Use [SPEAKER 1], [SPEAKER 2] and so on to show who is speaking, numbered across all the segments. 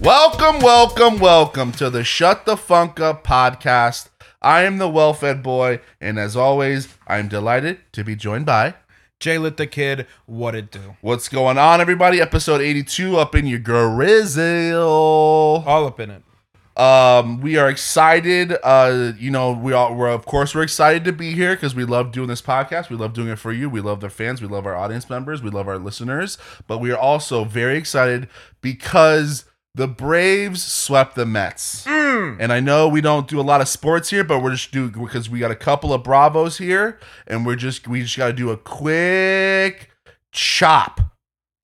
[SPEAKER 1] Welcome, welcome, welcome to the Shut the Funk Up podcast. I am the well fed boy, and as always, I'm delighted to be joined by.
[SPEAKER 2] Jay Lit the Kid, what it do?
[SPEAKER 1] What's going on, everybody? Episode 82 up in your grizzle.
[SPEAKER 2] All up in it.
[SPEAKER 1] Um, we are excited. Uh, you know, we all we're of course we're excited to be here because we love doing this podcast. We love doing it for you. We love the fans. We love our audience members. We love our listeners. But we are also very excited because the Braves swept the Mets. And I know we don't do a lot of sports here, but we're just do because we got a couple of Bravos here, and we're just we just got to do a quick chop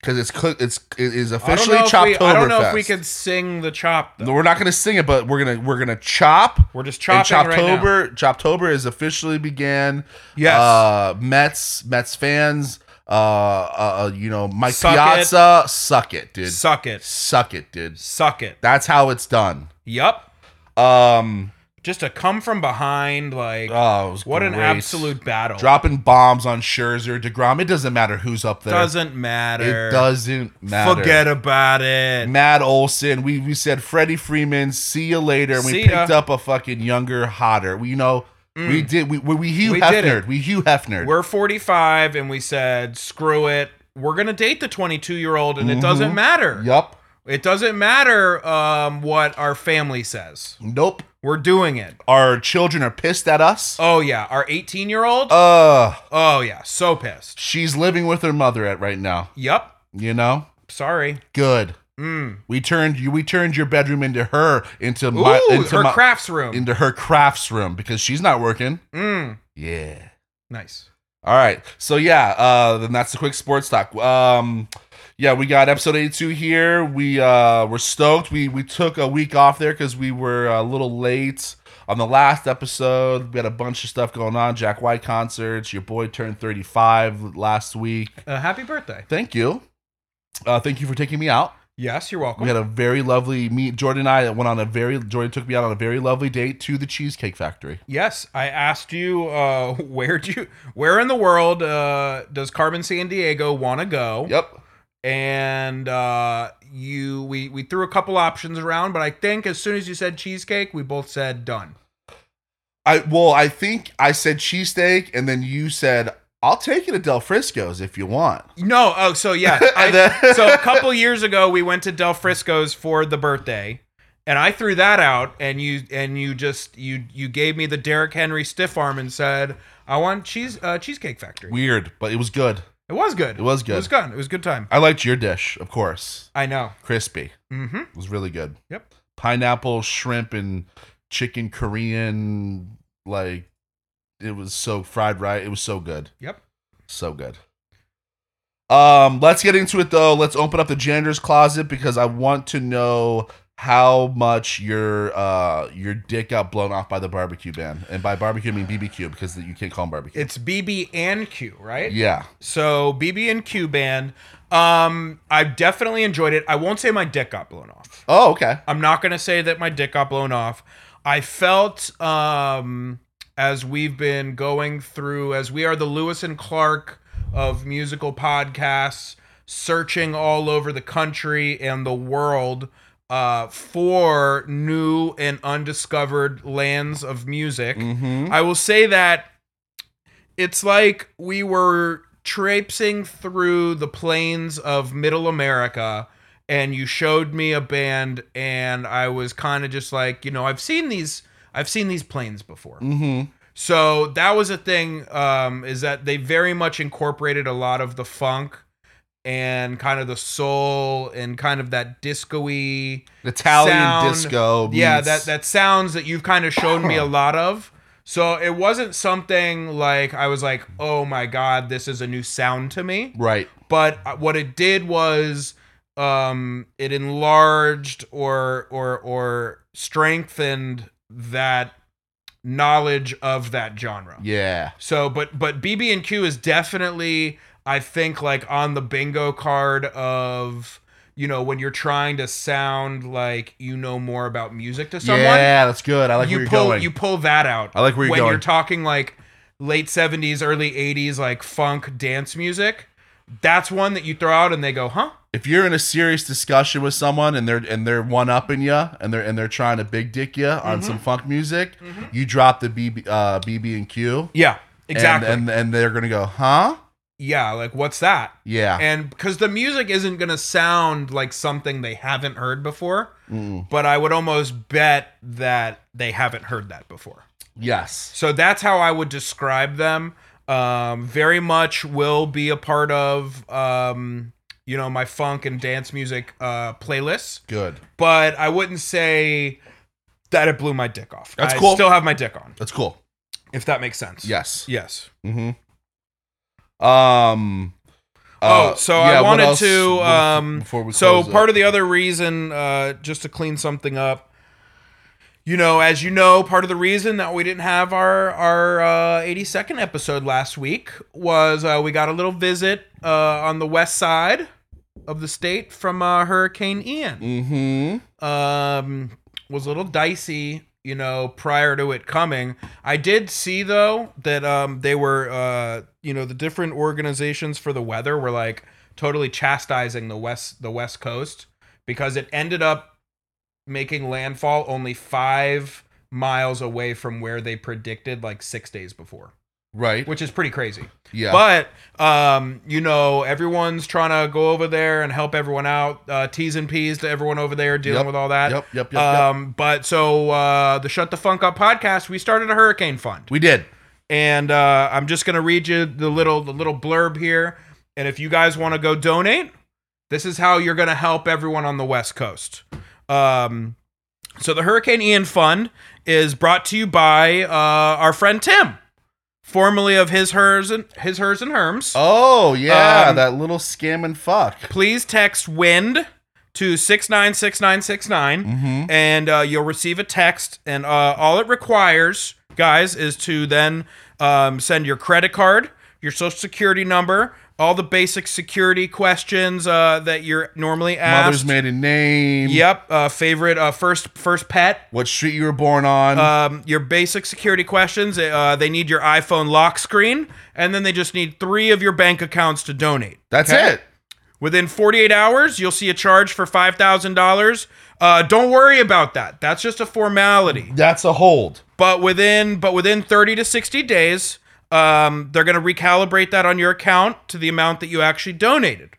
[SPEAKER 1] because it's cl- it's it is officially
[SPEAKER 2] I don't know,
[SPEAKER 1] chopped
[SPEAKER 2] if we, I don't know if we can sing the chop. Though.
[SPEAKER 1] no, we're not gonna sing it, but we're gonna we're gonna chop.
[SPEAKER 2] We're just
[SPEAKER 1] And
[SPEAKER 2] chopping right now.
[SPEAKER 1] Choptober, Choptober is officially began.
[SPEAKER 2] Yes.
[SPEAKER 1] uh, Mets Mets fans, uh, uh, you know Mike
[SPEAKER 2] Suck
[SPEAKER 1] Piazza, suck it, dude,
[SPEAKER 2] Suck it.
[SPEAKER 1] suck it, dude.
[SPEAKER 2] Suck it.
[SPEAKER 1] That's how it's done.
[SPEAKER 2] Yup.
[SPEAKER 1] Um,
[SPEAKER 2] Just to come from behind, like
[SPEAKER 1] oh, it was
[SPEAKER 2] what an
[SPEAKER 1] great.
[SPEAKER 2] absolute battle.
[SPEAKER 1] dropping bombs on Scherzer, Degrom. It doesn't matter who's up there.
[SPEAKER 2] Doesn't matter.
[SPEAKER 1] It doesn't matter.
[SPEAKER 2] Forget about it.
[SPEAKER 1] Matt Olson. We we said Freddie Freeman. See you later. And we
[SPEAKER 2] See ya. Mm.
[SPEAKER 1] picked up a fucking younger, hotter. We you know we did. We we, we Hugh
[SPEAKER 2] We did
[SPEAKER 1] Hefner.
[SPEAKER 2] it.
[SPEAKER 1] We Hugh Hefner.
[SPEAKER 2] We're 45 and we said, screw it. We're gonna date the 22 year old and it doesn't matter.
[SPEAKER 1] Mm-hmm. Yup.
[SPEAKER 2] It doesn't matter um, what our family says.
[SPEAKER 1] Nope.
[SPEAKER 2] We're doing it.
[SPEAKER 1] Our children are pissed at us.
[SPEAKER 2] Oh yeah, our 18 year old.
[SPEAKER 1] Uh,
[SPEAKER 2] oh yeah, so pissed.
[SPEAKER 1] she's living with her mother at right now.
[SPEAKER 2] Yup.
[SPEAKER 1] You know,
[SPEAKER 2] Sorry.
[SPEAKER 1] good.
[SPEAKER 2] Mm.
[SPEAKER 1] We turned you. We turned your bedroom into her into
[SPEAKER 2] Ooh,
[SPEAKER 1] my into
[SPEAKER 2] her
[SPEAKER 1] my,
[SPEAKER 2] crafts room.
[SPEAKER 1] into her crafts room because she's not working.
[SPEAKER 2] mm.
[SPEAKER 1] Yeah.
[SPEAKER 2] Nice.
[SPEAKER 1] All right. So yeah, uh then that's the quick sports talk. Um yeah, we got episode 82 here. We uh we're stoked. We we took a week off there cuz we were a little late on the last episode. We had a bunch of stuff going on. Jack White concerts. Your boy turned 35 last week.
[SPEAKER 2] Uh, happy birthday.
[SPEAKER 1] Thank you. Uh thank you for taking me out.
[SPEAKER 2] Yes, you're
[SPEAKER 1] We
[SPEAKER 2] welcome.
[SPEAKER 1] had a very lovely meet. Jordan and I went on a very Jordan took me out on a very lovely date to the Cheesecake Factory.
[SPEAKER 2] yes, I asked you uh, where do you, where in the world uh, does Carmen San Diego want to go?
[SPEAKER 1] Yep.
[SPEAKER 2] And uh, you, we we threw a couple options around, but I think as soon as you said cheesecake, we both said done.
[SPEAKER 1] I well, I think I said cheesesteak, and then you said, "I'll take it at Del Frisco's if you want."
[SPEAKER 2] No, oh, so yeah. I,
[SPEAKER 1] And then-
[SPEAKER 2] so a couple years ago, we went to Del Frisco's for the birthday, and I threw that out, and you and you just you you gave me the Derrick Henry stiff arm and said, "I want cheese uh, cheesecake factory."
[SPEAKER 1] Weird, but it was good.
[SPEAKER 2] it was good.
[SPEAKER 1] It was good.
[SPEAKER 2] It was good. It was a good time.
[SPEAKER 1] I liked your dish, of course,
[SPEAKER 2] I know.
[SPEAKER 1] crispy.
[SPEAKER 2] Mm-hmm.
[SPEAKER 1] It was really good.
[SPEAKER 2] Yep.
[SPEAKER 1] Pineapple, shrimp, and chicken Korean. Like it was so fried right. It was so good.
[SPEAKER 2] Yep.
[SPEAKER 1] So good. Um, let's get into it though. Let's open up the janitor's closet because I want to know how much your uh your dick got blown off by the barbecue ban. And by barbecue I mean BBQ because you can't call them barbecue.
[SPEAKER 2] It's BB and Q, right?
[SPEAKER 1] yeah.
[SPEAKER 2] So BB and Q band. Um, I definitely enjoyed it. I won't say my dick got blown off.
[SPEAKER 1] Oh, okay.
[SPEAKER 2] I'm not gonna say that my dick got blown off. I felt um as we've been going through as we are the Lewis and Clark of musical podcasts, searching all over the country and the world uh for new and undiscovered lands of music.
[SPEAKER 1] Mm-hmm.
[SPEAKER 2] I will say that it's like we were traipsing through the plains of middle America and you showed me a band and I was kind of just like, you know, I've seen these I've seen these plains before.
[SPEAKER 1] Mm-hmm.
[SPEAKER 2] So that was a thing um is that they very much incorporated a lot of the funk and kind of the soul and kind of that disco-y
[SPEAKER 1] Italian
[SPEAKER 2] Sound.
[SPEAKER 1] disco.
[SPEAKER 2] yeah
[SPEAKER 1] meets-
[SPEAKER 2] that that sounds that you've kind of shown me a lot of so it wasn't something like i was like oh my god this is a new sound to me
[SPEAKER 1] right.
[SPEAKER 2] but uh, what it did was um it enlarged or or or strengthened that knowledge of that genre
[SPEAKER 1] Yeah.
[SPEAKER 2] so, but but BB and Q is definitely, I think, like on the bingo card of you know when you're trying to sound like you know more about music to someone.
[SPEAKER 1] yeah, that's good. I like where
[SPEAKER 2] you
[SPEAKER 1] you're
[SPEAKER 2] pull
[SPEAKER 1] going.
[SPEAKER 2] you pull that out.
[SPEAKER 1] I like where you're
[SPEAKER 2] when
[SPEAKER 1] going.
[SPEAKER 2] you're talking like late '70s, early '80s, like funk dance music. That's one that you throw out and they go, huh?
[SPEAKER 1] if you're in a serious discussion with someone and they're and they're one upping you and they're and they're trying to big dick you
[SPEAKER 2] Mm-hmm.
[SPEAKER 1] on some funk music, you drop the BB uh, BB and Q.
[SPEAKER 2] Yeah, exactly.
[SPEAKER 1] And, and and they're gonna go, huh?
[SPEAKER 2] yeah, like what's that?
[SPEAKER 1] Yeah.
[SPEAKER 2] And because the music isn't going to sound like something they haven't heard before,
[SPEAKER 1] Mm.
[SPEAKER 2] but I would almost bet that they haven't heard that before.
[SPEAKER 1] Yes.
[SPEAKER 2] So that's how I would describe them. Um, very much will be a part of, um, you know, my funk and dance music uh, playlists,
[SPEAKER 1] Good.
[SPEAKER 2] but I wouldn't say that it blew my dick off.
[SPEAKER 1] That's
[SPEAKER 2] I
[SPEAKER 1] cool.
[SPEAKER 2] still have my dick on,
[SPEAKER 1] That's cool.
[SPEAKER 2] if that makes sense.
[SPEAKER 1] Yes.
[SPEAKER 2] Yes.
[SPEAKER 1] Mm-hmm. Um.
[SPEAKER 2] Oh,
[SPEAKER 1] uh,
[SPEAKER 2] so
[SPEAKER 1] yeah,
[SPEAKER 2] I
[SPEAKER 1] what
[SPEAKER 2] wanted
[SPEAKER 1] else
[SPEAKER 2] to.
[SPEAKER 1] bef-
[SPEAKER 2] Um,
[SPEAKER 1] before we
[SPEAKER 2] so
[SPEAKER 1] close up?
[SPEAKER 2] part of the other reason, uh, just to clean something up, you know, as you know, part of the reason that we didn't have our our uh, 82nd episode last week was uh, we got a little visit uh, on the west side of the state from uh, Hurricane Ian.
[SPEAKER 1] Mm-hmm.
[SPEAKER 2] Um, was a little dicey. You know, prior to it coming, I did see though that um, they were, uh, you know, the different organizations for the weather were like totally chastising the west the west coast because it ended up making landfall only five miles away from where they predicted like six days before,
[SPEAKER 1] Right.
[SPEAKER 2] which is pretty crazy.
[SPEAKER 1] yeah.
[SPEAKER 2] But um, you know, everyone's trying to go over there and help everyone out. Uh, T's and P's to everyone over there dealing
[SPEAKER 1] Yep.
[SPEAKER 2] with all that.
[SPEAKER 1] yep. Yep. Yep. yep.
[SPEAKER 2] Um, but so uh, the Shut the Funk Up podcast, we started a hurricane fund,
[SPEAKER 1] We did.
[SPEAKER 2] and uh, I'm just gonna read you the little the little blurb here. And if you guys want to go donate, this is how you're gonna help everyone on the West Coast. Um, so the Hurricane Ian Fund is brought to you by uh, our friend Tim, formerly of his hers and his hers and herms.
[SPEAKER 1] Oh yeah,
[SPEAKER 2] Um,
[SPEAKER 1] that little scam and fuck.
[SPEAKER 2] Please text wind to six nine six nine six nine.
[SPEAKER 1] Mm-hmm.
[SPEAKER 2] and uh, you'll receive a text. And uh, all it requires, guys, is to then um, send your credit card, your social security number, all the basic security questions uh, that you're normally asked.
[SPEAKER 1] Mother's maiden name.
[SPEAKER 2] Yep, uh, favorite uh, first first pet.
[SPEAKER 1] What street you were born on.
[SPEAKER 2] Um, your basic security questions. Uh, they need your iPhone lock screen, and then they just need three of your bank accounts to donate.
[SPEAKER 1] That's
[SPEAKER 2] okay?
[SPEAKER 1] it.
[SPEAKER 2] Within 48 hours, you'll see a charge for $5,000. Uh, don't worry about that. That's just a formality.
[SPEAKER 1] That's a hold.
[SPEAKER 2] But within but within 30 to 60 days, um, they're going to recalibrate that on your account to the amount that you actually donated.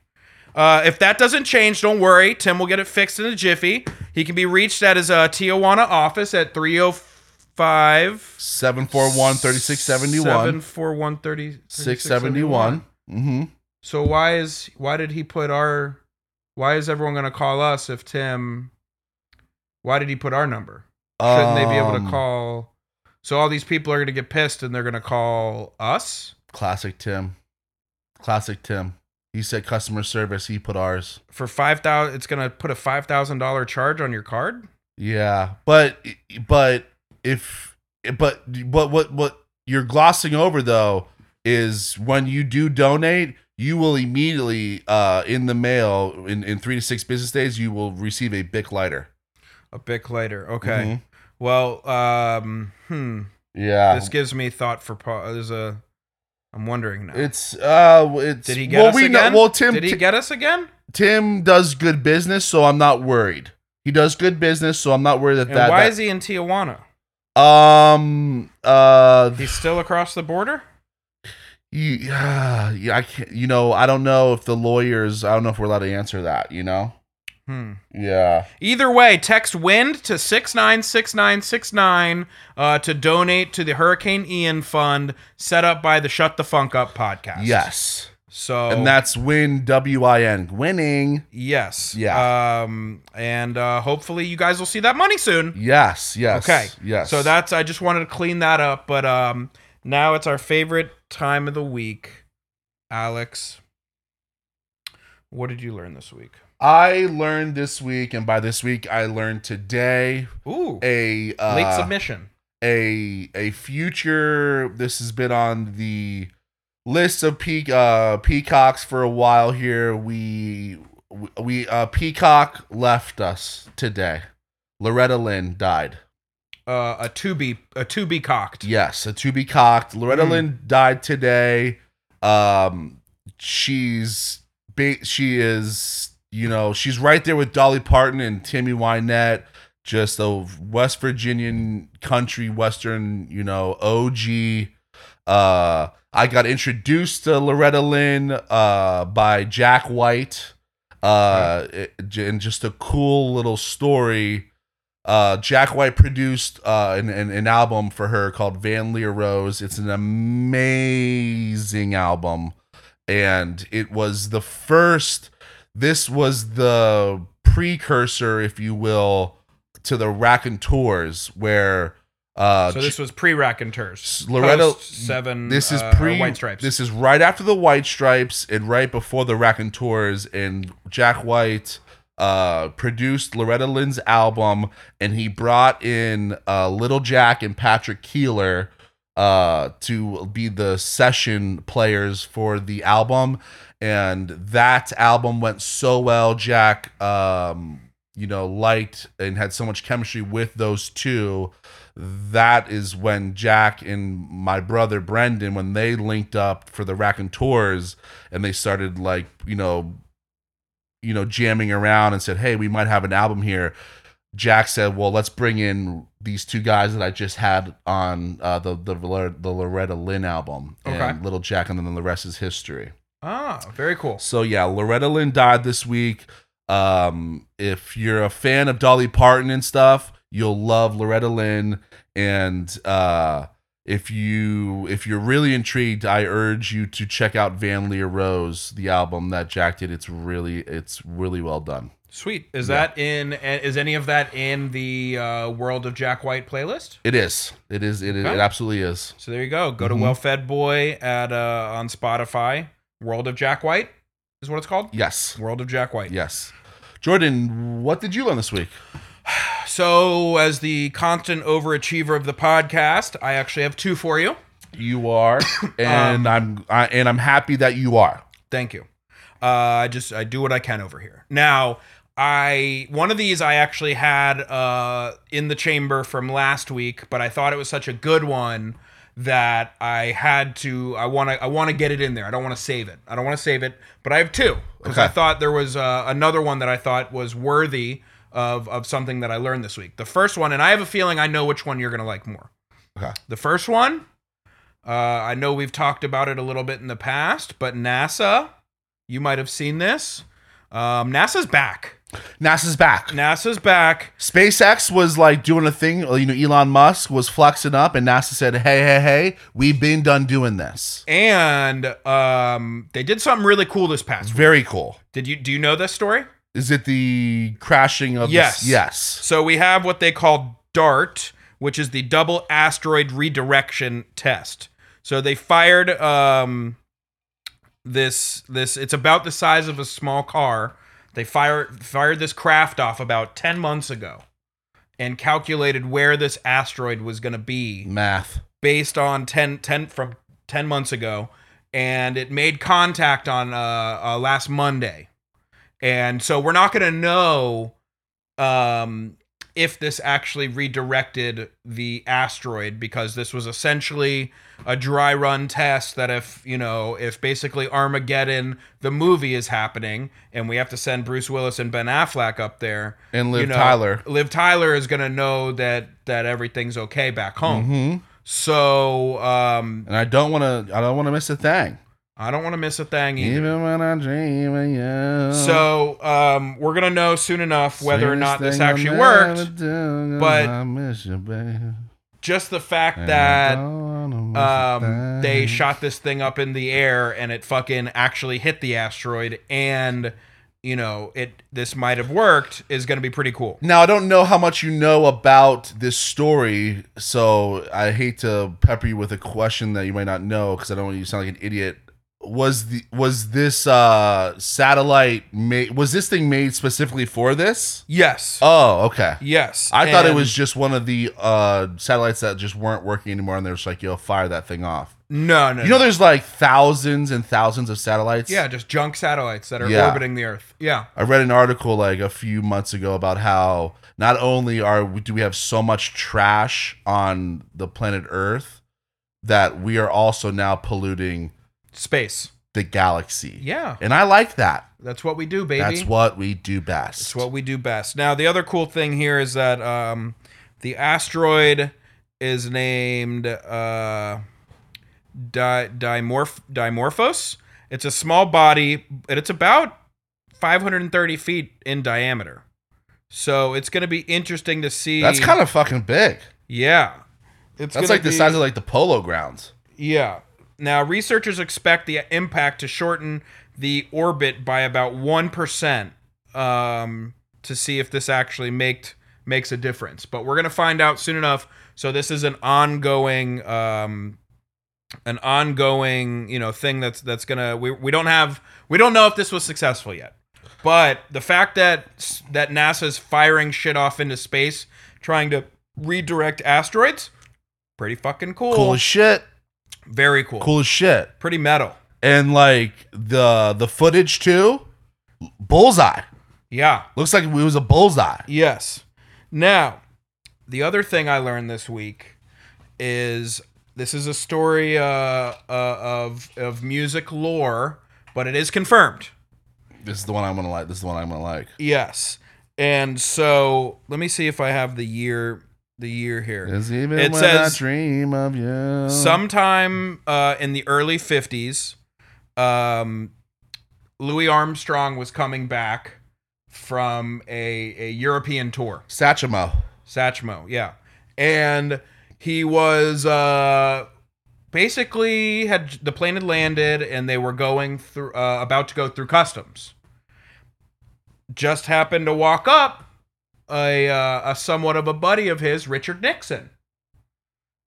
[SPEAKER 2] Uh, if that doesn't change, don't worry. Tim will get it fixed in a jiffy. He can be reached at his uh, Tijuana office at 305
[SPEAKER 1] 741 3671.
[SPEAKER 2] 741 30
[SPEAKER 1] 671. Mm-hmm.
[SPEAKER 2] So why is why did he put our why is everyone going to call us if Tim why did he put our number? Shouldn't they be able to
[SPEAKER 1] Um.
[SPEAKER 2] call So all these people are going to get pissed and they're going to call us
[SPEAKER 1] Classic Tim. Classic Tim. He said customer service. He put ours.
[SPEAKER 2] for 5000 it's going to put a $5000 charge on your card?
[SPEAKER 1] Yeah, but but if but but what what you're glossing over though is when you do donate, you will immediately uh in the mail in in 3 to 6 business days you will receive a Bic lighter.
[SPEAKER 2] A bit later. Okay.
[SPEAKER 1] Mm-hmm.
[SPEAKER 2] Well, um hmm
[SPEAKER 1] Mhm. Yeah.
[SPEAKER 2] this gives me thought for pa- there's a I'm wondering now.
[SPEAKER 1] it's uh it's
[SPEAKER 2] did he get us
[SPEAKER 1] we know-
[SPEAKER 2] again?
[SPEAKER 1] well Tim
[SPEAKER 2] did he
[SPEAKER 1] Ti-
[SPEAKER 2] get us again?
[SPEAKER 1] Tim does good business so I'm not worried. He does good business so I'm not worried that
[SPEAKER 2] And
[SPEAKER 1] that,
[SPEAKER 2] why
[SPEAKER 1] that-
[SPEAKER 2] is he in Tijuana?
[SPEAKER 1] um uh
[SPEAKER 2] He's still across the border?
[SPEAKER 1] You, yeah, I can't. You know, I don't know if the lawyers. I don't know if we're allowed to answer that. You know.
[SPEAKER 2] Hmm.
[SPEAKER 1] Yeah.
[SPEAKER 2] Either way, text WIND to 696969 uh, to donate to the Hurricane Ian Fund set up by the Shut the Funk Up podcast.
[SPEAKER 1] Yes.
[SPEAKER 2] So,
[SPEAKER 1] And that's win. W I N. Winning.
[SPEAKER 2] yes.
[SPEAKER 1] Yeah.
[SPEAKER 2] Um, and uh, hopefully you guys will see that money soon.
[SPEAKER 1] Yes. Yes.
[SPEAKER 2] Okay.
[SPEAKER 1] Yes.
[SPEAKER 2] So, that's, I just wanted to clean that up. But um, now it's our favorite time of the week. Alex, what did you learn this week?
[SPEAKER 1] I learned this week, and by this week I learned today
[SPEAKER 2] Ooh,
[SPEAKER 1] a uh,
[SPEAKER 2] late submission.
[SPEAKER 1] a a future this has been on the list of peak uh peacocks for a while here we we uh peacock left us today loretta lynn died
[SPEAKER 2] Uh, a to be a to be cocked.
[SPEAKER 1] yes a to be cocked loretta
[SPEAKER 2] Hmm.
[SPEAKER 1] lynn died today um she's ba- she is You know, she's right there with Dolly Parton and Tammy Wynette, just a West Virginian country western, you know, OG. Uh, I got introduced to Loretta Lynn uh, by Jack White, uh, it- and just a cool little story. Uh, Jack White produced uh, an, an, an album for her called Van Leer Rose. It's an amazing album. And it was the first, this was the precursor, if you will, to the raconteurs, where uh,
[SPEAKER 2] So this was pre raconteurs.
[SPEAKER 1] Loretta-
[SPEAKER 2] seven.
[SPEAKER 1] this is
[SPEAKER 2] uh,
[SPEAKER 1] pre
[SPEAKER 2] White Stripes.
[SPEAKER 1] This is right after the White Stripes and right before the Raconteurs and Jack White uh produced Loretta Lynn's album and he brought in uh Little Jack and Patrick Keeler uh to be the session players for the album and that album went so well Jack um you know liked and had so much chemistry with those two that is when Jack and my brother Brendan, when they linked up for the Raconteurs, and they started like you know, you know, jamming around and said, "Hey, we might have an album here." Jack said, "Well, let's bring in these two guys that I just had on uh, the the Lor- the Loretta Lynn album,
[SPEAKER 2] Okay.
[SPEAKER 1] and Little Jack, and then the rest is history."
[SPEAKER 2] ah, very cool.
[SPEAKER 1] So yeah, Loretta Lynn died this week. Um, if you're a fan of Dolly Parton and stuff, you'll love Loretta Lynn. And uh, if you if you're really intrigued, I urge you to check out Van Leer Rose, the album that Jack did. It's really it's really well done.
[SPEAKER 2] Sweet. Is
[SPEAKER 1] Yeah.
[SPEAKER 2] that in? Is any of that in the uh, World of Jack White playlist?
[SPEAKER 1] It is. It is. It, is- it
[SPEAKER 2] Okay.
[SPEAKER 1] absolutely is.
[SPEAKER 2] So there you go. Go
[SPEAKER 1] Mhm.
[SPEAKER 2] to Well Fed Boy at uh, on Spotify. World of Jack White is what it's called.
[SPEAKER 1] Yes.
[SPEAKER 2] World of Jack White.
[SPEAKER 1] Yes. Jordan, what did you learn this week?
[SPEAKER 2] So as the constant overachiever of the podcast, I actually have two for you.
[SPEAKER 1] You are, and I'm, I, and I'm happy that you are.
[SPEAKER 2] Thank you. Uh, I just I do what I can over here. Now I one of these I actually had uh, in the chamber from last week, but I thought it was such a good one that I had to I want to I want to get it in there. I don't want to save it. I don't want to save it, but I have two because I
[SPEAKER 1] Okay.
[SPEAKER 2] thought there was uh, another one that I thought was worthy of of something that I learned this week. The first one, and I have a feeling I know which one you're gonna like more.
[SPEAKER 1] Okay.
[SPEAKER 2] The first one, uh, I know we've talked about it a little bit in the past, but NASA, you might have seen this. Um, NASA's back.
[SPEAKER 1] NASA's back.
[SPEAKER 2] NASA's back.
[SPEAKER 1] SpaceX was like doing a thing, you know, Elon Musk was flexing up and NASA said, "Hey, hey, hey, we've been done doing this."
[SPEAKER 2] And um, they did something really cool this past week.
[SPEAKER 1] Very cool.
[SPEAKER 2] Did you do you know this story?
[SPEAKER 1] Is it the crashing of the-
[SPEAKER 2] Yes.
[SPEAKER 1] yes.
[SPEAKER 2] So we have what they call DART, which is the double asteroid redirection test. So they fired um, this this. It's about the size of a small car. They fired fired this craft off about ten months ago, and calculated where this asteroid was going to be
[SPEAKER 1] Math.
[SPEAKER 2] based on 10, 10 from 10 months ago and it made contact on uh, uh last monday and so we're not going to know um if this actually redirected the asteroid because this was essentially a dry run test that if you know if basically armageddon the movie is happening and we have to send bruce willis and ben affleck up there
[SPEAKER 1] And Liv
[SPEAKER 2] you know,
[SPEAKER 1] Tyler.
[SPEAKER 2] liv tyler is going to know that that everything's okay back home
[SPEAKER 1] hmm
[SPEAKER 2] so um,
[SPEAKER 1] And I don't want to I don't want to miss a thing.
[SPEAKER 2] I don't want to miss a thing either.
[SPEAKER 1] Even when I dream of you.
[SPEAKER 2] So um, we're gonna know soon enough whether or
[SPEAKER 1] Sweetest
[SPEAKER 2] not this
[SPEAKER 1] thing I'll
[SPEAKER 2] actually
[SPEAKER 1] never
[SPEAKER 2] worked.
[SPEAKER 1] do,
[SPEAKER 2] but-
[SPEAKER 1] I miss you, babe.
[SPEAKER 2] Just the fact
[SPEAKER 1] And I
[SPEAKER 2] that
[SPEAKER 1] don't wanna miss a
[SPEAKER 2] um, they
[SPEAKER 1] thing.
[SPEAKER 2] shot this thing up in the air and it fucking actually hit the asteroid, and you know it. This might have worked. Is gonna be pretty cool.
[SPEAKER 1] Now I don't know how much you know about this story, so I hate to pepper you with a question that you might not know because I don't want you to sound like an idiot. Was the was this uh satellite made? Was this thing made specifically for this?
[SPEAKER 2] Yes.
[SPEAKER 1] Oh, okay.
[SPEAKER 2] yes.
[SPEAKER 1] I thought it
[SPEAKER 2] And-
[SPEAKER 1] was just one of the uh satellites that just weren't working anymore, and they're just like, "Yo, fire that thing off."
[SPEAKER 2] no, no.
[SPEAKER 1] You know,
[SPEAKER 2] no.
[SPEAKER 1] there's like thousands and thousands of satellites.
[SPEAKER 2] yeah, just junk satellites that are
[SPEAKER 1] Yeah.
[SPEAKER 2] orbiting the Earth. Yeah.
[SPEAKER 1] I read an article like a few months ago about how not only are do we have so much trash on the planet Earth that we are also now polluting
[SPEAKER 2] Space.
[SPEAKER 1] the galaxy.
[SPEAKER 2] Yeah,
[SPEAKER 1] And I like that.
[SPEAKER 2] that's what we do, baby.
[SPEAKER 1] That's what we do best.
[SPEAKER 2] It's what we do best. Now, the other cool thing here is that um, the asteroid is named uh, Di- Dimorph- Dimorphos. It's a small body, and it's about 530 feet in diameter. So it's going to be interesting to see.
[SPEAKER 1] That's kind of fucking big.
[SPEAKER 2] yeah. It's
[SPEAKER 1] That's
[SPEAKER 2] gonna
[SPEAKER 1] like the
[SPEAKER 2] be-
[SPEAKER 1] size of like the polo grounds.
[SPEAKER 2] yeah. Now, researchers expect the impact to shorten the orbit by about 1% um, to see if this actually make, makes a difference. But we're going to find out soon enough. So this is an ongoing um, an ongoing, you know, thing that's that's going to we, we don't have we don't know if this was successful yet. But the fact that s- that NASA's firing shit off into space trying to redirect asteroids pretty fucking
[SPEAKER 1] Cool as shit.
[SPEAKER 2] very cool.
[SPEAKER 1] Cool as shit.
[SPEAKER 2] Pretty metal.
[SPEAKER 1] And like the the footage too. Bullseye.
[SPEAKER 2] Yeah.
[SPEAKER 1] Looks like it was a bullseye.
[SPEAKER 2] Yes. Now, the other thing I learned this week is this is a story uh, uh, of of music lore, but it is confirmed.
[SPEAKER 1] This is the one I'm gonna like. This is the one I'm gonna like.
[SPEAKER 2] Yes. And so, let me see if I have the year the year here.
[SPEAKER 1] It's uh, even
[SPEAKER 2] It
[SPEAKER 1] when
[SPEAKER 2] says-
[SPEAKER 1] I dream of you.
[SPEAKER 2] sometime uh, in the early 50s um, louis armstrong was coming back from a, a european tour
[SPEAKER 1] Satchmo.
[SPEAKER 2] satchmo yeah and he was uh, basically had the plane had landed and they were going through uh, about to go through customs just happened to walk up a, uh, a somewhat of a buddy of his richard nixon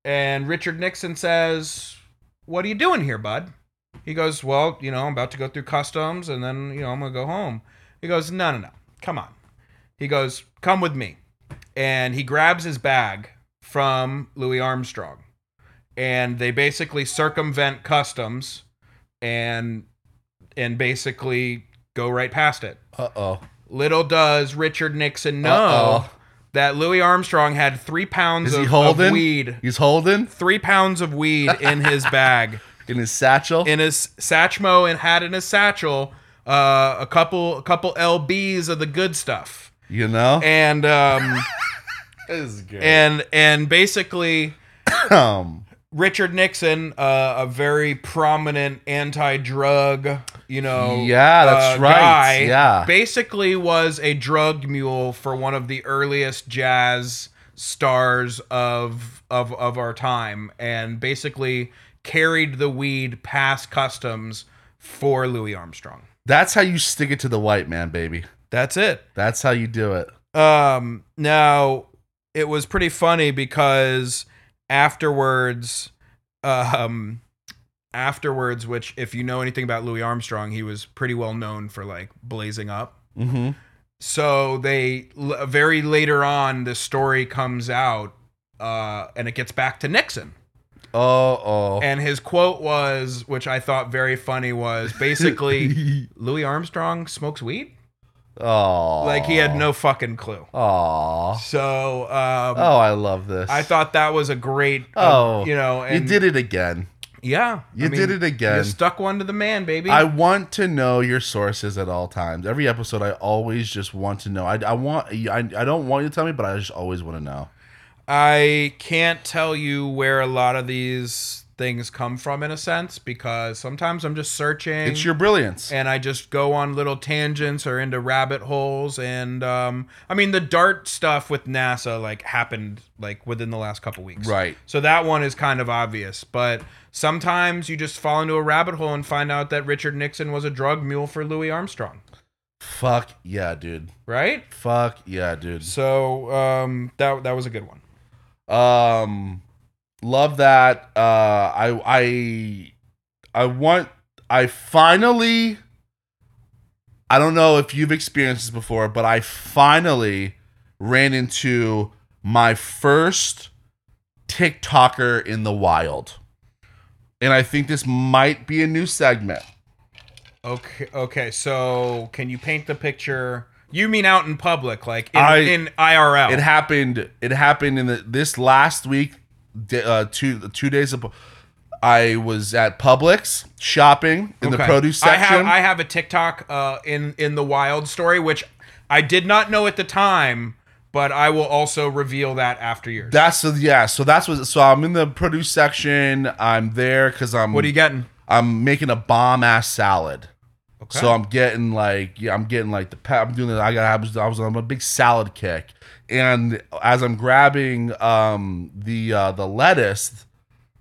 [SPEAKER 2] and richard nixon says what are you doing here bud he goes well you know i'm about to go through customs and then you know i'm gonna go home he goes no no no come on he goes come with me and he grabs his bag from louis armstrong and they basically circumvent customs and and basically go right past it
[SPEAKER 1] Uh oh.
[SPEAKER 2] Little does Richard Nixon know
[SPEAKER 1] Uh-oh.
[SPEAKER 2] that Louis Armstrong had three pounds
[SPEAKER 1] Is he
[SPEAKER 2] of, of
[SPEAKER 1] holding?
[SPEAKER 2] weed,
[SPEAKER 1] He's holding
[SPEAKER 2] three pounds of weed in his bag,
[SPEAKER 1] in his satchel.
[SPEAKER 2] in his satchmo, and had in his satchel uh, a couple, a couple lbs of the good stuff,
[SPEAKER 1] you know.
[SPEAKER 2] and um,
[SPEAKER 1] This is good.
[SPEAKER 2] and and basically.
[SPEAKER 1] um,
[SPEAKER 2] Richard Nixon, uh, a very prominent anti-drug, you know,
[SPEAKER 1] Yeah, that's right.
[SPEAKER 2] guy,
[SPEAKER 1] Yeah.
[SPEAKER 2] basically was a drug mule for one of the earliest jazz stars of of of our time, and basically carried the weed past customs for Louis Armstrong.
[SPEAKER 1] that's how you stick it to the white man, baby.
[SPEAKER 2] That's it.
[SPEAKER 1] That's how you do it.
[SPEAKER 2] Um, now it was pretty funny because afterwards, um, afterwards, which if you know anything about Louis Armstrong, he was pretty well known for like blazing up.
[SPEAKER 1] Mm-hmm.
[SPEAKER 2] So they l- very later on, the story comes out, uh, and it gets back to Nixon.
[SPEAKER 1] Oh oh.
[SPEAKER 2] And his quote was, which I thought very funny, was basically Louis Armstrong smokes weed.
[SPEAKER 1] oh.
[SPEAKER 2] Like he had no fucking clue.
[SPEAKER 1] Oh.
[SPEAKER 2] So um,
[SPEAKER 1] Oh, I love this.
[SPEAKER 2] I thought that was a great. Oh,
[SPEAKER 1] Oh,
[SPEAKER 2] you know, and
[SPEAKER 1] you did it again.
[SPEAKER 2] Yeah,
[SPEAKER 1] You did it again.
[SPEAKER 2] You stuck one to the man, baby.
[SPEAKER 1] I want to know your sources at all times. Every episode, I always just want to know. I, I want. I, I don't want you to tell me, but I just always want to know.
[SPEAKER 2] I can't tell you where a lot of these things come from, in a sense, because sometimes I'm just searching.
[SPEAKER 1] It's your brilliance.
[SPEAKER 2] and I just go on little tangents or into rabbit holes, and um, I mean the Dart stuff with NASA like happened like within the last couple weeks,
[SPEAKER 1] Right.
[SPEAKER 2] So that one is kind of obvious, but sometimes you just fall into a rabbit hole and find out that Richard Nixon was a drug mule for Louis Armstrong,
[SPEAKER 1] Fuck yeah, dude. Mm-hmm.
[SPEAKER 2] right?
[SPEAKER 1] Fuck yeah, dude.
[SPEAKER 2] So um, that that was a good one.
[SPEAKER 1] Um, love that. Uh, I I I want. I finally. I don't know if you've experienced this before, but I finally ran into my first TikToker in the wild, and I think this might be a new segment.
[SPEAKER 2] Okay, okay. So can you paint the picture? You mean out in public, like in,
[SPEAKER 1] I-
[SPEAKER 2] in IRL?
[SPEAKER 1] It happened. It happened in the, this last week, d- uh, two two days ago. I was at Publix shopping in the
[SPEAKER 2] Okay.
[SPEAKER 1] produce
[SPEAKER 2] I
[SPEAKER 1] section.
[SPEAKER 2] have I have a TikTok uh, in in the wild story, which I did not know at the time, but I will also reveal that after yours.
[SPEAKER 1] that's the yeah. So that's what. So I'm in the produce section. I'm there because I'm.
[SPEAKER 2] what are you getting?
[SPEAKER 1] I'm making a bomb ass salad.
[SPEAKER 2] Okay.
[SPEAKER 1] So I'm getting like yeah, I'm getting like the pa- I'm doing that. I got I was I was on a big salad kick, and as I'm grabbing um the uh, the lettuce,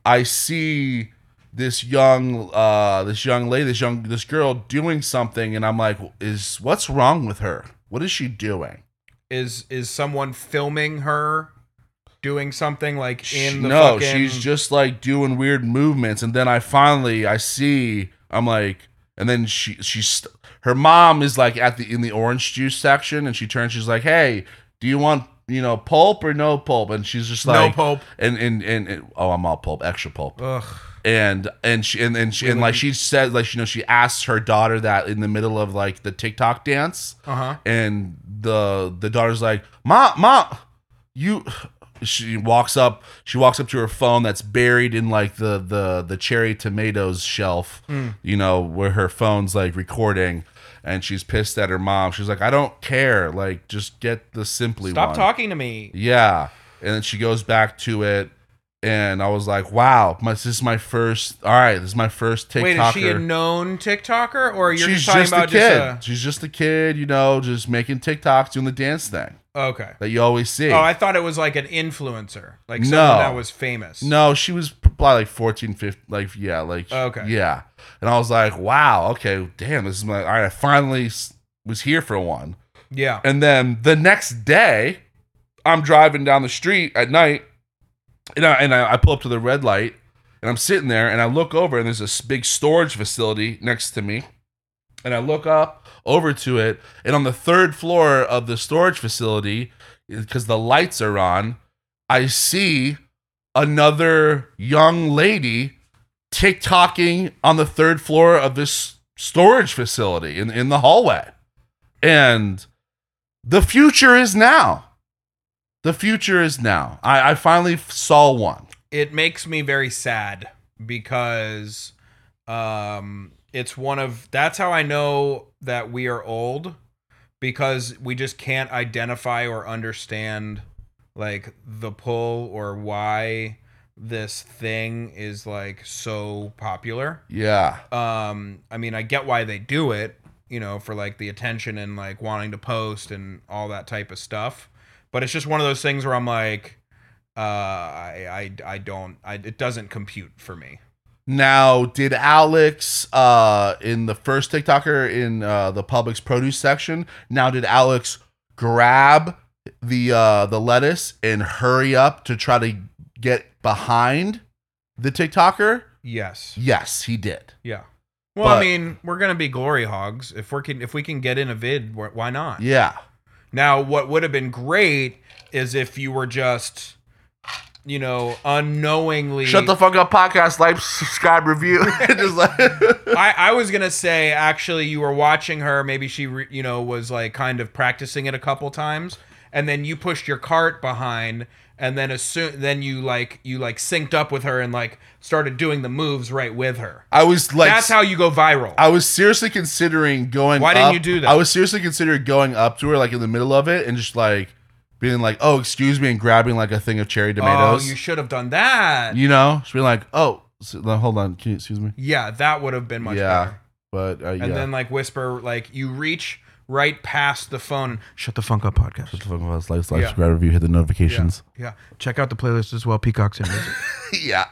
[SPEAKER 1] I see this young uh this young lady this young this girl doing something, and I'm like, is what's wrong with her? What is she doing?
[SPEAKER 2] is is someone filming her doing something like
[SPEAKER 1] She-
[SPEAKER 2] in the
[SPEAKER 1] no,
[SPEAKER 2] fucking,
[SPEAKER 1] she's just like doing weird movements, and then I finally I see I'm like, and then she she's st- her mom is like at the in the orange juice section, and she turns, she's like, hey, do you want you know pulp or no pulp? And she's just
[SPEAKER 2] no
[SPEAKER 1] like,
[SPEAKER 2] pope.
[SPEAKER 1] and and and, and- oh, I'm all pulp, extra pulp,
[SPEAKER 2] Ugh.
[SPEAKER 1] and and she and and, she, and like she said like you know she asks her daughter that in the middle of like the TikTok dance,
[SPEAKER 2] Uh huh.
[SPEAKER 1] and the the daughter's like, "Mom, mom, you." She walks up. She walks up to her phone that's buried in like the the the cherry tomatoes shelf,
[SPEAKER 2] Mm.
[SPEAKER 1] you know, where her phone's like recording, and she's pissed at her mom. She's like, "I don't care. Like, just get the simply
[SPEAKER 2] Stop
[SPEAKER 1] one."
[SPEAKER 2] talking to me.
[SPEAKER 1] Yeah, and then she goes back to it, and I was like, "Wow, my, this is my first. All right, this is my first TikToker."
[SPEAKER 2] Wait, is she a known TikToker or you're
[SPEAKER 1] She's
[SPEAKER 2] just talking
[SPEAKER 1] just a
[SPEAKER 2] about
[SPEAKER 1] kid.
[SPEAKER 2] just uh,
[SPEAKER 1] She's just a kid, you know, just making TikToks, doing the dance thing
[SPEAKER 2] a okay?
[SPEAKER 1] that you always see.
[SPEAKER 2] Oh, I thought it was like an influencer, like someone
[SPEAKER 1] No.
[SPEAKER 2] that was famous.
[SPEAKER 1] no, she was probably like 14, 15, like, yeah, like,
[SPEAKER 2] Oh, Okay.
[SPEAKER 1] yeah. And I was like, wow, okay, damn, this is my, all right, I finally s- was here for one.
[SPEAKER 2] Yeah.
[SPEAKER 1] And then the next day, I'm driving down the street at night, and I, and I, I pull up to the red light, and I'm sitting there, and I look over, and there's this big storage facility next to me, and I look up over to it, and on the third floor of the storage facility, because the lights are on, I see another young lady TikToking on the third floor of this storage facility in, in the hallway. And the future is now. The future is now. I, I finally f- saw one.
[SPEAKER 2] it makes me very sad because um it's one of that's how I know that we are old because we just can't identify or understand like the pull or why this thing is like so popular.
[SPEAKER 1] Yeah.
[SPEAKER 2] Um I mean I get why they do it, you know, for like the attention and like wanting to post and all that type of stuff. But it's just one of those things where I'm like uh I I I don't I it doesn't compute for me.
[SPEAKER 1] Now, did Alex uh in the first TikToker in uh the Publix produce section, now did Alex grab the uh the lettuce and hurry up to try to get behind the TikToker?
[SPEAKER 2] Yes.
[SPEAKER 1] Yes, he did.
[SPEAKER 2] Yeah. Well,
[SPEAKER 1] But-
[SPEAKER 2] I mean, we're gonna be glory hogs if we can if we can get in a vid. wh- Why not?
[SPEAKER 1] Yeah.
[SPEAKER 2] Now, what would have been great is if you were just, you know, unknowingly.
[SPEAKER 1] Shut the fuck up podcast, like, subscribe, review. Just like
[SPEAKER 2] I, I was gonna say actually you were watching her maybe she re, you know was like kind of practicing it a couple times and then you pushed your cart behind and then assume then you like you like synced up with her and like started doing the moves right with her
[SPEAKER 1] I was like
[SPEAKER 2] that's how you go viral
[SPEAKER 1] I was seriously considering going.
[SPEAKER 2] Why didn't
[SPEAKER 1] up-
[SPEAKER 2] you do that?
[SPEAKER 1] I was seriously considering going up to her, like in the middle of it, and just like being like, "Oh, excuse me," and grabbing like a thing of cherry tomatoes.
[SPEAKER 2] oh you
[SPEAKER 1] you,
[SPEAKER 2] should have done that
[SPEAKER 1] know, just being like, "Oh, s- no, hold on, can you excuse me?"
[SPEAKER 2] Yeah, that would have been much
[SPEAKER 1] Yeah,
[SPEAKER 2] better.
[SPEAKER 1] But uh, yeah,
[SPEAKER 2] And then like whisper, like you reach right past the phone. Shut the funk up podcast.
[SPEAKER 1] Just fucking us, like, like,
[SPEAKER 2] Yeah.
[SPEAKER 1] subscribe, review, hit the notifications.
[SPEAKER 2] Yeah, check out the playlist as well. Peacocks and Lizard.
[SPEAKER 1] Yeah.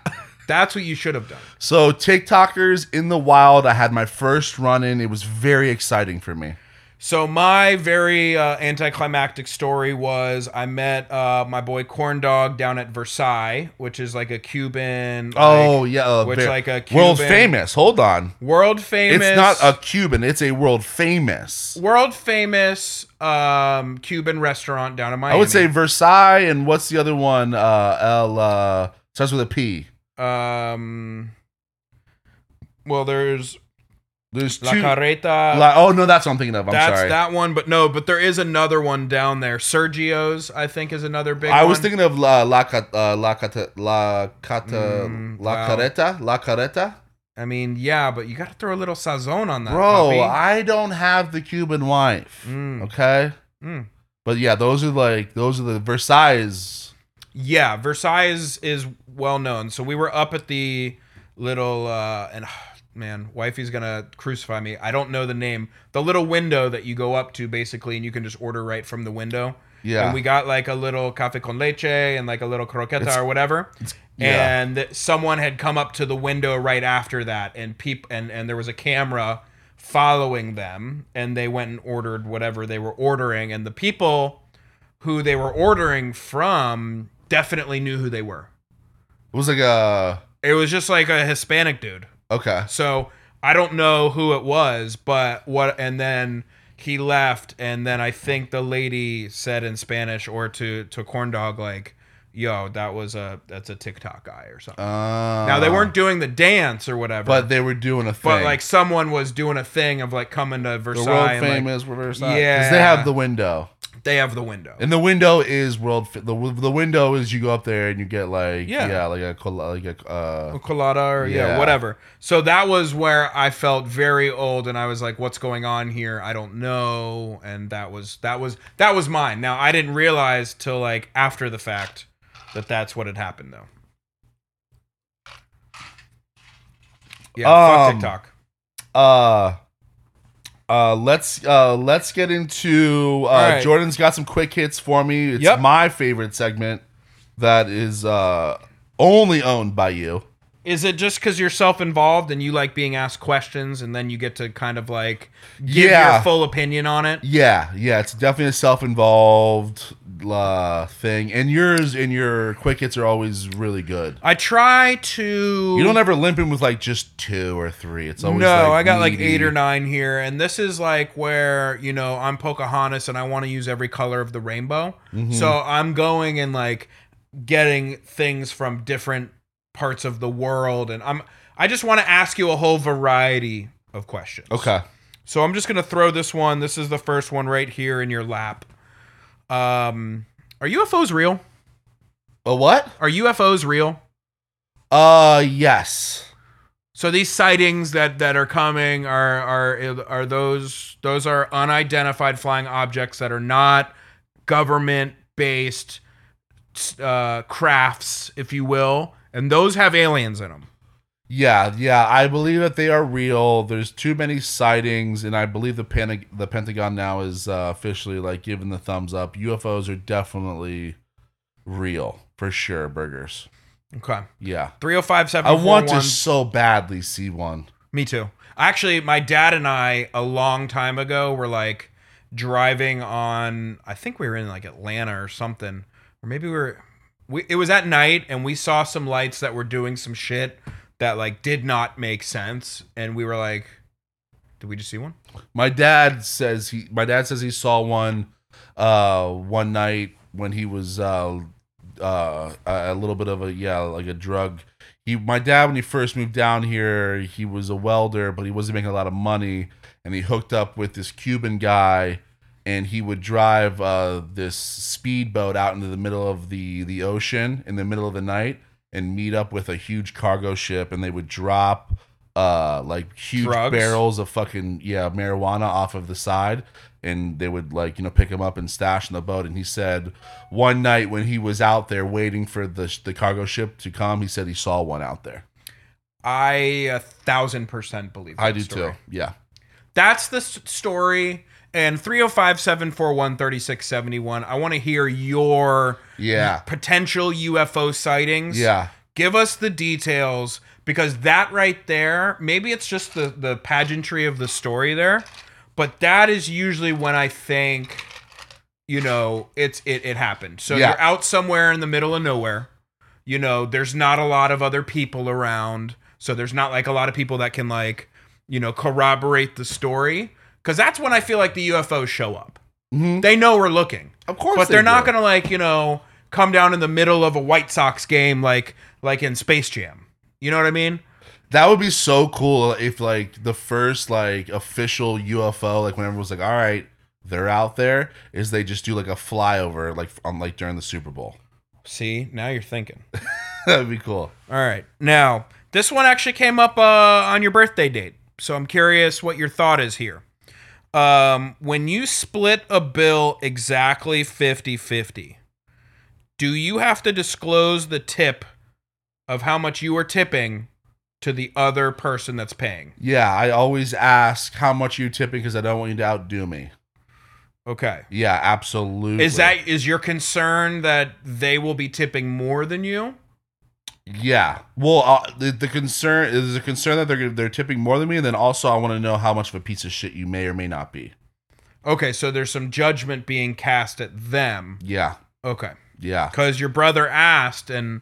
[SPEAKER 2] That's what you should have done.
[SPEAKER 1] So TikTokers in the wild, I had my first run in. It was very exciting for me.
[SPEAKER 2] So my very uh, anticlimactic story was I met uh, my boy Corn Dog down at Versailles, which is like a Cuban.
[SPEAKER 1] oh
[SPEAKER 2] like,
[SPEAKER 1] yeah, uh,
[SPEAKER 2] which,
[SPEAKER 1] ver-
[SPEAKER 2] like, a
[SPEAKER 1] world
[SPEAKER 2] Cuban-
[SPEAKER 1] famous. Hold on,
[SPEAKER 2] world famous.
[SPEAKER 1] it's not a Cuban. It's a world famous.
[SPEAKER 2] world famous um, Cuban restaurant down in Miami.
[SPEAKER 1] I would say Versailles and what's the other one? Uh, L uh, starts with a P.
[SPEAKER 2] Um, well, there's
[SPEAKER 1] There's
[SPEAKER 2] La
[SPEAKER 1] two.
[SPEAKER 2] Carreta.
[SPEAKER 1] La- oh no, that's what I'm thinking of. I'm
[SPEAKER 2] that's
[SPEAKER 1] sorry.
[SPEAKER 2] that one, but no, but there is another one down there. Sergio's, I think, is another big.
[SPEAKER 1] I was
[SPEAKER 2] one.
[SPEAKER 1] thinking of La La Ca- uh, La Cata La Cata
[SPEAKER 2] Mm,
[SPEAKER 1] La
[SPEAKER 2] wow.
[SPEAKER 1] Careta La Careta.
[SPEAKER 2] I mean, yeah, but you got to throw a little sazon on that,
[SPEAKER 1] Bro,
[SPEAKER 2] puppy.
[SPEAKER 1] I don't have the Cuban wife.
[SPEAKER 2] Mm.
[SPEAKER 1] Okay,
[SPEAKER 2] Mm.
[SPEAKER 1] but yeah, those are like those are the Versailles.
[SPEAKER 2] Yeah, Versailles is, is well known. So we were up at the little uh and man, wifey's gonna crucify me. I don't know the name. The little window that you go up to basically, and you can just order right from the window.
[SPEAKER 1] Yeah,
[SPEAKER 2] And we got like a little cafe con leche and like a little croqueta
[SPEAKER 1] It's-
[SPEAKER 2] or whatever.
[SPEAKER 1] yeah.
[SPEAKER 2] And someone had come up to the window right after that, and peep and and there was a camera following them, and they went and ordered whatever they were ordering, and the people who they were ordering from definitely knew who they were.
[SPEAKER 1] it was like a
[SPEAKER 2] It was just like a Hispanic dude.
[SPEAKER 1] okay.
[SPEAKER 2] So I don't know who it was, but what and then he left and then I think the lady said in Spanish or to to Corndog like, yo, that was a that's a TikTok guy or something.
[SPEAKER 1] Uh,
[SPEAKER 2] now they weren't doing the dance or whatever.
[SPEAKER 1] but they were doing a thing.
[SPEAKER 2] but like someone was doing a thing of like coming to
[SPEAKER 1] the
[SPEAKER 2] Versailles
[SPEAKER 1] world
[SPEAKER 2] and like,
[SPEAKER 1] famous Versailles. because
[SPEAKER 2] Yeah.
[SPEAKER 1] they have the window,
[SPEAKER 2] they have the window.
[SPEAKER 1] and the window is world. Fa- the the window is you go up there and you get like yeah,
[SPEAKER 2] Yeah.
[SPEAKER 1] like a colla- like a uh,
[SPEAKER 2] colada or yeah.
[SPEAKER 1] Yeah.
[SPEAKER 2] whatever so that was where i felt very old and i was like what's going on here i don't know and that was that was that was mine now i didn't realize till like after the fact that that's what had happened though yeah
[SPEAKER 1] Um,
[SPEAKER 2] fuck tiktok
[SPEAKER 1] uh uh let's uh let's get into uh
[SPEAKER 2] right.
[SPEAKER 1] jordan's got some quick hits for me it's
[SPEAKER 2] Yep.
[SPEAKER 1] my favorite segment that is uh only owned by you
[SPEAKER 2] is it just because you're self-involved and you like being asked questions and then you get to kind of like give
[SPEAKER 1] Yeah.
[SPEAKER 2] your full opinion on it
[SPEAKER 1] yeah yeah it's definitely a self-involved uh thing and yours and your quick hits are always really good
[SPEAKER 2] i try to
[SPEAKER 1] you don't ever limp in with like just two or three it's always
[SPEAKER 2] no,
[SPEAKER 1] like
[SPEAKER 2] I got like
[SPEAKER 1] meaty.
[SPEAKER 2] eight or nine here, and this is like where you know I'm Pocahontas and I want to use every color of the rainbow.
[SPEAKER 1] Mm-hmm.
[SPEAKER 2] So I'm going and like getting things from different parts of the world, and I'm I just want to ask you a whole variety of questions.
[SPEAKER 1] okay
[SPEAKER 2] So I'm just gonna throw this one. This is the first one right here in your lap. Um, are UFOs real?
[SPEAKER 1] a what
[SPEAKER 2] Are UFOs real?
[SPEAKER 1] uh yes
[SPEAKER 2] So these sightings that that are coming are are are those those are unidentified flying objects that are not government based uh, crafts, if you will, and those have aliens in them.
[SPEAKER 1] Yeah, yeah, I believe that they are real. There's too many sightings, and I believe the Pan- the Pentagon now is uh, officially like giving the thumbs up. UFOs are definitely real for sure. Burgers,
[SPEAKER 2] Okay,
[SPEAKER 1] yeah.
[SPEAKER 2] three hundred five seven.
[SPEAKER 1] I want to so badly see one.
[SPEAKER 2] Me too. Actually, my dad and I a long time ago were like driving on. I think we were in like Atlanta or something, or maybe we were. We, it was at night, and we saw some lights that were doing some shit that like did not make sense, and we were like, "Did we just see one?"
[SPEAKER 1] My dad says he. My dad says he saw one, uh, one night when he was uh, uh, a a little bit of a yeah, like a drug. He, my dad, when he first moved down here, he was a welder, but he wasn't making a lot of money, and he hooked up with this Cuban guy, and he would drive uh, this speedboat out into the middle of the the ocean in the middle of the night and meet up with a huge cargo ship, and they would drop uh like huge
[SPEAKER 2] Drugs?
[SPEAKER 1] barrels of fucking yeah marijuana off of the side and they would like you know pick him up and stash in the boat and he said one night when he was out there waiting for the sh- the cargo ship to come he said he saw one out there
[SPEAKER 2] I a thousand percent believe.
[SPEAKER 1] i
[SPEAKER 2] that
[SPEAKER 1] do
[SPEAKER 2] story.
[SPEAKER 1] too yeah
[SPEAKER 2] That's the s- story. And 305 741 3671. I want to hear your
[SPEAKER 1] yeah
[SPEAKER 2] potential UFO sightings.
[SPEAKER 1] yeah
[SPEAKER 2] give us the details because that right there maybe it's just the the pageantry of the story there but that is usually when i think you know it's it, it happened so
[SPEAKER 1] Yeah.
[SPEAKER 2] you're out somewhere in the middle of nowhere you know there's not a lot of other people around so there's not like a lot of people that can like you know corroborate the story because that's when i feel like the ufos show up
[SPEAKER 1] Mhm.
[SPEAKER 2] they know we're looking
[SPEAKER 1] of course
[SPEAKER 2] but
[SPEAKER 1] they
[SPEAKER 2] they're not
[SPEAKER 1] do.
[SPEAKER 2] gonna like you know come down in the middle of a White Sox game like like in Space Jam. You know what I mean?
[SPEAKER 1] That would be so cool if like the first like official UFO, like when everyone's like, all right, they're out there, is they just do like a flyover like on like during the Super Bowl.
[SPEAKER 2] See, now you're thinking.
[SPEAKER 1] that would be cool.
[SPEAKER 2] All right. Now, this one actually came up uh, on your birthday date. So I'm curious what your thought is here. Um, when you split a bill exactly 50 50, do you have to disclose the tip of how much you are tipping to the other person that's paying?
[SPEAKER 1] Yeah, I always ask how much you tipping because I don't want you to outdo me.
[SPEAKER 2] Okay.
[SPEAKER 1] Yeah, absolutely.
[SPEAKER 2] Is that is your concern that they will be tipping more than you?
[SPEAKER 1] Yeah. Well, uh, the, the concern is a concern that they're gonna- they're tipping more than me, and then also I want to know how much of a piece of shit you may or may not be.
[SPEAKER 2] Okay, so there's some judgment being cast at them.
[SPEAKER 1] Yeah.
[SPEAKER 2] Okay.
[SPEAKER 1] Yeah.
[SPEAKER 2] because your brother asked and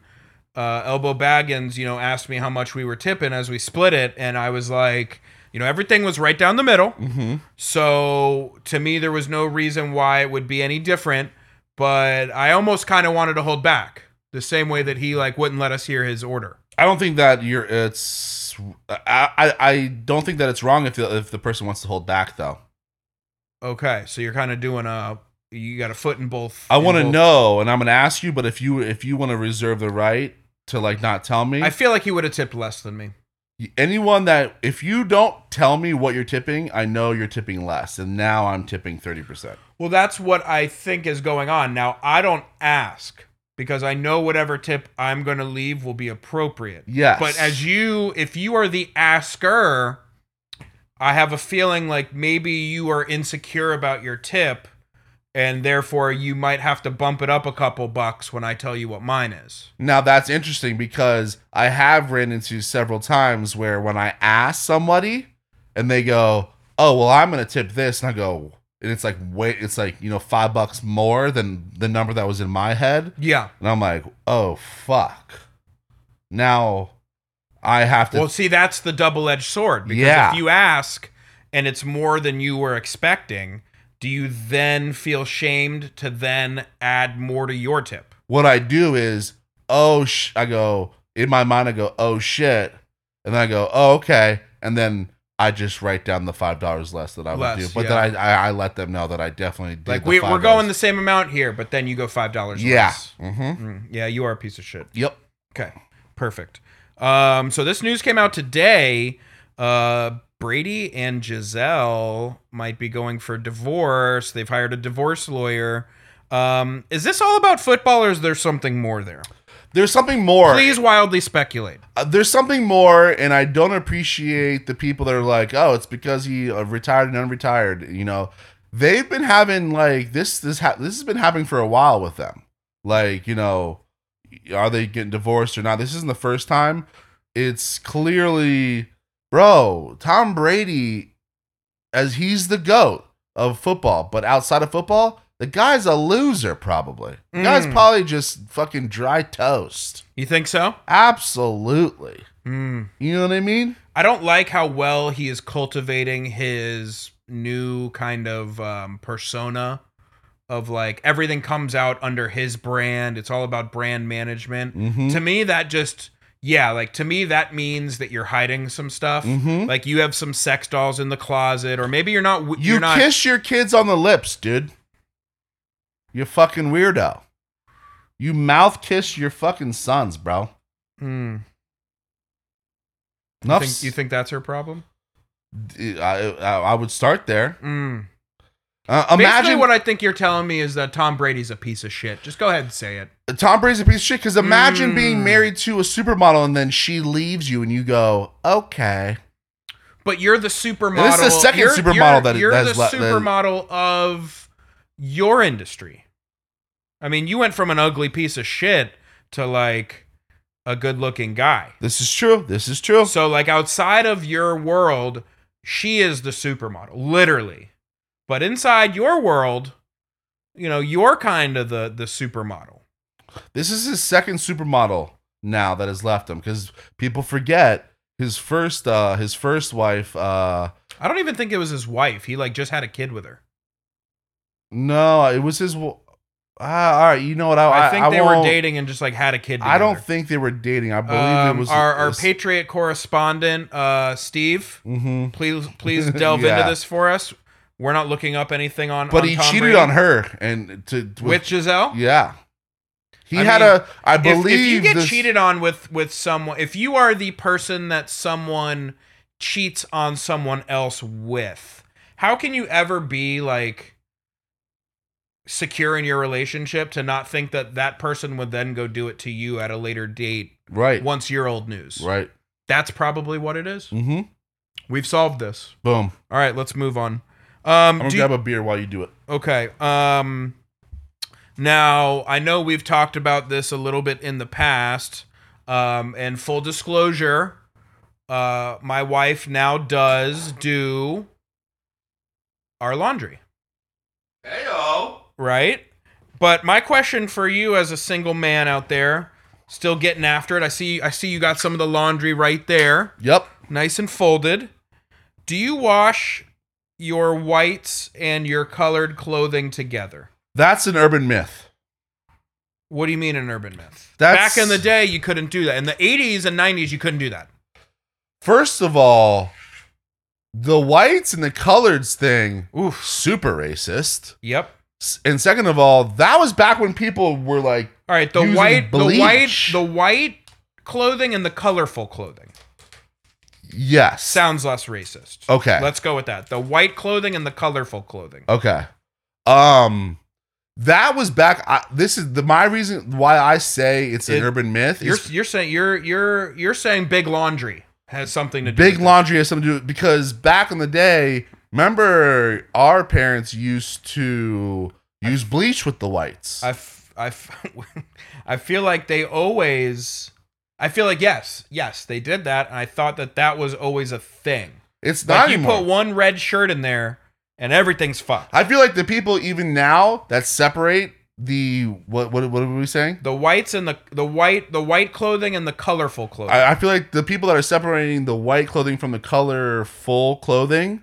[SPEAKER 2] uh, elbow baggins you know asked me how much we were tipping as we split it and i was like you know everything was right down the middle
[SPEAKER 1] Mm-hmm.
[SPEAKER 2] so to me there was no reason why it would be any different but i almost kind of wanted to hold back the same way that he like wouldn't let us hear his order
[SPEAKER 1] I don't think that you're. It's. I, I. I don't think that it's wrong if the if the person wants to hold back though.
[SPEAKER 2] okay so you're kind of doing a you got a foot in both
[SPEAKER 1] I
[SPEAKER 2] in
[SPEAKER 1] want to
[SPEAKER 2] both-
[SPEAKER 1] know, and I'm gonna ask you. But if you if you want to reserve the right to like not tell me,
[SPEAKER 2] i feel like he would have tipped less than me
[SPEAKER 1] anyone that if you don't tell me what you're tipping, I know you're tipping less, and now I'm tipping thirty percent.
[SPEAKER 2] Well, that's what I think is going on. Now, I don't ask because I know whatever tip I'm going to leave will be appropriate.
[SPEAKER 1] Yes.
[SPEAKER 2] But as you, if you are the asker, I have a feeling like maybe you are insecure about your tip and therefore you might have to bump it up a couple bucks when I tell you what mine is.
[SPEAKER 1] Now that's interesting because I have ran into several times where when I ask somebody and they go, "Oh, well, I'm going to tip this," and I go, and it's like, wait, it's like you know, five bucks more than the number that was in my head,
[SPEAKER 2] Yeah.
[SPEAKER 1] and I'm like, "Oh, fuck!" Now I have to.
[SPEAKER 2] Well, see, that's the double edged sword because
[SPEAKER 1] Yeah.
[SPEAKER 2] if you ask and it's more than you were expecting, do you then feel shamed to then add more to your tip?
[SPEAKER 1] what I do is, oh, sh-, I go in my mind, I go, "Oh shit," and then I go, "Oh, okay," and then. I just write down the five dollars less that I would
[SPEAKER 2] Less,
[SPEAKER 1] do, but
[SPEAKER 2] yeah.
[SPEAKER 1] then I, I I let them know that I definitely did
[SPEAKER 2] Like
[SPEAKER 1] the
[SPEAKER 2] we, we're
[SPEAKER 1] $5
[SPEAKER 2] going the same amount here, but then you go five dollars.
[SPEAKER 1] Yeah. Mm-hmm.
[SPEAKER 2] Mm, yeah, you are a piece of shit.
[SPEAKER 1] Yep.
[SPEAKER 2] Okay, perfect. Um, so this news came out today. Uh, Brady and Giselle might be going for divorce. They've hired a divorce lawyer. Um, is this all about football, or is there something more there?
[SPEAKER 1] There's something more.
[SPEAKER 2] Please wildly speculate.
[SPEAKER 1] Uh, there's something more, and I don't appreciate the people that are like, "Oh, it's because he uh, retired and unretired." You know, they've been having like this. This ha- this has been happening for a while with them. Like, you know, are they getting divorced or not? This isn't the first time. It's clearly, bro. Tom Brady, as he's the goat of football, but outside of football, the guy's a loser. Probably, the guy's
[SPEAKER 2] Mm.
[SPEAKER 1] probably just fucking dry toast.
[SPEAKER 2] You think so?
[SPEAKER 1] Absolutely.
[SPEAKER 2] Mm.
[SPEAKER 1] You know what I mean?
[SPEAKER 2] I don't like how well he is cultivating his new kind of um, persona of like everything comes out under his brand. It's all about brand management.
[SPEAKER 1] Mm-hmm.
[SPEAKER 2] To me, that just yeah, like to me that means that you're hiding some stuff.
[SPEAKER 1] Mhm.
[SPEAKER 2] Like you have some sex dolls in the closet, or maybe you're not. w-
[SPEAKER 1] You
[SPEAKER 2] you're not.
[SPEAKER 1] kiss your kids on the lips, dude. You fucking weirdo. You mouth kiss your fucking sons, bro.
[SPEAKER 2] Hmm. You,
[SPEAKER 1] Enough.
[SPEAKER 2] think, you think that's her problem?
[SPEAKER 1] s- I, I, I would start there.
[SPEAKER 2] Mm.
[SPEAKER 1] Uh,
[SPEAKER 2] Basically,
[SPEAKER 1] imagine
[SPEAKER 2] what I think you're telling me is that Tom Brady's a piece of shit. Just go ahead and say it.
[SPEAKER 1] Tom Brady's a piece of shit. Because imagine
[SPEAKER 2] Mm.
[SPEAKER 1] being married to a supermodel and then she leaves you, and you go, "Okay,
[SPEAKER 2] But you're the supermodel.
[SPEAKER 1] this is the second
[SPEAKER 2] you're,
[SPEAKER 1] supermodel
[SPEAKER 2] you're,
[SPEAKER 1] that-
[SPEAKER 2] you're
[SPEAKER 1] that
[SPEAKER 2] the
[SPEAKER 1] has le- that-
[SPEAKER 2] supermodel of your industry. I mean, you went from an ugly piece of shit to like a good-looking guy.
[SPEAKER 1] this is true. This is true."
[SPEAKER 2] So, like outside of your world, she is the supermodel, literally. But inside your world, you know, you're kind of the the supermodel.
[SPEAKER 1] This is his second supermodel now that has left him because people forget his first uh his first wife uh
[SPEAKER 2] I don't even think it was his wife. He like just had a kid with her.
[SPEAKER 1] no it was his w- Ah, all right. You know what? I,
[SPEAKER 2] I think they were
[SPEAKER 1] won't-
[SPEAKER 2] dating and just like had a kid. Together.
[SPEAKER 1] I don't think they were dating. I believe
[SPEAKER 2] Um,
[SPEAKER 1] it was
[SPEAKER 2] our, our
[SPEAKER 1] patron.
[SPEAKER 2] Patriot correspondent, uh, Steve.
[SPEAKER 1] Mm-hmm.
[SPEAKER 2] Please, please delve
[SPEAKER 1] Yeah.
[SPEAKER 2] into this for us. We're not looking up anything on.
[SPEAKER 1] But
[SPEAKER 2] on
[SPEAKER 1] he
[SPEAKER 2] Tom
[SPEAKER 1] cheated
[SPEAKER 2] Brady.
[SPEAKER 1] on her, and to with,
[SPEAKER 2] with Giselle.
[SPEAKER 1] yeah, he
[SPEAKER 2] I
[SPEAKER 1] had
[SPEAKER 2] mean,
[SPEAKER 1] a. I
[SPEAKER 2] If-
[SPEAKER 1] believe
[SPEAKER 2] if, you get
[SPEAKER 1] this-
[SPEAKER 2] cheated on with with someone, if you are the person that someone cheats on someone else with, how can you ever be like secure in your relationship to not think that that person would then go do it to you at a later date
[SPEAKER 1] right,
[SPEAKER 2] once you're old news?
[SPEAKER 1] right,
[SPEAKER 2] That's probably what it is.
[SPEAKER 1] mm-hmm.
[SPEAKER 2] We've solved this.
[SPEAKER 1] boom.
[SPEAKER 2] All right, let's move on. Um,
[SPEAKER 1] I'm gonna
[SPEAKER 2] do you-
[SPEAKER 1] grab a beer while you do it.
[SPEAKER 2] Okay. Um now I know we've talked about this a little bit in the past. Um and full disclosure, uh my wife now does do our laundry,
[SPEAKER 1] Heyo.
[SPEAKER 2] right? But my question for you as a single man out there, still getting after it. I see I see you got some of the laundry right there
[SPEAKER 1] Yep.
[SPEAKER 2] nice and folded. Do you wash your whites and your colored clothing together?
[SPEAKER 1] That's an urban myth.
[SPEAKER 2] What do you mean an urban myth?
[SPEAKER 1] That's-
[SPEAKER 2] Back in the day, you couldn't do that. In the 80s and 90s, you couldn't do that.
[SPEAKER 1] First of all, the whites and the coloreds thing,
[SPEAKER 2] Oof.
[SPEAKER 1] super racist.
[SPEAKER 2] Yep.
[SPEAKER 1] S- And second of all, that was back when people were like,
[SPEAKER 2] All right. The
[SPEAKER 1] Using
[SPEAKER 2] white, the white,
[SPEAKER 1] bleach.
[SPEAKER 2] the white clothing and the colorful clothing
[SPEAKER 1] yes,
[SPEAKER 2] sounds less racist.
[SPEAKER 1] okay,
[SPEAKER 2] Let's go with that. The white clothing and the colorful clothing.
[SPEAKER 1] Okay. Um that was back I, this is the my reason why I say it's an
[SPEAKER 2] It-
[SPEAKER 1] urban myth
[SPEAKER 2] You're
[SPEAKER 1] is
[SPEAKER 2] you're saying you're you're you're saying big laundry has something to do.
[SPEAKER 1] big
[SPEAKER 2] with it.
[SPEAKER 1] laundry has something to do because back in the day, remember our parents used to use bleach with the whites.
[SPEAKER 2] I, f- I, f- I feel like they always. I feel like yes, yes, they did that, and I thought that that was always a thing.
[SPEAKER 1] it's not
[SPEAKER 2] Like you
[SPEAKER 1] anymore.
[SPEAKER 2] put one red shirt in there, and everything's fucked.
[SPEAKER 1] I feel like the people even now that separate the what what what were we saying?
[SPEAKER 2] the whites and the the white the white clothing and the colorful clothing.
[SPEAKER 1] I, I feel like the people that are separating the white clothing from the color full clothing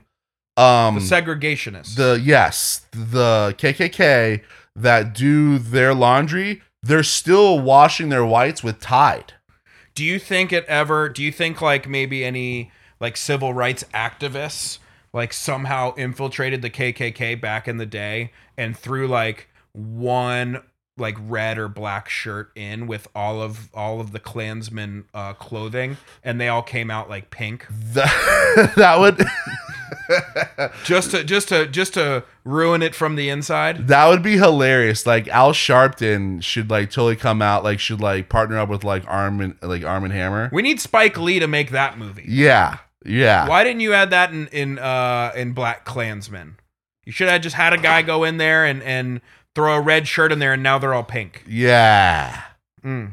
[SPEAKER 1] um
[SPEAKER 2] the segregationists.
[SPEAKER 1] the yes the kkk that do their laundry they're still washing their whites with tide
[SPEAKER 2] do you think it ever? Do you think like maybe any like civil rights activists like somehow infiltrated the KKK back in the day and threw like one like red or black shirt in with all of all of the Klansmen uh, clothing, and they all came out like pink
[SPEAKER 1] that, that would
[SPEAKER 2] just to just to just to ruin it from the inside.
[SPEAKER 1] that would be hilarious like al sharpton should like totally come out like should like partner up with like arm and like arm and hammer
[SPEAKER 2] We need Spike Lee to make that movie.
[SPEAKER 1] yeah yeah
[SPEAKER 2] Why didn't you add that in in uh in Black Klansmen? You should have just had a guy go in there and and throw a red shirt in there, and now they're all pink.
[SPEAKER 1] yeah
[SPEAKER 2] Mm.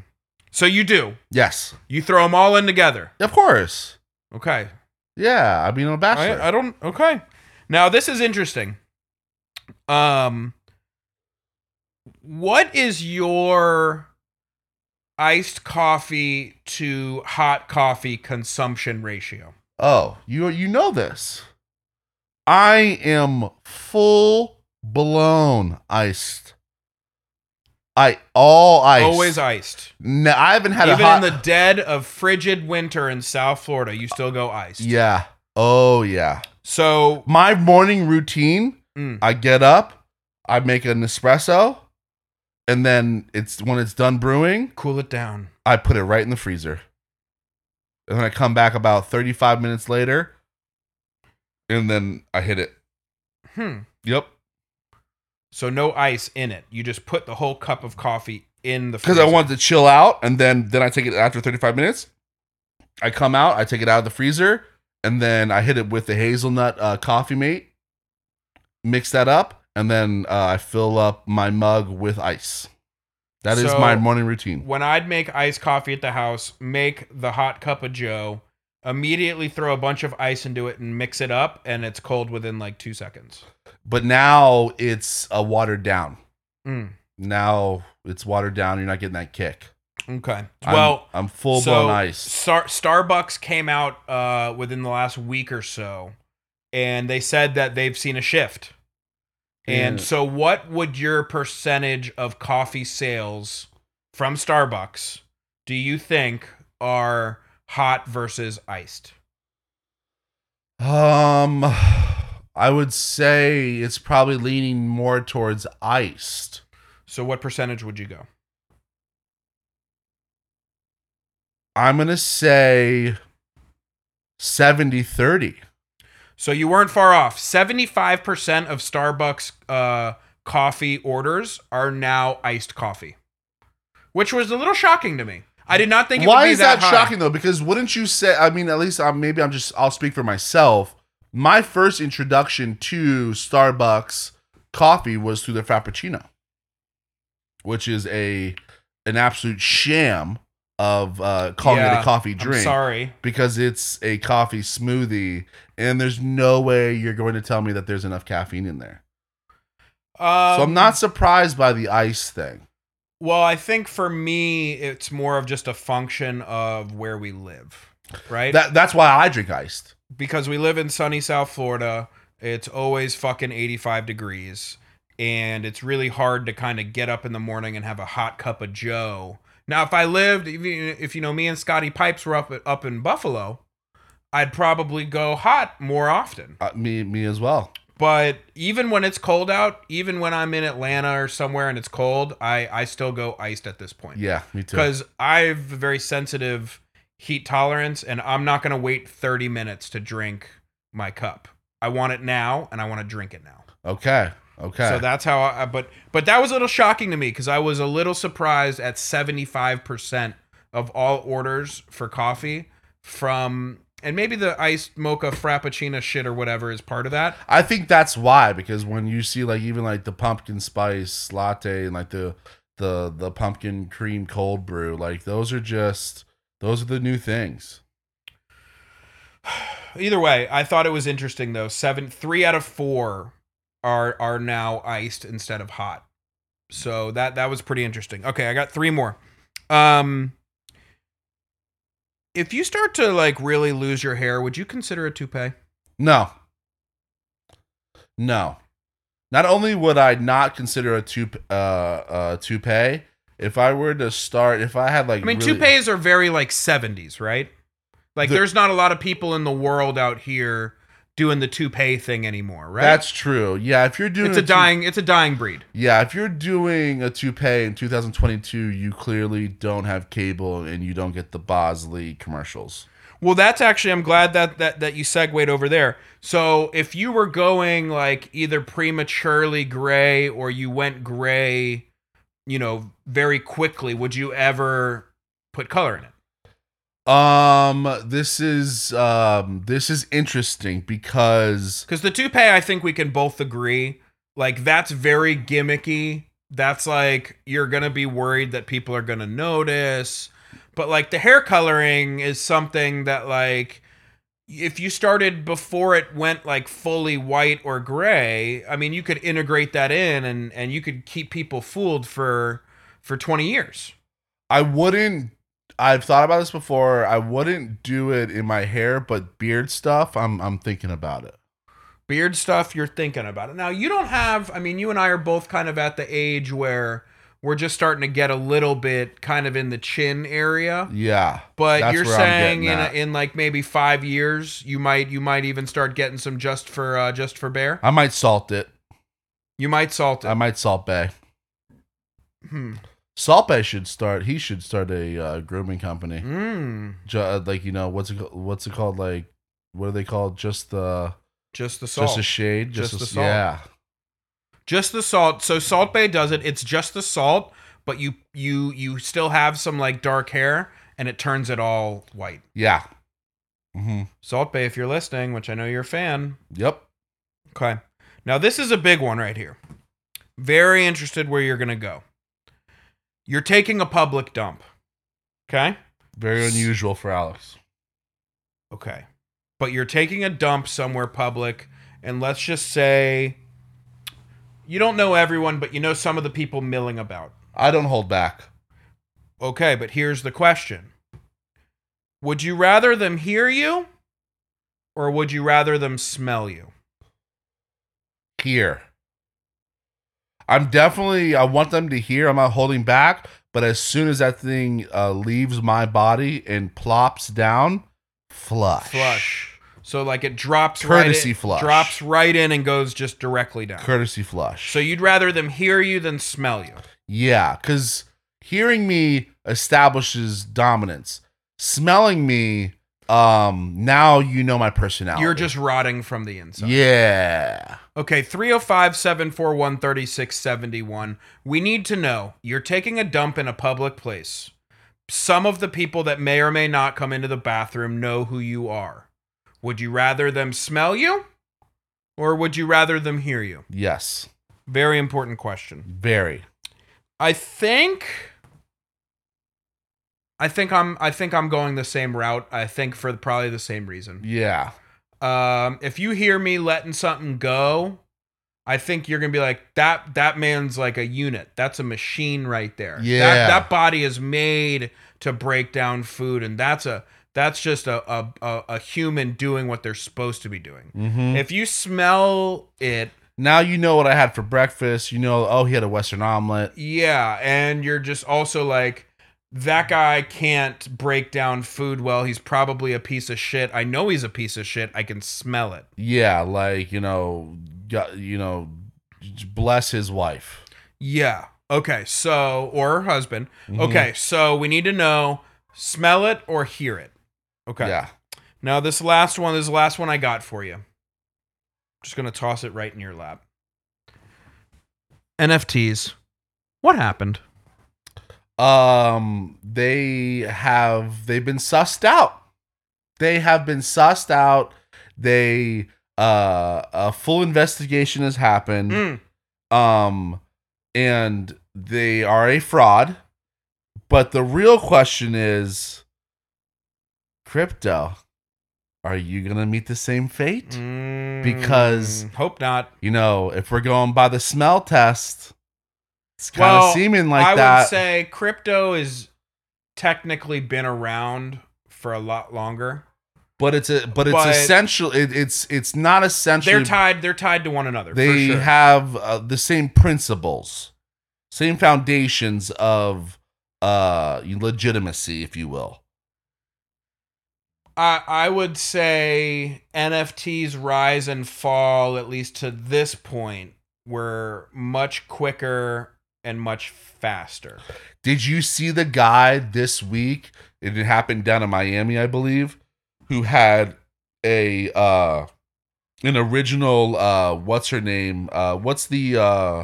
[SPEAKER 2] So you do.
[SPEAKER 1] yes
[SPEAKER 2] You throw them all in together.
[SPEAKER 1] of course
[SPEAKER 2] Okay.
[SPEAKER 1] yeah i mean i'm a bachelor
[SPEAKER 2] I, I don't. Okay. Now this is interesting. Um, what is your iced coffee to hot coffee consumption ratio?
[SPEAKER 1] Oh, you you know this. I am full blown iced. I all ice.
[SPEAKER 2] Always iced.
[SPEAKER 1] No, I haven't had
[SPEAKER 2] Even
[SPEAKER 1] a hot.
[SPEAKER 2] in the dead of frigid winter in South Florida, you still go iced.
[SPEAKER 1] yeah. Oh yeah.
[SPEAKER 2] So
[SPEAKER 1] My morning routine.
[SPEAKER 2] Mm.
[SPEAKER 1] I get up. I make an espresso, and then it's when it's done brewing.
[SPEAKER 2] cool it down.
[SPEAKER 1] I put it right in the freezer. And then I come back about thirty five minutes later, and then I hit it.
[SPEAKER 2] Hmm.
[SPEAKER 1] Yep.
[SPEAKER 2] So no ice in it. You just put the whole cup of coffee in the
[SPEAKER 1] because I
[SPEAKER 2] freezer.
[SPEAKER 1] wanted to chill out, and then then I take it after 35 minutes. I come out, I take it out of the freezer, and then I hit it with the hazelnut uh, coffee mate. Mix that up, and then uh, I fill up my mug with ice. That is
[SPEAKER 2] So-
[SPEAKER 1] my morning routine.
[SPEAKER 2] when I'd make iced coffee at the house, make the hot cup of Joe, immediately throw a bunch of ice into it and mix it up, and it's cold within like two seconds.
[SPEAKER 1] But now it's uh, watered down.
[SPEAKER 2] Mm,
[SPEAKER 1] Now it's watered down. You're not getting that kick.
[SPEAKER 2] okay.
[SPEAKER 1] I'm-
[SPEAKER 2] well,
[SPEAKER 1] I'm, full blown ice.
[SPEAKER 2] Star- Starbucks came out uh, within the last week or so, and they said that they've seen a shift. And so, what would your percentage of coffee sales from Starbucks do you think are hot versus iced?
[SPEAKER 1] Um, I would say it's probably leaning more towards iced.
[SPEAKER 2] So, what percentage would you go?
[SPEAKER 1] I'm going to say 70 30.
[SPEAKER 2] So, you weren't far off. 75% of Starbucks uh, coffee orders are now iced coffee, which was a little shocking to me. I did not think it would
[SPEAKER 1] Why
[SPEAKER 2] be
[SPEAKER 1] is that,
[SPEAKER 2] high.
[SPEAKER 1] shocking though? Because wouldn't you say? I mean, at least i maybe I'm just I'll speak for myself. My first introduction to Starbucks coffee was through their Frappuccino, which is a an absolute sham of uh, calling it
[SPEAKER 2] Yeah,
[SPEAKER 1] a coffee
[SPEAKER 2] I'm
[SPEAKER 1] drink
[SPEAKER 2] sorry.
[SPEAKER 1] because it's a coffee smoothie, and there's no way you're going to tell me that there's enough caffeine in there.
[SPEAKER 2] Um,
[SPEAKER 1] so I'm not surprised by the ice thing.
[SPEAKER 2] Well, I think for me, it's more of just a function of where we live, right?
[SPEAKER 1] That that's why I drink iced.
[SPEAKER 2] because we live in sunny South Florida. It's always fucking 85 degrees. And it's really hard to kind of get up in the morning and have a hot cup of Joe. Now, if I lived, if you, if you know me and Scotty Pipes were up up in Buffalo, I'd probably go hot more often.
[SPEAKER 1] Uh, me me as well.
[SPEAKER 2] But even when it's cold out, even when I'm in Atlanta or somewhere and it's cold, I I still go iced at this point
[SPEAKER 1] Yeah, me too.
[SPEAKER 2] because I have a very sensitive heat tolerance, and I'm not going to wait 30 minutes to drink my cup. I want it now, and I want to drink it now.
[SPEAKER 1] Okay. Okay.
[SPEAKER 2] So that's how I. But but that was a little shocking to me because I was a little surprised at 75 percent of all orders for coffee from. And maybe the iced mocha frappuccino shit or whatever is part of that.
[SPEAKER 1] I think that's why because when you see like even like the pumpkin spice latte and like the the the pumpkin cream cold brew, like those are just those are the new things.
[SPEAKER 2] Either way, I thought it was interesting though. Seven, three out of four are are now iced instead of hot. So that that was pretty interesting. Okay, I got three more. Um, if you start to like really lose your hair, would you consider a toupee?
[SPEAKER 1] No. No. Not only would I not consider a toup- uh, uh, toupee, if I were to start, if I had like,
[SPEAKER 2] I mean,
[SPEAKER 1] really-
[SPEAKER 2] toupees are very like '70s, right? Like,
[SPEAKER 1] The-
[SPEAKER 2] there's not a lot of people in the world out here doing the toupee thing anymore, right?
[SPEAKER 1] That's true. Yeah, if you're doing
[SPEAKER 2] it's a
[SPEAKER 1] tou-
[SPEAKER 2] dying, it's a dying breed.
[SPEAKER 1] Yeah, if you're doing a toupee in 2022, you clearly don't have cable and you don't get the Bosley commercials.
[SPEAKER 2] Well, that's actually I'm glad that that that you segued over there. So if you were going like either prematurely gray or you went gray, you know, very quickly, would you ever put color in it?
[SPEAKER 1] Um, this is um, this is interesting because
[SPEAKER 2] Because the toupee, I think we can both agree, like that's very gimmicky. That's like you're gonna be worried that people are gonna notice. But like the hair coloring is something that like if you started before it went like fully white or gray, I mean you could integrate that in and and you could keep people fooled for for 20 years.
[SPEAKER 1] I wouldn't. I've thought about this before. I wouldn't do it in my hair, but beard stuff. I'm I'm thinking about it.
[SPEAKER 2] beard stuff you're thinking about it now you don't have i mean you and i are both kind of at the age where we're just starting to get a little bit kind of in the chin area
[SPEAKER 1] Yeah,
[SPEAKER 2] but
[SPEAKER 1] That's
[SPEAKER 2] you're
[SPEAKER 1] where I'm
[SPEAKER 2] saying
[SPEAKER 1] getting
[SPEAKER 2] in, a,
[SPEAKER 1] at.
[SPEAKER 2] in like maybe five years you might you might even start getting some just for uh just for bear
[SPEAKER 1] I might salt it.
[SPEAKER 2] you might salt it
[SPEAKER 1] I might salt Bay.
[SPEAKER 2] hmm.
[SPEAKER 1] Salt Bay should start. He should start a uh, grooming company.
[SPEAKER 2] Mm.
[SPEAKER 1] Ju- uh, like you know what's it ca- what's it called? Like what are they called? Just the
[SPEAKER 2] just the salt
[SPEAKER 1] just a shade. Just,
[SPEAKER 2] Just
[SPEAKER 1] a,
[SPEAKER 2] the salt.
[SPEAKER 1] Yeah.
[SPEAKER 2] just the salt so salt bay does it it's just the salt but you you you still have some like dark hair and it turns it all white
[SPEAKER 1] Yeah. hmm
[SPEAKER 2] salt bay if you're listening which i know you're a fan
[SPEAKER 1] Yep.
[SPEAKER 2] Okay. Now this is a big one right here. Very interested where you're going to go. You're taking a public dump. Okay?
[SPEAKER 1] Very unusual for Alex.
[SPEAKER 2] Okay. But you're taking a dump somewhere public and let's just say you don't know everyone, but you know some of the people milling about.
[SPEAKER 1] I don't hold back.
[SPEAKER 2] Okay, but here's the question. Would you rather them hear you or would you rather them smell you?
[SPEAKER 1] Here. I'm definitely I want them to hear. I'm not holding back. But as soon as that thing uh, leaves my body and plops down, flush.
[SPEAKER 2] Flush. So like it drops right
[SPEAKER 1] Courtesy
[SPEAKER 2] in,
[SPEAKER 1] flush.
[SPEAKER 2] drops right in and goes just directly down.
[SPEAKER 1] Courtesy flush.
[SPEAKER 2] so you'd rather them hear you than smell you.
[SPEAKER 1] yeah, because hearing me establishes dominance. Smelling me, um, now you know my personality.
[SPEAKER 2] You're just rotting from the inside.
[SPEAKER 1] yeah.
[SPEAKER 2] Okay, 305 741 3671. We need to know you're taking a dump in a public place. Some of the people that may or may not come into the bathroom know who you are. Would you rather them smell you or would you rather them hear you?
[SPEAKER 1] Yes.
[SPEAKER 2] Very important question.
[SPEAKER 1] Very.
[SPEAKER 2] I think I think I'm I think I'm going the same route. I think for probably the same reason.
[SPEAKER 1] Yeah.
[SPEAKER 2] um, if you hear me letting something go, I think you're gonna be like that. That man's like a unit. That's a machine right there.
[SPEAKER 1] Yeah.
[SPEAKER 2] That, that body is made to break down food, and that's a that's just a a, a, a human doing what they're supposed to be doing.
[SPEAKER 1] Mm-hmm.
[SPEAKER 2] If you smell it,
[SPEAKER 1] Now you know what I had for breakfast. You know, oh, he had a Western omelet.
[SPEAKER 2] yeah, and you're just also like. That guy can't break down food well. He's probably a piece of shit. I know he's a piece of shit. I can smell it.
[SPEAKER 1] Yeah, like you know, got- you know, j- bless his wife.
[SPEAKER 2] Yeah. Okay. So, or her husband.
[SPEAKER 1] Mhm.
[SPEAKER 2] Okay. So we need to know smell it or hear it. Okay.
[SPEAKER 1] Yeah.
[SPEAKER 2] Now, this last one this is the last one I got for you. Just going to toss it right in your lap. NFTs. What happened?
[SPEAKER 1] Um, they have they've been sussed out. They have been sussed out. They uh a full investigation has happened.
[SPEAKER 2] Mm,
[SPEAKER 1] um and they are a fraud but the real question is crypto are you gonna meet the same fate
[SPEAKER 2] mm,
[SPEAKER 1] Because-
[SPEAKER 2] hope not.
[SPEAKER 1] you know if we're going by the smell test it's kind of
[SPEAKER 2] Well,
[SPEAKER 1] seeming like
[SPEAKER 2] I
[SPEAKER 1] that
[SPEAKER 2] would say crypto is technically been around for a lot longer.
[SPEAKER 1] but it's a but it's
[SPEAKER 2] but-
[SPEAKER 1] essential it, it's it's not essential
[SPEAKER 2] They're tied. They're tied to one another.
[SPEAKER 1] they
[SPEAKER 2] for sure.
[SPEAKER 1] have uh, the same principles same foundations of uh legitimacy if you will
[SPEAKER 2] I I would say NFTs rise and fall at least to this point were much quicker and much faster.
[SPEAKER 1] Did you see the guy this week? It happened down in Miami, I believe, who had a uh an original uh what's her name? Uh what's the uh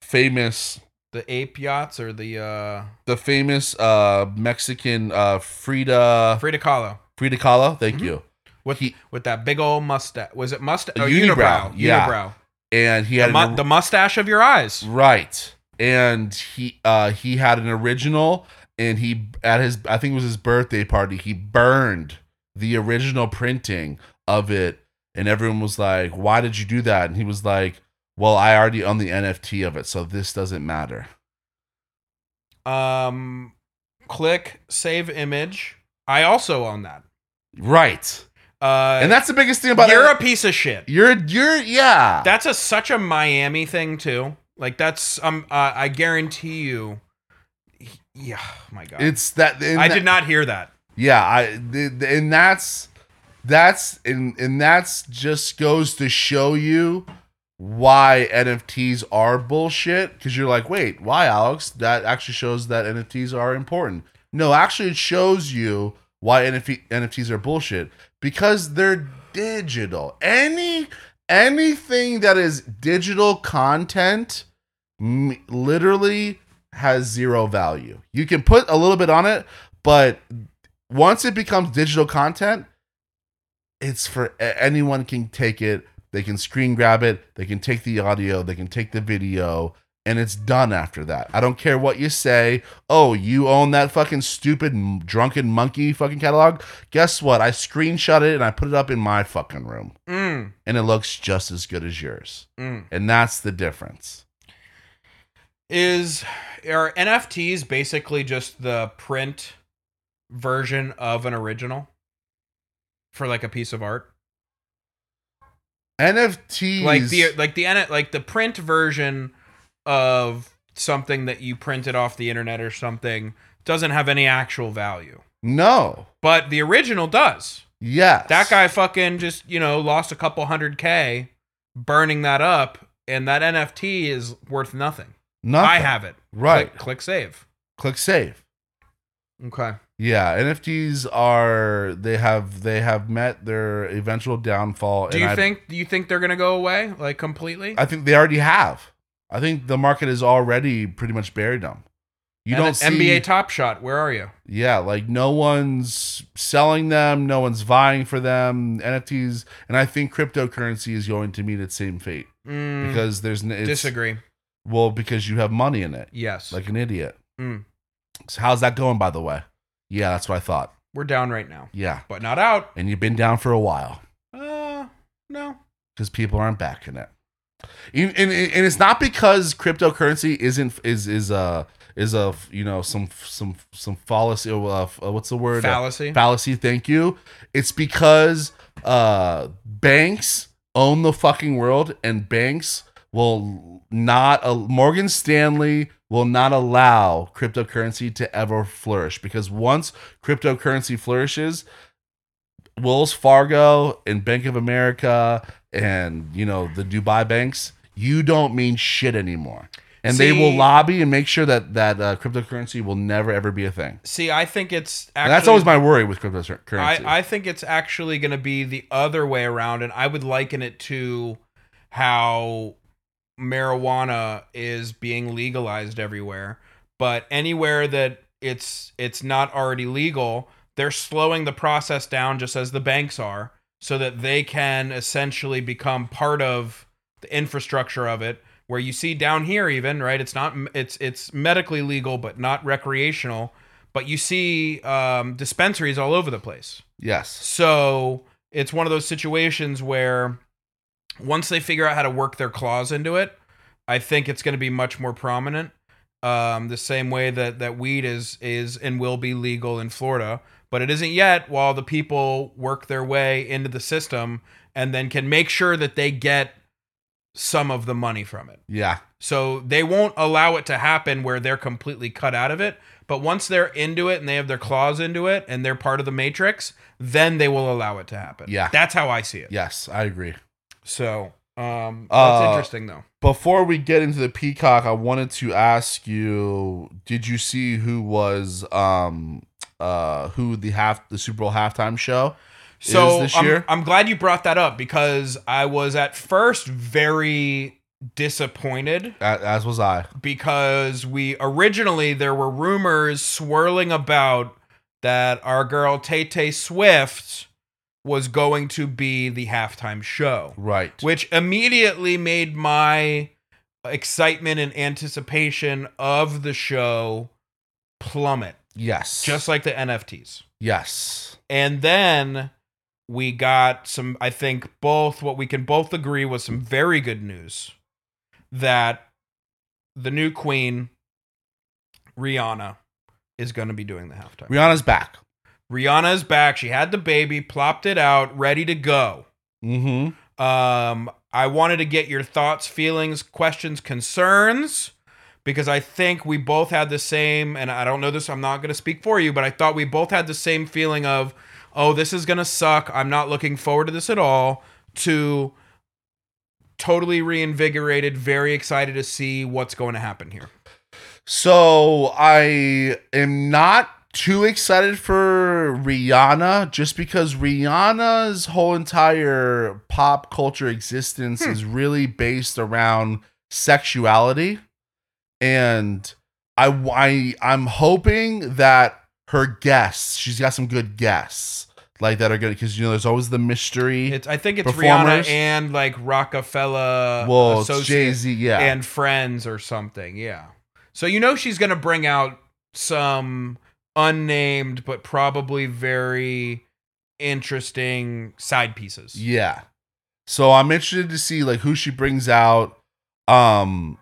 [SPEAKER 1] famous
[SPEAKER 2] The ape yachts or the uh
[SPEAKER 1] the famous uh Mexican uh Frida
[SPEAKER 2] Frida Kahlo
[SPEAKER 1] Frida Kahlo, thank
[SPEAKER 2] Mhm.
[SPEAKER 1] you.
[SPEAKER 2] with
[SPEAKER 1] He-
[SPEAKER 2] with that big old mustache. Was it mustache?
[SPEAKER 1] A
[SPEAKER 2] Oh,
[SPEAKER 1] unibrow,
[SPEAKER 2] unibrow.
[SPEAKER 1] yeah.
[SPEAKER 2] Unibrow.
[SPEAKER 1] And he had
[SPEAKER 2] The, mu-
[SPEAKER 1] an-
[SPEAKER 2] the mustache of your eyes.
[SPEAKER 1] Right. And he uh he had an original and he at his I think it was his birthday party, he burned the original printing of it and everyone was like, "Why did you do that?" And he was like, "Well, I already own the NFT of it, so this doesn't matter."
[SPEAKER 2] Um click save image. I also own that.
[SPEAKER 1] Right.
[SPEAKER 2] Uh
[SPEAKER 1] And that's the biggest thing about
[SPEAKER 2] you're a piece of shit.
[SPEAKER 1] You're you're yeah.
[SPEAKER 2] That's a such a Miami thing too. Like that's um uh, I guarantee you. Yeah, oh my God.
[SPEAKER 1] it's that and
[SPEAKER 2] I
[SPEAKER 1] that-
[SPEAKER 2] did not hear that.
[SPEAKER 1] Yeah, I th- th- and that's that's and and that's just goes to show you why NFTs are bullshit cuz you're like, "Wait, why Alex? That actually shows that NFTs are important." No, actually it shows you why NF- NFTs are bullshit because they're digital. Any anything that is digital content m- literally has zero value. You can put a little bit on it, but once it becomes digital content, it's for a- anyone can take it. They can screen grab it. They can take the audio. They can take the video, and it's done after that. I don't care what you say. Oh, you own that fucking stupid m- drunken monkey fucking catalog. Guess what? I screenshot it and I put it up in my fucking room,
[SPEAKER 2] Mm,
[SPEAKER 1] and it looks just as good as yours.
[SPEAKER 2] mm.
[SPEAKER 1] And that's the difference.
[SPEAKER 2] Is are NFTs basically just the print version of an original for like a piece of art?
[SPEAKER 1] NFTs,
[SPEAKER 2] Like the like the N- like the print version of something that you printed off the internet or something doesn't have any actual value.
[SPEAKER 1] No.
[SPEAKER 2] But the original does.
[SPEAKER 1] Yes.
[SPEAKER 2] That guy fucking just, you know, lost a couple hundred K burning that up, and that NFT is worth nothing.
[SPEAKER 1] Nothing.
[SPEAKER 2] I have it.
[SPEAKER 1] Right.
[SPEAKER 2] Click, click save.
[SPEAKER 1] Click save.
[SPEAKER 2] Okay.
[SPEAKER 1] Yeah, NFTs are they have they have met their eventual downfall.
[SPEAKER 2] Do
[SPEAKER 1] and
[SPEAKER 2] you
[SPEAKER 1] I,
[SPEAKER 2] think do you think they're gonna go away like completely?
[SPEAKER 1] I think they already have. I think the market has already pretty much buried them. You
[SPEAKER 2] And
[SPEAKER 1] don't see,
[SPEAKER 2] NBA Top Shot. Where are you?
[SPEAKER 1] yeah, like no one's selling them, no one's vying for them. NFTs, and I think cryptocurrency is going to meet its same fate
[SPEAKER 2] Mm,
[SPEAKER 1] because there's n- it's,
[SPEAKER 2] disagree.
[SPEAKER 1] Well, because you have money in it,
[SPEAKER 2] Yes.
[SPEAKER 1] like an idiot.
[SPEAKER 2] Mm.
[SPEAKER 1] So how's that going, by the way? Yeah, that's what I thought.
[SPEAKER 2] We're down right now,
[SPEAKER 1] Yeah,
[SPEAKER 2] but not out.
[SPEAKER 1] and you've been down for a while.
[SPEAKER 2] Uh, no.
[SPEAKER 1] because people aren't backing it. And, and, and it's not because cryptocurrency isn't is is a is a you know some some some fallacy uh, f- uh, what's the word Uh,
[SPEAKER 2] Fallacy.
[SPEAKER 1] fallacy thank you it's because uh banks own the fucking world and banks will not uh, Morgan Stanley will not allow cryptocurrency to ever flourish because once cryptocurrency flourishes Wells Fargo and Bank of America and you know the Dubai banks you don't mean shit anymore and they will
[SPEAKER 2] See-
[SPEAKER 1] lobby and make sure that that uh, cryptocurrency will never ever be a thing
[SPEAKER 2] See, I think it's
[SPEAKER 1] and
[SPEAKER 2] actually
[SPEAKER 1] that's always my worry with cryptocurrency
[SPEAKER 2] I, I think it's actually going to be the other way around, and I would liken it to how marijuana is being legalized everywhere. But anywhere that it's it's not already legal, they're slowing the process down, just as the banks are, so that they can essentially become part of the infrastructure of it. Where you see down here, even right, it's not it's it's medically legal, but not recreational but you see um, dispensaries all over the place.
[SPEAKER 1] Yes.
[SPEAKER 2] So it's one of those situations where once they figure out how to work their claws into it, I think it's going to be much more prominent. Um, the same way that that weed is is and will be legal in Florida, but it isn't yet. While the people work their way into the system and then can make sure that they get some of the money from it.
[SPEAKER 1] Yeah.
[SPEAKER 2] So they won't allow it to happen where they're completely cut out of it. But once they're into it and they have their claws into it and they're part of the matrix, then they will allow it to happen.
[SPEAKER 1] Yeah.
[SPEAKER 2] That's how I see it.
[SPEAKER 1] Yes, I agree.
[SPEAKER 2] So um that's
[SPEAKER 1] Uh,
[SPEAKER 2] interesting though.
[SPEAKER 1] Before we get into the peacock, I wanted to ask you: Did you see who was um uh who the half the Super Bowl halftime show?
[SPEAKER 2] So
[SPEAKER 1] this
[SPEAKER 2] I'm-
[SPEAKER 1] year?
[SPEAKER 2] I'm glad you brought that up because I was at first very disappointed
[SPEAKER 1] A- As was I.
[SPEAKER 2] because we originally there were rumors swirling about that our girl Tay Tay Swift was going to be the halftime show,
[SPEAKER 1] Right.
[SPEAKER 2] which immediately made my excitement and anticipation of the show plummet,
[SPEAKER 1] Yes.
[SPEAKER 2] just like the NFTs.
[SPEAKER 1] yes.
[SPEAKER 2] And then we got some, I think, both what we can both agree was some very good news that the new queen, Rihanna, is going to be doing the halftime.
[SPEAKER 1] Rihanna's back.
[SPEAKER 2] Rihanna is back. She had the baby, plopped it out, ready to go.
[SPEAKER 1] Mm-hmm.
[SPEAKER 2] Um, I wanted to get your thoughts, feelings, questions, concerns, because I think we both had the same, and I don't know this, I'm not going to speak for you, but I thought we both had the same feeling of, oh, this is going to suck. I'm not looking forward to this at all, to totally reinvigorated, very excited to see what's going to happen here.
[SPEAKER 1] So I am not too excited for Rihanna just because Rihanna's whole entire pop culture existence
[SPEAKER 2] Hmm.
[SPEAKER 1] is really based around sexuality and I, I I'm hoping that her guests she's got some good guests like that are good because you know there's always the mystery
[SPEAKER 2] It's, I think it's
[SPEAKER 1] Performers.
[SPEAKER 2] Rihanna and like Rockefeller
[SPEAKER 1] well it's
[SPEAKER 2] uh, associate-
[SPEAKER 1] Jay-Z yeah
[SPEAKER 2] and friends or something. Yeah. So you know she's gonna bring out some unnamed but probably very interesting side pieces.
[SPEAKER 1] Yeah. So I'm interested to see like who she brings out. Um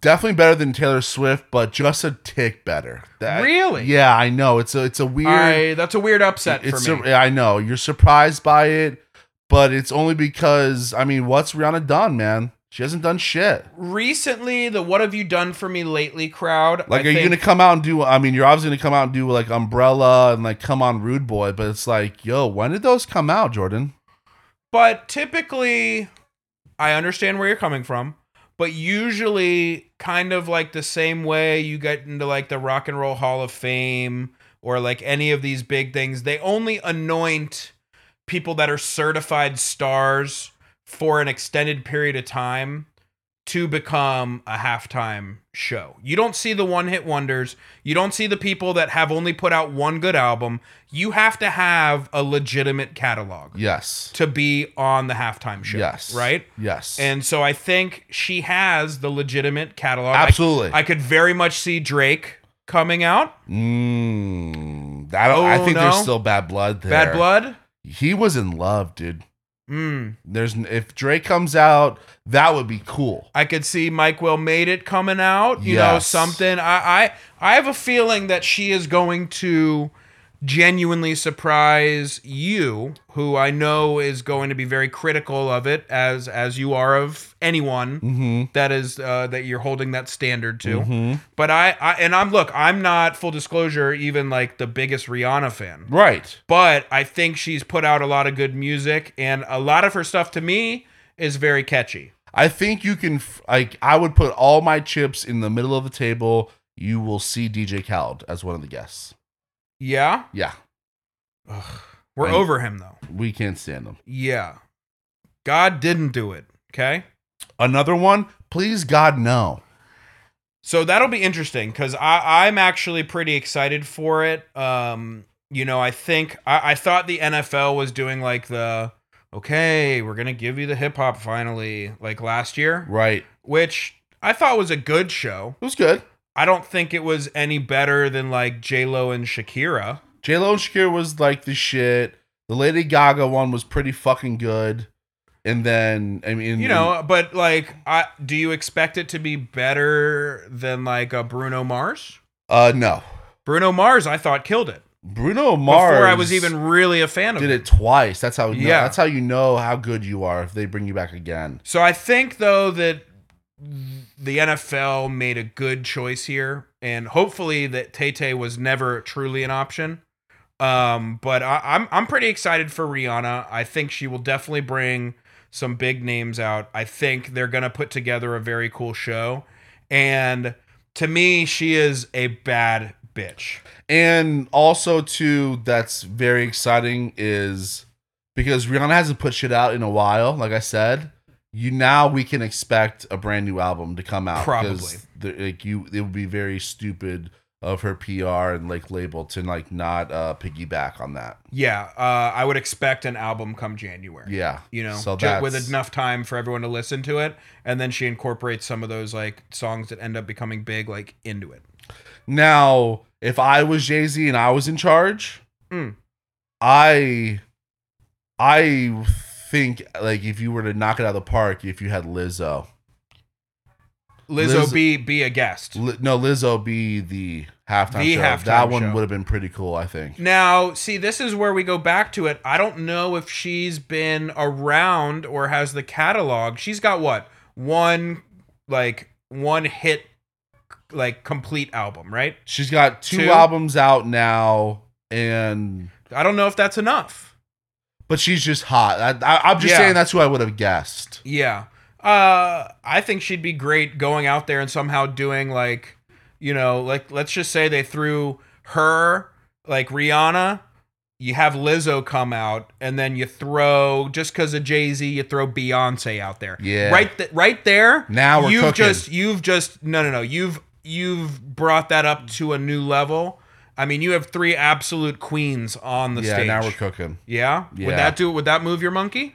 [SPEAKER 1] definitely better than Taylor Swift, but just a tick better. That-
[SPEAKER 2] Really?
[SPEAKER 1] Yeah, I know. It's a it's a weird
[SPEAKER 2] I, that's a weird upset
[SPEAKER 1] it's
[SPEAKER 2] for me.
[SPEAKER 1] a- I know. You're surprised by it, but it's only because I mean, what's Rihanna done, man? She hasn't done shit.
[SPEAKER 2] Recently, the "What have you done for me lately?" crowd.
[SPEAKER 1] Like,
[SPEAKER 2] I
[SPEAKER 1] are you
[SPEAKER 2] think-
[SPEAKER 1] gonna come out and do? I mean, you're obviously gonna come out and do like Umbrella and like Come On Rude Boy, but it's like, yo, when did those come out, Jordan?
[SPEAKER 2] But typically, I understand where you're coming from. But usually, kind of like the same way you get into like the Rock and Roll Hall of Fame or like any of these big things, they only anoint people that are certified stars for an extended period of time to become a halftime show. You don't see the one hit wonders. You don't see the people that have only put out one good album. You have to have a legitimate catalog
[SPEAKER 1] Yes.
[SPEAKER 2] to be on the halftime show.
[SPEAKER 1] Yes.
[SPEAKER 2] Right?
[SPEAKER 1] Yes.
[SPEAKER 2] And so I think she has the legitimate catalog. I-
[SPEAKER 1] absolutely.
[SPEAKER 2] I, could very much see Drake coming out.
[SPEAKER 1] Mm, I don't. I
[SPEAKER 2] Oh,
[SPEAKER 1] think
[SPEAKER 2] no.
[SPEAKER 1] there's still bad blood there.
[SPEAKER 2] Bad Blood.
[SPEAKER 1] He was in love, dude.
[SPEAKER 2] Mm.
[SPEAKER 1] There's n- if Drake comes out, that would be cool.
[SPEAKER 2] I could see Mike Will Made It coming out. You know,
[SPEAKER 1] Yes.
[SPEAKER 2] something. I, I I have a feeling that she is going to genuinely surprise you, who I know is going to be very critical of it, as as you are of anyone.
[SPEAKER 1] Mm-hmm.
[SPEAKER 2] that is uh, that you're holding that standard to.
[SPEAKER 1] Mhm.
[SPEAKER 2] But I, I and I'm look, I'm not full disclosure even like the biggest Rihanna fan,
[SPEAKER 1] Right.
[SPEAKER 2] but I think she's put out a lot of good music and a lot of her stuff to me is very catchy.
[SPEAKER 1] I think you can. f- Like, I would put all my chips in the middle of the table. You will see DJ Khaled as one of the guests.
[SPEAKER 2] Yeah,
[SPEAKER 1] Yeah,
[SPEAKER 2] we're
[SPEAKER 1] I-
[SPEAKER 2] over him though.
[SPEAKER 1] we can't stand him.
[SPEAKER 2] Yeah, God didn't do it. Okay.
[SPEAKER 1] Another one, please God no.
[SPEAKER 2] So that'll be interesting because I'm actually pretty excited for it. Um, you know, I think I, I thought the NFL was doing like the okay, we're gonna give you the hip hop finally, like last year,
[SPEAKER 1] Right.
[SPEAKER 2] which I thought was a good show.
[SPEAKER 1] It was good.
[SPEAKER 2] I don't think it was any better than like J Lo and Shakira.
[SPEAKER 1] J Lo and Shakira was like the shit. The Lady Gaga one was pretty fucking good. And then I mean,
[SPEAKER 2] You know, but like, I do you expect it to be better than like a Bruno Mars?
[SPEAKER 1] uh, no.
[SPEAKER 2] Bruno Mars, I thought killed it
[SPEAKER 1] Bruno Mars.
[SPEAKER 2] before I was even really a fan of
[SPEAKER 1] did
[SPEAKER 2] him.
[SPEAKER 1] it twice. That's how. Yeah.
[SPEAKER 2] Yeah.
[SPEAKER 1] That's how you know how good you are if they bring you back again.
[SPEAKER 2] So I think though that the NFL made a good choice here, and hopefully that Tay Tay was never truly an option. Um, but I, I'm I'm pretty excited for Rihanna. I think she will definitely bring some big names out. I think they're gonna put together a very cool show, and to me, she is a bad bitch.
[SPEAKER 1] And also too, that's very exciting is because Rihanna hasn't put shit out in a while. Like I said, you now we can expect a brand new album to come out. 'cause the- like you, it would be very stupid of her PR and like label to like not uh piggyback on that.
[SPEAKER 2] Yeah, uh, I would expect an album come January.
[SPEAKER 1] Yeah,
[SPEAKER 2] you know,
[SPEAKER 1] So
[SPEAKER 2] ju- with
[SPEAKER 1] that's-
[SPEAKER 2] enough time for everyone to listen to it, and then she incorporates some of those like songs that end up becoming big, like into it.
[SPEAKER 1] Now, if I was Jay Z and I was in charge,
[SPEAKER 2] Mm.
[SPEAKER 1] I, I think like if you were to knock it out of the park, if you had Lizzo,
[SPEAKER 2] Lizzo
[SPEAKER 1] Liz-
[SPEAKER 2] be be a guest.
[SPEAKER 1] Li- no Lizzo be the halftime
[SPEAKER 2] The
[SPEAKER 1] show.
[SPEAKER 2] halftime
[SPEAKER 1] that one
[SPEAKER 2] show.
[SPEAKER 1] would have been pretty cool, I think.
[SPEAKER 2] Now, see, this is where we go back to it. I don't know if she's been around or has the catalog. She's got what one like one hit like complete album, right?
[SPEAKER 1] She's got two,
[SPEAKER 2] Two?
[SPEAKER 1] albums out now, and
[SPEAKER 2] I don't know if that's enough.
[SPEAKER 1] but she's just hot. I, I, I'm just
[SPEAKER 2] Yeah.
[SPEAKER 1] saying that's who I would have guessed.
[SPEAKER 2] Yeah. Uh I think she'd be great going out there and somehow doing like you know, like let's just say they threw her like Rihanna, you have Lizzo come out and then you throw just cuz of Jay-Z, you throw Beyonce out there.
[SPEAKER 1] Yeah.
[SPEAKER 2] Right th- right there.
[SPEAKER 1] Now we're
[SPEAKER 2] you've
[SPEAKER 1] cooking.
[SPEAKER 2] just you've just no no no, you've you've brought that up to a new level. I mean, you have three absolute queens on the
[SPEAKER 1] yeah,
[SPEAKER 2] stage.
[SPEAKER 1] now we're cooking.
[SPEAKER 2] yeah?
[SPEAKER 1] Yeah.
[SPEAKER 2] Would that do would that move your monkey?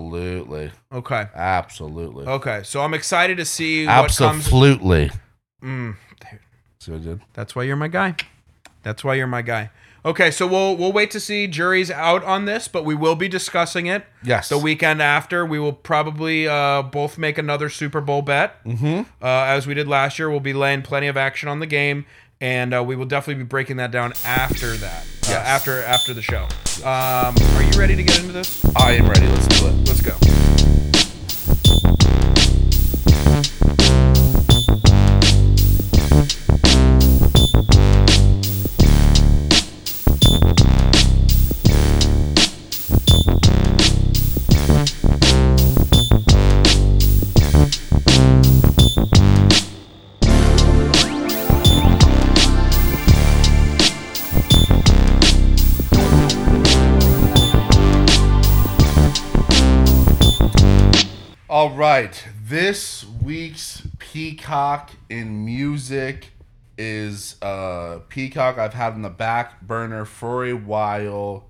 [SPEAKER 1] Absolutely,
[SPEAKER 2] Okay.
[SPEAKER 1] absolutely,
[SPEAKER 2] Okay, so I'm excited to see what comes.
[SPEAKER 1] absolutely.
[SPEAKER 2] Mm,
[SPEAKER 1] See what I did?
[SPEAKER 2] that's why you're my guy. That's why you're my guy. Okay, so we'll we'll wait to see juries out on this, but we will be discussing it
[SPEAKER 1] Yes.
[SPEAKER 2] the weekend after. We will probably uh, both make another Super Bowl bet,
[SPEAKER 1] Mm-hmm.
[SPEAKER 2] uh, as we did last year. We'll be laying plenty of action on the game, and uh, we will definitely be breaking that down after that, uh, after after the show. Um, are you ready to get into this?
[SPEAKER 1] I am ready. Let's do it.
[SPEAKER 2] Let's go.
[SPEAKER 1] All right. This week's Peacock in music is uh Peacock I've had in the back burner for a while.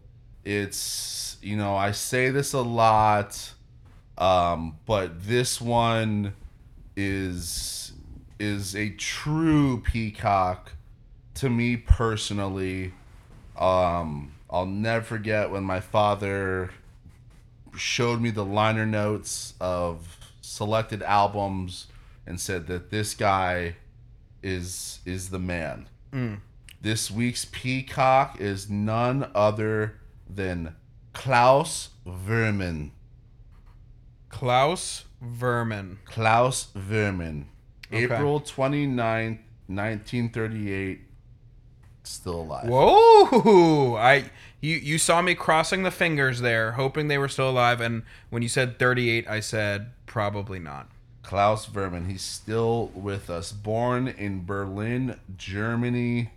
[SPEAKER 1] It's you know, I say this a lot um but this one is is a true peacock to me personally. Um I'll never forget when my father showed me the liner notes of selected albums and said that this guy is is the man. This week's peacock is none other than Klaus Vermin.
[SPEAKER 2] Klaus Vermin.
[SPEAKER 1] Klaus Vermin.
[SPEAKER 2] Okay.
[SPEAKER 1] April 29th, 1938. Still alive.
[SPEAKER 2] Whoa! I you you saw me crossing the fingers there, hoping they were still alive. And when you said 38, I said probably not.
[SPEAKER 1] Klaus Vermin. He's still with us. Born in Berlin, Germany.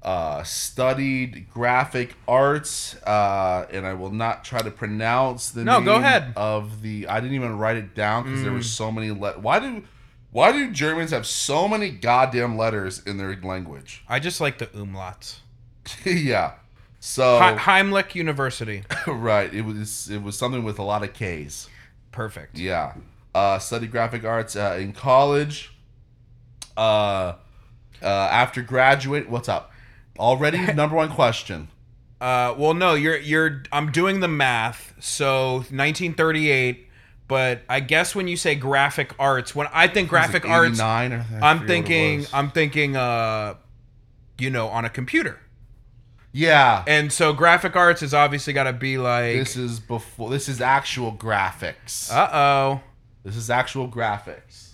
[SPEAKER 1] Uh, studied graphic arts, uh, and I will not try to pronounce the
[SPEAKER 2] No,
[SPEAKER 1] name
[SPEAKER 2] go ahead. Mm.
[SPEAKER 1] of the. I didn't even write it down because there were so many. Let why do why do Germans have so many goddamn letters in their language?
[SPEAKER 2] I just like the umlauts.
[SPEAKER 1] yeah, so
[SPEAKER 2] Hi- Heimlich University.
[SPEAKER 1] right. It was it was something with a lot of K's.
[SPEAKER 2] Perfect.
[SPEAKER 1] Yeah. Uh, studied graphic arts uh, in college. Uh, uh, after graduate, what's up? Already number one question.
[SPEAKER 2] Uh, well, no, you're you're. I'm doing the math. So 1938, but I guess when you say graphic arts, when I think graphic arts,
[SPEAKER 1] nine. Or I
[SPEAKER 2] I'm
[SPEAKER 1] forget what it
[SPEAKER 2] thinking
[SPEAKER 1] was.
[SPEAKER 2] I'm thinking uh, you know, on a computer.
[SPEAKER 1] yeah.
[SPEAKER 2] And so graphic arts has obviously got to be like.
[SPEAKER 1] This is before. This is actual graphics.
[SPEAKER 2] Uh oh.
[SPEAKER 1] This is actual graphics.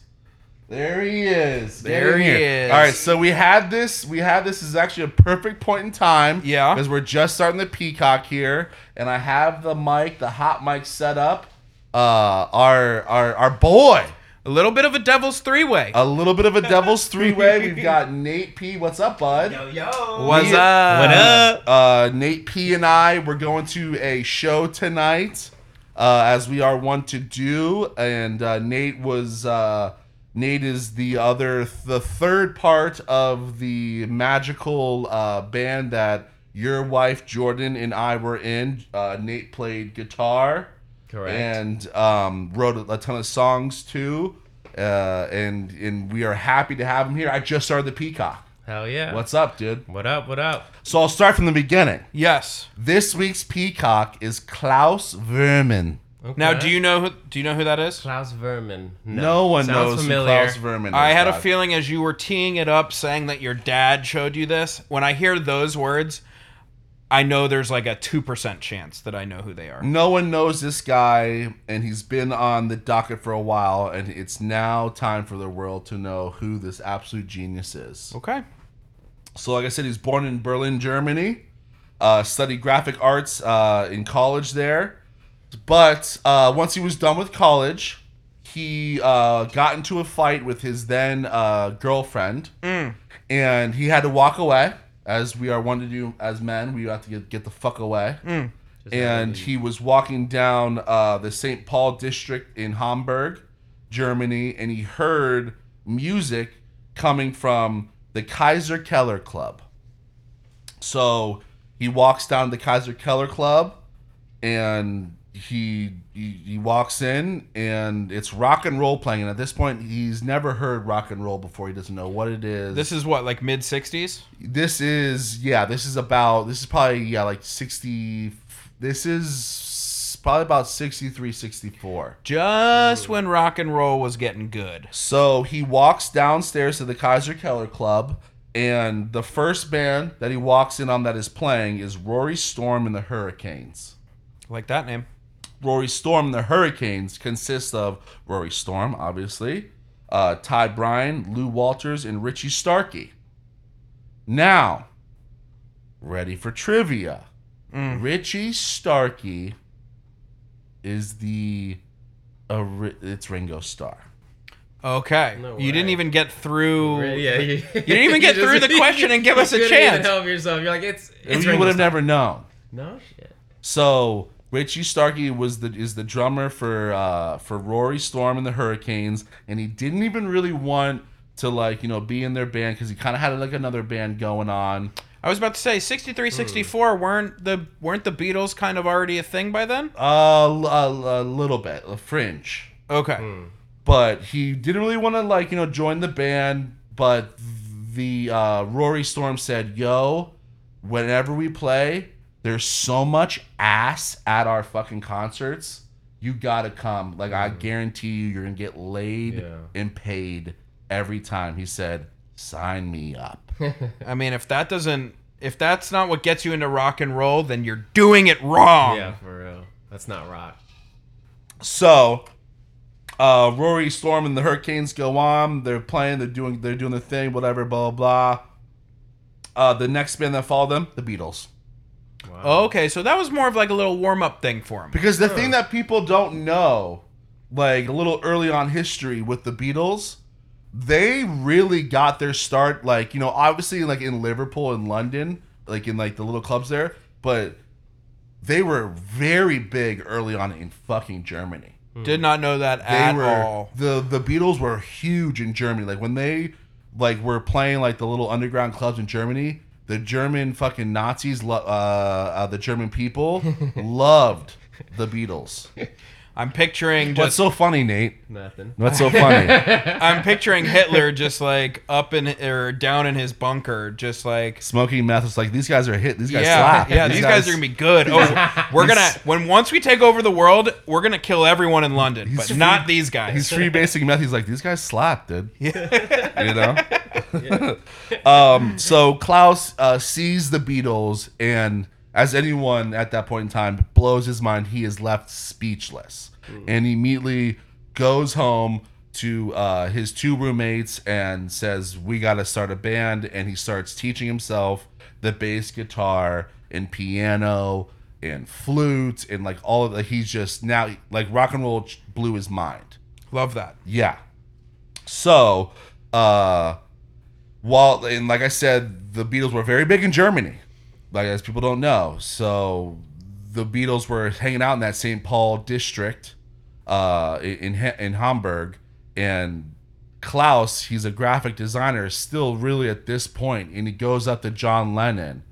[SPEAKER 1] There he is. Get
[SPEAKER 2] There
[SPEAKER 1] in
[SPEAKER 2] he
[SPEAKER 1] here.
[SPEAKER 2] is.
[SPEAKER 1] All right, so we had this. We had this is actually a perfect point in time.
[SPEAKER 2] Yeah.
[SPEAKER 1] Because we're just starting the peacock here, and I have the mic, the hot mic set up. Uh, our our our boy,
[SPEAKER 2] A little bit of a devil's three way.
[SPEAKER 3] Uh,
[SPEAKER 1] a little bit of a devil's three way. We've got Nate P. What's up, bud?
[SPEAKER 3] yo.
[SPEAKER 2] What's
[SPEAKER 1] we-
[SPEAKER 2] up?
[SPEAKER 3] What up?
[SPEAKER 1] Uh, Nate P and I, we're going to a show tonight, uh, as we are wont to do. And uh, Nate was uh, Nate is the other, the third part of the magical uh, band that your wife Jordan and I were in. Uh, Nate played guitar
[SPEAKER 3] Correct.
[SPEAKER 1] and um, wrote a, a ton of songs too. Uh, and and we are happy to have him here. I just started the Peacock.
[SPEAKER 3] Hell yeah.
[SPEAKER 1] What's up, dude?
[SPEAKER 3] what up? What up?
[SPEAKER 1] So I'll start from the beginning.
[SPEAKER 2] Yes.
[SPEAKER 1] This week's peacock is Klaus Vermin.
[SPEAKER 2] Now,
[SPEAKER 3] Okay.
[SPEAKER 2] do you know who? Do you know who that is?
[SPEAKER 3] Klaus Vermin?
[SPEAKER 1] No, one
[SPEAKER 3] Sounds
[SPEAKER 1] knows
[SPEAKER 3] familiar.
[SPEAKER 1] who Klaus Vermin is.
[SPEAKER 2] I had a
[SPEAKER 1] dog.
[SPEAKER 2] feeling as you were teeing it up, saying that your dad showed you this. When I hear those words, I know there's like a two percent chance that I know who they
[SPEAKER 3] Mm.
[SPEAKER 2] are.
[SPEAKER 1] No one knows this guy, and he's been on the docket for a while, and it's now time for the world to know who this absolute genius is.
[SPEAKER 2] Okay.
[SPEAKER 1] So, like I said, he's born in Berlin, Germany. Uh, studied graphic arts uh, in college there, but uh, once he was done with college, he uh, got into a fight with his then uh, girlfriend, and he had to walk away. As we are one to do as men, we have to get, get the fuck away. And he was walking down uh, the St. Paul district in Hamburg, Germany, and he heard music coming from the Kaiser Keller Club. So he walks down to Kaiser Keller Club and he, he he walks in and it's rock and roll playing and at this point he's never heard rock and roll before he doesn't know what it is
[SPEAKER 2] This is what like mid '60s.
[SPEAKER 1] this is yeah this is about this is probably yeah like 60 this is probably about 63 64
[SPEAKER 2] Just when rock and roll was getting good.
[SPEAKER 1] So he walks downstairs to the Kaiser Keller Club, and the first band that he walks in on that is playing is Rory Storm and the Hurricanes.
[SPEAKER 2] Like that name.
[SPEAKER 1] Rory Storm and the Hurricanes consists of Rory Storm, obviously, uh, Ty Bryan, Lou Walters, and Richie Starkey. Now, ready for trivia.
[SPEAKER 2] Mm.
[SPEAKER 1] Richie Starkey is the. ori- it's Ringo Starr.
[SPEAKER 2] Okay.
[SPEAKER 3] No
[SPEAKER 2] you didn't
[SPEAKER 3] way.
[SPEAKER 2] even get through.
[SPEAKER 3] Yeah, you,
[SPEAKER 2] You didn't even get
[SPEAKER 3] just-
[SPEAKER 2] through the question and give us a
[SPEAKER 3] You couldn't even
[SPEAKER 2] chance.
[SPEAKER 3] help yourself. You're like, it's. it's
[SPEAKER 1] you
[SPEAKER 3] Ringo
[SPEAKER 1] would have
[SPEAKER 3] Starr.
[SPEAKER 1] never known.
[SPEAKER 3] No shit.
[SPEAKER 1] So Richie Starkey was the is the drummer for uh, for Rory Storm and the Hurricanes, and he didn't even really want to like you know be in their band because he kind of had like another band going on.
[SPEAKER 2] I was about to say 63,
[SPEAKER 3] Hmm.
[SPEAKER 2] 64 weren't the weren't the Beatles kind of already a thing by then?
[SPEAKER 1] Uh, l- a, a little bit, a fringe.
[SPEAKER 2] Okay.
[SPEAKER 3] hmm.
[SPEAKER 1] but he didn't really want to like you know join the band but the uh, rory storm said yo whenever we play there's so much ass at our fucking concerts you gotta come like i guarantee you you're gonna get laid
[SPEAKER 3] Yeah.
[SPEAKER 1] and paid every time he said sign me up
[SPEAKER 2] I mean, if that doesn't if that's not what gets you into rock and roll, then you're doing it wrong.
[SPEAKER 3] Yeah, for real. That's not rock.
[SPEAKER 1] So, uh, Rory Storm and the Hurricanes go on. They're playing. They're doing. They're doing the thing. Whatever. Blah blah. blah. Uh, the next band that followed them, the Beatles,
[SPEAKER 3] Wow.
[SPEAKER 2] Okay, so that was more of like a little warm up thing for him.
[SPEAKER 1] because the thing that people don't know, like a little early on history with the Beatles, they really got their start. Like you know, obviously like in Liverpool and London, like in like the little clubs there, but they were very big early on in fucking Germany.
[SPEAKER 2] Did not know that
[SPEAKER 1] Hmm. they
[SPEAKER 2] at
[SPEAKER 1] were
[SPEAKER 2] all.
[SPEAKER 1] the the Beatles were huge in Germany. Like when they like were playing like the little underground clubs in Germany, the German fucking Nazis, lo- uh, uh, the German people loved the Beatles.
[SPEAKER 2] I'm picturing
[SPEAKER 1] What's
[SPEAKER 2] just
[SPEAKER 1] so funny, Nate?
[SPEAKER 3] Nothing.
[SPEAKER 1] What's so funny?
[SPEAKER 2] I'm picturing Hitler just like up in or down in his bunker, just like
[SPEAKER 1] Smoking meth. It's like these guys are hit. These guys
[SPEAKER 2] yeah,
[SPEAKER 1] slap.
[SPEAKER 2] yeah. These, guys, are gonna be good. Oh, we're gonna when once we take over the world, we're gonna kill everyone in London, but
[SPEAKER 1] free-
[SPEAKER 2] not these guys.
[SPEAKER 1] He's free basing meth. He's like these guys slap, dude. you know.
[SPEAKER 3] Yeah.
[SPEAKER 1] um, so Klaus uh, sees the Beatles, and as anyone at that point in time blows his mind, he is left speechless, and he immediately goes home to uh, his two roommates and says, "We got to start a band," and he starts teaching himself the bass guitar and piano and flute and like all of the he's just now like rock and roll ch- blew his mind
[SPEAKER 2] Love that.
[SPEAKER 1] yeah. So, uh, while and like I said, the Beatles were very big in Germany, like as people don't know. So, the Beatles were hanging out in that St. Paul district, uh, in Ha- in Hamburg, and Klaus, he's a graphic designer, is still really at this point, and he goes up to John Lennon,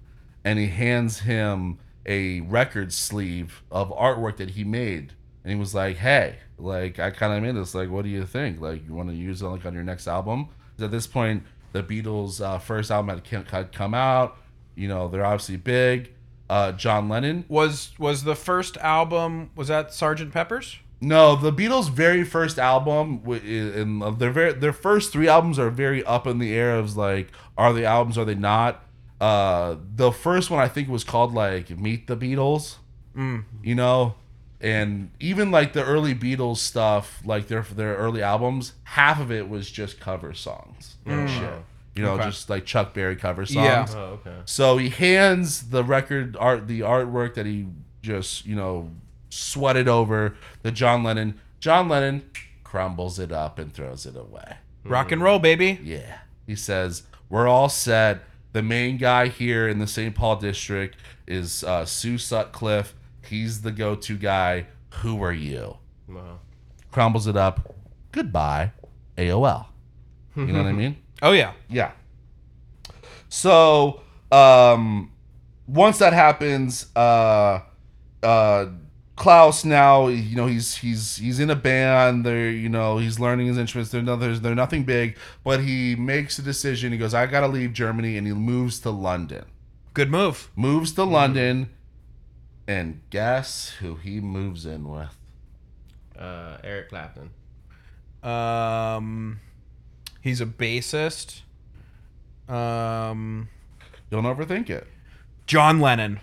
[SPEAKER 1] and he hands him a record sleeve of artwork that he made, and he was like, "Hey, like I kind of made this. Like, what do you think? Like, you want to use it like on your next album?" 'Cause At this point, the Beatles' uh, first album had ca- had come out. You know, they're obviously big. Uh, John Lennon.
[SPEAKER 2] Was was the first album? Was that Sergeant Pepper's?
[SPEAKER 1] No, the Beatles' very first album, w- i- and their very their first three albums are very up in the air of like, are they albums? Are they not? Uh, the first one I think was called like Meet the Beatles,
[SPEAKER 2] Mm.
[SPEAKER 1] you know, and even like the early Beatles stuff, like their their early albums, half of it was just cover songs and shit, you know,
[SPEAKER 2] Mm. Okay.
[SPEAKER 1] just like Chuck Berry cover songs.
[SPEAKER 2] Yeah.
[SPEAKER 3] Oh, okay.
[SPEAKER 1] So he hands the record art, the artwork that he just you know sweated over the John Lennon. John Lennon crumbles it up and throws it away.
[SPEAKER 2] Rock and roll, baby.
[SPEAKER 1] Yeah, he says we're all set. The main guy here in the St. Paul district is uh, Sue Sutcliffe. He's the go-to guy. Who are you?
[SPEAKER 3] Wow.
[SPEAKER 1] Crumbles it up. Goodbye, AOL. You know what I mean?
[SPEAKER 2] Oh yeah.
[SPEAKER 1] Yeah. So um, once that happens, uh, uh, Klaus now you know he's he's he's in a band. They're you know he's learning his instruments. They're no, there's- they're nothing big, but he makes a decision. He goes, I gotta leave Germany, and he moves to London.
[SPEAKER 2] Good move.
[SPEAKER 1] Moves
[SPEAKER 2] Mm-hmm.
[SPEAKER 1] to London, and guess who he moves in with?
[SPEAKER 3] Uh, Eric Clapton.
[SPEAKER 2] Um, he's a bassist. Um,
[SPEAKER 1] Don't overthink it.
[SPEAKER 2] John Lennon.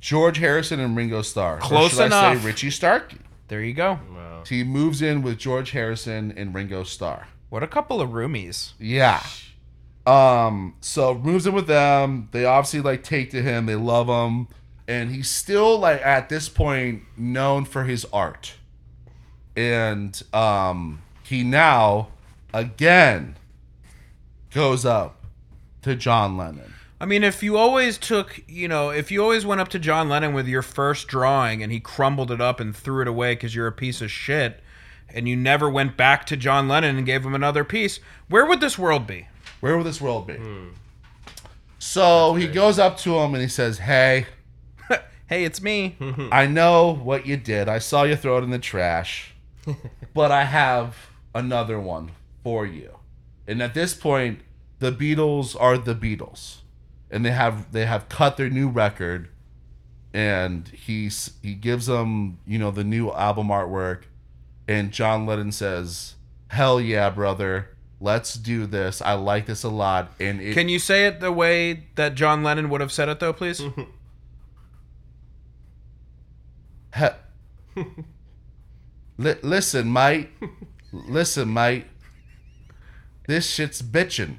[SPEAKER 1] George Harrison and Ringo Starr.
[SPEAKER 2] Close
[SPEAKER 1] or should I
[SPEAKER 2] enough.
[SPEAKER 1] say Richie Starkey.
[SPEAKER 2] There you go.
[SPEAKER 3] Wow.
[SPEAKER 1] He moves in with George Harrison and Ringo Starr.
[SPEAKER 2] What a couple of roomies.
[SPEAKER 1] Yeah. Um. So moves in with them. They obviously like take to him. They love him, and he's still like at this point known for his art. And um, he now again goes up to John Lennon.
[SPEAKER 2] I mean, if you always took, you know, if you always went up to John Lennon with your first drawing and he crumbled it up and threw it away because you're a piece of shit, and you never went back to John Lennon and gave him another piece, where would this world be?
[SPEAKER 1] Where would this world be? So he goes up to him and he says, Hey,
[SPEAKER 2] Hey, it's me.
[SPEAKER 1] I know what you did. I saw you throw it in the trash, but I have another one for you. And at this point, the Beatles are the Beatles, and they have they have cut their new record, and he's he gives them you know the new album artwork, and John Lennon says, "Hell yeah, brother." Let's do this. I like this a lot, and it,
[SPEAKER 2] Can you say it the way that John Lennon would have said it, though, please?
[SPEAKER 1] He- Li- listen, mate. Listen, mate. This shit's bitchin'.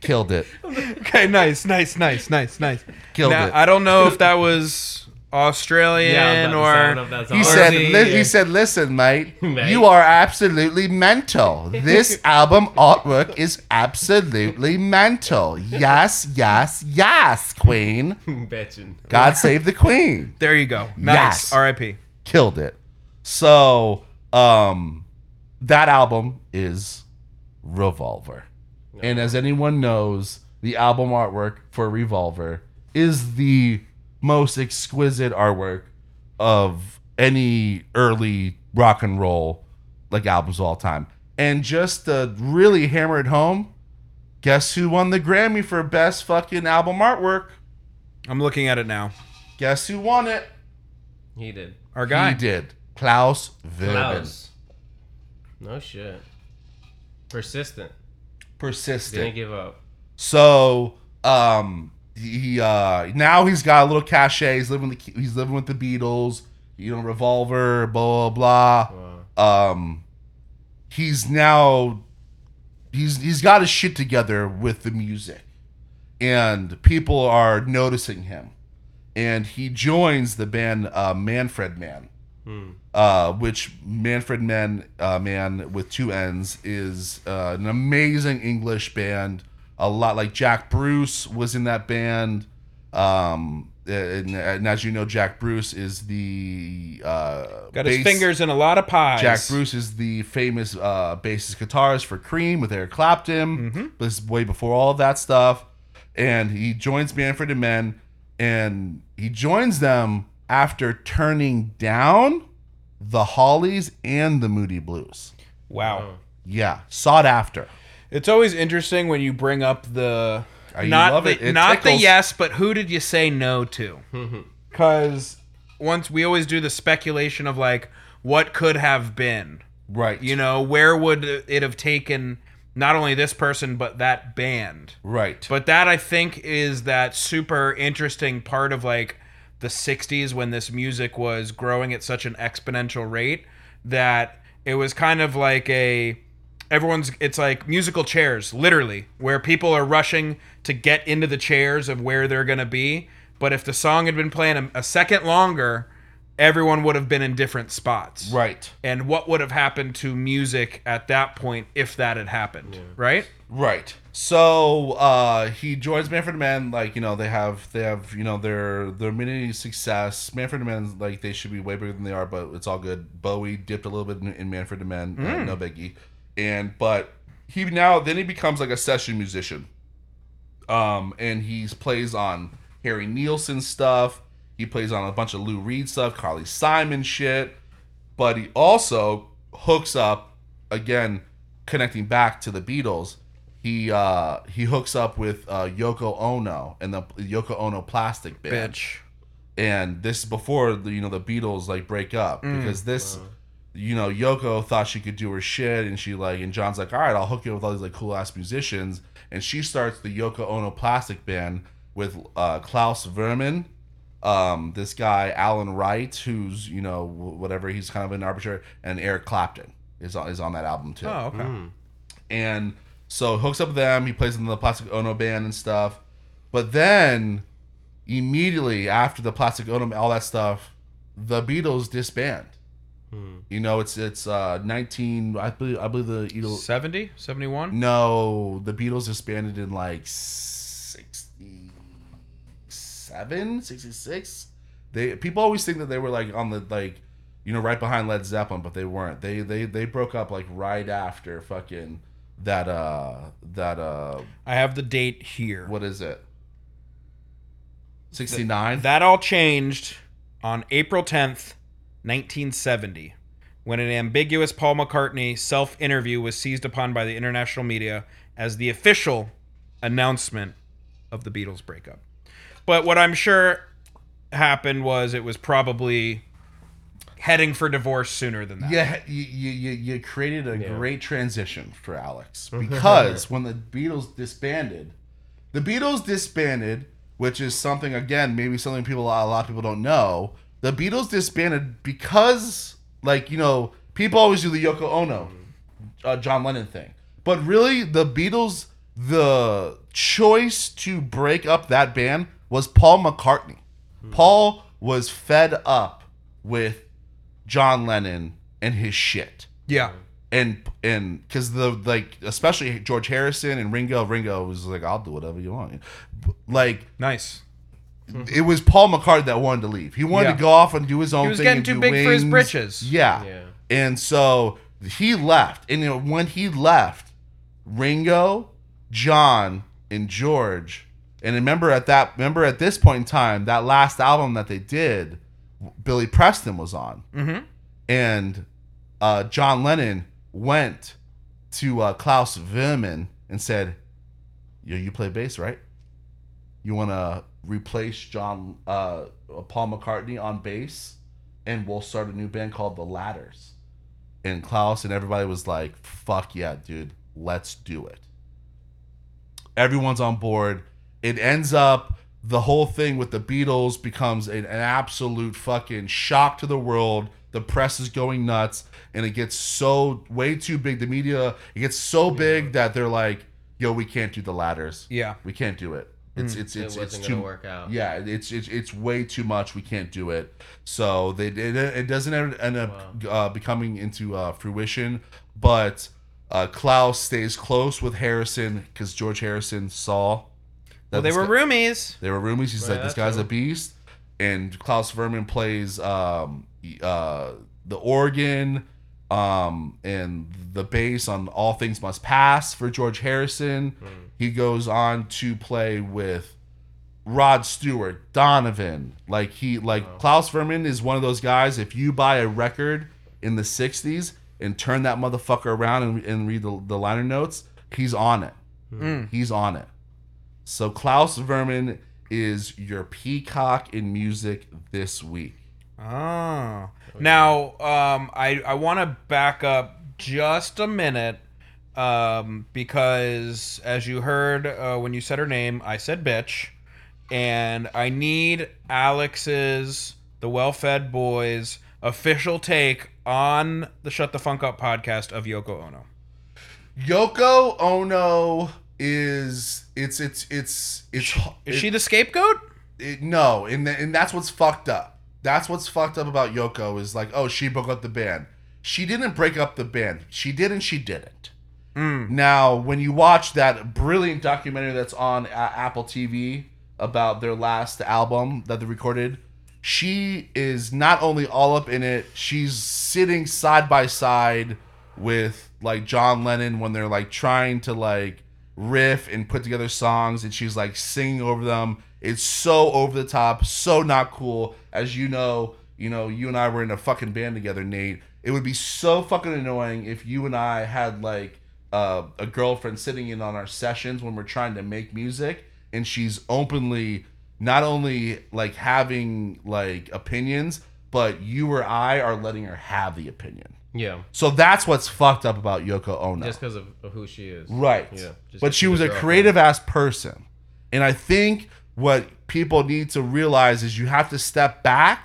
[SPEAKER 1] Killed it.
[SPEAKER 2] okay, nice, nice, nice, nice, nice.
[SPEAKER 1] Killed
[SPEAKER 2] now,
[SPEAKER 1] it.
[SPEAKER 2] I don't know if that was Australian
[SPEAKER 3] Yeah, that- I don't know
[SPEAKER 2] or
[SPEAKER 3] if that's
[SPEAKER 1] He
[SPEAKER 3] all-
[SPEAKER 1] said,
[SPEAKER 3] Aussie,
[SPEAKER 1] li-
[SPEAKER 3] yeah.
[SPEAKER 1] he said, listen, mate,
[SPEAKER 3] Mate.
[SPEAKER 1] you are absolutely mental. This album artwork is absolutely mental. Yes, yes, yes, Queen.
[SPEAKER 3] Betchin'.
[SPEAKER 1] God save the Queen.
[SPEAKER 2] there you go. Nice.
[SPEAKER 1] Yes.
[SPEAKER 2] R.I.P.
[SPEAKER 1] killed it. So, um, that album is Revolver. And as anyone knows, the album artwork for Revolver is the most exquisite artwork of any early rock and roll like albums of all time. And just to really hammer it home, guess who won the Grammy for best fucking album artwork?
[SPEAKER 2] I'm looking at it now.
[SPEAKER 1] Guess who won it?
[SPEAKER 3] He did.
[SPEAKER 2] Our
[SPEAKER 1] He
[SPEAKER 2] guy.
[SPEAKER 1] did. Klaus Wilben.
[SPEAKER 3] Klaus. No shit. Persistent.
[SPEAKER 1] Persistent.
[SPEAKER 3] Didn't give up.
[SPEAKER 1] So um he uh now he's got a little cachet. He's living the he's living with the Beatles, you know, Revolver, blah blah
[SPEAKER 3] Wow.
[SPEAKER 1] blah. Um he's now he's he's got his shit together with the music. And people are noticing him. And he joins the band uh Manfred Man
[SPEAKER 3] Hmm.
[SPEAKER 1] uh, which Manfred Man uh, Man with two N's is uh, an amazing English band. A lot like Jack Bruce was in that band. Um, and, and as you know, Jack Bruce is the uh,
[SPEAKER 2] Got his
[SPEAKER 1] bass-
[SPEAKER 2] fingers in a lot of pies.
[SPEAKER 1] Jack Bruce is the famous uh, bassist guitarist for Cream with Eric Clapton. This is way before all of that stuff. And he joins Manfred and Men, and he joins them after turning down the Hollies and the Moody Blues.
[SPEAKER 2] Wow.
[SPEAKER 3] Oh.
[SPEAKER 1] Yeah, sought after.
[SPEAKER 2] It's always interesting when you bring up the
[SPEAKER 1] Uh, you
[SPEAKER 2] not
[SPEAKER 1] love
[SPEAKER 2] the,
[SPEAKER 1] it. It
[SPEAKER 2] not
[SPEAKER 1] tickles.
[SPEAKER 2] the yes, but who did you say no to?
[SPEAKER 3] Mm-hmm.
[SPEAKER 2] Because once we always do the speculation of like what could have been,
[SPEAKER 1] Right.
[SPEAKER 2] you know, where would it have taken not only this person but that band?
[SPEAKER 1] right.
[SPEAKER 2] But that I think is that super interesting part of like the 60s when this music was growing at such an exponential rate that it was kind of like a everyone's it's like musical chairs literally where people are rushing to get into the chairs of where they're going to be but if the song had been playing a, a second longer everyone would have been in different spots
[SPEAKER 1] right.
[SPEAKER 2] and what would have happened to music at that point if that had happened right
[SPEAKER 1] Right. So uh, he joins Manfred and Man. Like you know, they have they have you know their their mini success. Manfred and Man like they should be way bigger than they are, but it's all good. Bowie dipped a little bit in, in Manfred and Man, uh, no biggie. And but he now then he becomes like a session musician. Um, and he plays on Harry Nielsen stuff. He plays on a bunch of Lou Reed stuff, Carly Simon shit. But he also hooks up again, connecting back to the Beatles. He uh, he hooks up with uh, Yoko Ono and the Yoko Ono Plastic Band
[SPEAKER 2] bitch
[SPEAKER 1] and this is before the, you know the Beatles like break up because this you know Yoko thought she could do her shit and she like and John's like all right I'll hook you up with all these like cool ass musicians and she starts the Yoko Ono Plastic Band with uh, Klaus Vermin um, this guy Alan Wright who's you know wh- whatever he's kind of an arbiter and Eric Clapton is on, is on that album too
[SPEAKER 2] oh okay
[SPEAKER 1] and so hooks up with them. He plays in the Plastic Ono band and stuff. But then, immediately after the Plastic Ono, all that stuff, the Beatles disband. You know, it's it's uh 19. I believe I believe the Beatles.
[SPEAKER 2] 70, 71?
[SPEAKER 1] No, the Beatles disbanded in like 67, 66. They people always think that they were like on the like you know right behind Led Zeppelin, but they weren't. They they they broke up like right after fucking that uh that uh
[SPEAKER 2] I have the date here.
[SPEAKER 1] what is it? 69.
[SPEAKER 2] That all changed on April 10th, 1970, when an ambiguous Paul McCartney self interview was seized upon by the international media as the official announcement of the Beatles breakup. But what I'm sure happened was it was probably heading for divorce sooner than that.
[SPEAKER 1] Yeah, you, you, you you created a
[SPEAKER 3] Yeah.
[SPEAKER 1] great transition for Alex because when the Beatles disbanded, the Beatles disbanded, which is something again maybe something people a lot, a lot of people don't know. The Beatles disbanded because like you know people always do the Yoko Ono, uh, John Lennon thing, but really the Beatles the choice to break up that band was Paul McCartney. Paul was fed up with John Lennon and his shit.
[SPEAKER 2] Yeah.
[SPEAKER 1] And and because the like especially George Harrison and Ringo, Ringo was like, I'll do whatever you want. Like
[SPEAKER 2] Nice.
[SPEAKER 1] it was Paul McCartney that wanted to leave. He wanted
[SPEAKER 2] Mm-hmm. Yeah.
[SPEAKER 1] to go off and do his own.
[SPEAKER 2] He was
[SPEAKER 1] thing
[SPEAKER 2] getting
[SPEAKER 1] and
[SPEAKER 2] too
[SPEAKER 1] do
[SPEAKER 2] big for his
[SPEAKER 1] wings.
[SPEAKER 2] britches.
[SPEAKER 1] Yeah.
[SPEAKER 3] Yeah.
[SPEAKER 1] And so he left, and you know, when he left, Ringo, John, and George. And remember at that, remember at this point in time, that last album that they did, Billy Preston was on
[SPEAKER 2] Mm-hmm.
[SPEAKER 1] and uh, John Lennon went to uh, Klaus Wilman and said, "Yo, you play bass, right? You want to replace John uh, Paul McCartney on bass, and we'll start a new band called The Ladders." And Klaus and everybody was like, "Fuck yeah, dude, let's do it." Everyone's on board. It ends up the whole thing with the Beatles becomes an, an absolute fucking shock to the world. The press is going nuts, and it gets so way too big. The media it gets so big that they're like, "Yo, we can't do the ladders.
[SPEAKER 2] Yeah.
[SPEAKER 1] We can't do it. It's it's it's
[SPEAKER 3] Hmm. it
[SPEAKER 1] it's
[SPEAKER 3] wasn't
[SPEAKER 1] too
[SPEAKER 3] gonna work out.
[SPEAKER 1] yeah, it's, it's it's way too much. We can't do it. So they it, it doesn't end end up uh, becoming into uh, fruition. But uh, Klaus stays close with Harrison because George Harrison saw that
[SPEAKER 2] Well, they
[SPEAKER 1] this
[SPEAKER 2] were
[SPEAKER 1] guy-
[SPEAKER 2] roomies.
[SPEAKER 1] they were roomies. He's
[SPEAKER 3] Right,
[SPEAKER 1] like this
[SPEAKER 3] that's
[SPEAKER 1] guy's a
[SPEAKER 3] him.
[SPEAKER 1] beast. And Klaus Verman plays um, uh, the organ um, and the bass on All Things Must Pass for George Harrison.
[SPEAKER 3] Hmm.
[SPEAKER 1] He goes on to play with Rod Stewart, Donovan. Like he like Klaus Verman is one of those guys. If you buy a record in the '60s and turn that motherfucker around and, and read the, the liner notes, he's on it.
[SPEAKER 3] Hmm.
[SPEAKER 2] Mm.
[SPEAKER 1] He's on it. So Klaus Verman is your peacock in music this week.
[SPEAKER 2] Oh. Now, um, I I want to back up just a minute, um, because as you heard uh, when you said her name, I said bitch, and I need Alex's the well-fed boys official take on the Shut the Funk Up podcast of Yoko Ono.
[SPEAKER 1] Yoko Ono is it's it's it's it's it-
[SPEAKER 2] Is she the scapegoat?
[SPEAKER 1] it- no, and th- and that's what's fucked up. That's what's fucked up about Yoko is like, oh, she broke up the band. She didn't break up the band. She didn't. She didn't.
[SPEAKER 2] Mm.
[SPEAKER 1] Now, when you watch that brilliant documentary that's on uh, Apple TV about their last album that they recorded, she is not only all up in it, she's sitting side by side with like John Lennon when they're like trying to like riff and put together songs and she's like singing over them. It's so over the top, so not cool. As you know, you know, you and I were in a fucking band together, Nate. It would be so fucking annoying if you and I had like uh, a girlfriend sitting in on our sessions when we're trying to make music and she's openly not only like having like opinions but you or i are letting her have the opinion
[SPEAKER 3] Yeah.
[SPEAKER 1] so that's what's fucked up about yoko ono
[SPEAKER 3] Just because of, of who she is.
[SPEAKER 1] right
[SPEAKER 3] Yeah. just 'cause
[SPEAKER 1] but she
[SPEAKER 3] she's
[SPEAKER 1] was a
[SPEAKER 3] girl.
[SPEAKER 1] creative ass person and i think what people need to realize is you have to step back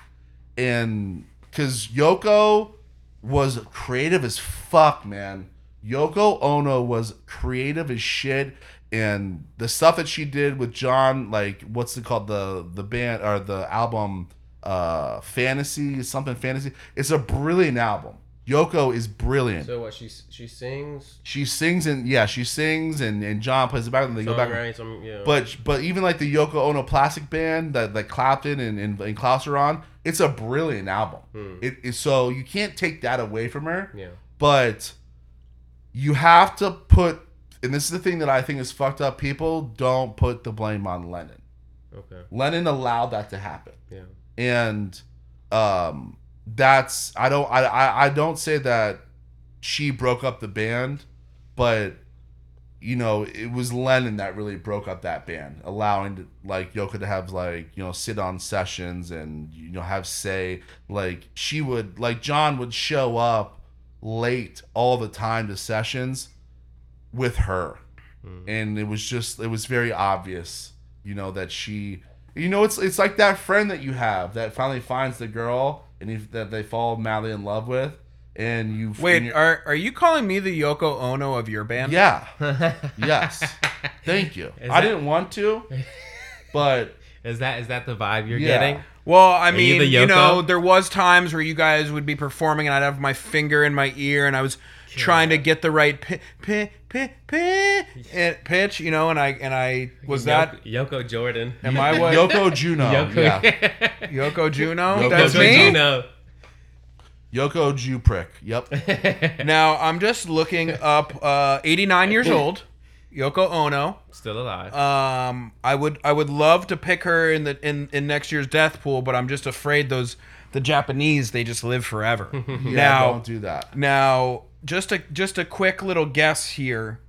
[SPEAKER 1] and because yoko was creative as fuck, man. Yoko Ono was creative as shit, and the stuff that she did with John, like what's it called, the the band or the album, uh, fantasy, something fantasy. It's a brilliant album. Yoko is brilliant.
[SPEAKER 3] So what? She s- she sings.
[SPEAKER 1] she sings and yeah, she sings and, and John plays the back and they go back. and-
[SPEAKER 3] songwrites, um, yeah.
[SPEAKER 1] But but even like the Yoko Ono Plastic Band that like Clapton and and, and Klaus are on, it's a brilliant album.
[SPEAKER 3] Hmm.
[SPEAKER 1] It, it so you can't take that away from her
[SPEAKER 3] yeah,
[SPEAKER 1] but you have to put and this is the thing that I think is fucked up. People don't put the blame on Lennon.
[SPEAKER 3] okay,
[SPEAKER 1] Lennon allowed that to happen.
[SPEAKER 3] yeah,
[SPEAKER 1] And um that's I don't I I, I don't say that she broke up the band, but you know, it was Lennon that really broke up that band, allowing like Yoko to have like, you know, sit on sessions and you know have say like she would like John would show up late all the time to sessions with her.
[SPEAKER 3] Mm.
[SPEAKER 1] And it was just it was very obvious, you know, that she you know it's it's like that friend that you have that finally finds the girl and if, that they fall madly in love with and you and
[SPEAKER 2] Wait,
[SPEAKER 1] you're-
[SPEAKER 2] are are you calling me the Yoko Ono of your band?
[SPEAKER 1] yeah. Yes. Thank you.
[SPEAKER 3] Is
[SPEAKER 1] I
[SPEAKER 3] that-
[SPEAKER 1] didn't want to, but
[SPEAKER 3] Is that is that the vibe you're
[SPEAKER 1] Yeah.
[SPEAKER 3] getting?
[SPEAKER 2] Well, I
[SPEAKER 3] you
[SPEAKER 2] mean,
[SPEAKER 3] the
[SPEAKER 2] you
[SPEAKER 3] Yoko?
[SPEAKER 2] know, there was times where you guys would be performing and I'd have my finger in my ear and I was trying to get the right pi- pi- pi- pi- eh, pitch, you know, and I and I was that
[SPEAKER 3] Yoko, Yoko Jordan?
[SPEAKER 2] am I what
[SPEAKER 1] Yoko Juno. Yeah.
[SPEAKER 2] Yoko Juno?
[SPEAKER 1] Yoko
[SPEAKER 2] That's
[SPEAKER 1] Juno.
[SPEAKER 2] me.
[SPEAKER 3] Juno.
[SPEAKER 1] Yoko Jew prick. Yep.
[SPEAKER 2] Now I'm just looking up. Uh, 89 years old, Yoko Ono.
[SPEAKER 3] Still alive.
[SPEAKER 1] Uh,
[SPEAKER 2] Um, I would I would love to pick her in the in, in next year's death pool, but I'm just afraid those the Japanese they just live forever.
[SPEAKER 1] Yeah,
[SPEAKER 2] now
[SPEAKER 1] don't do that.
[SPEAKER 2] now just a just a quick little guess here.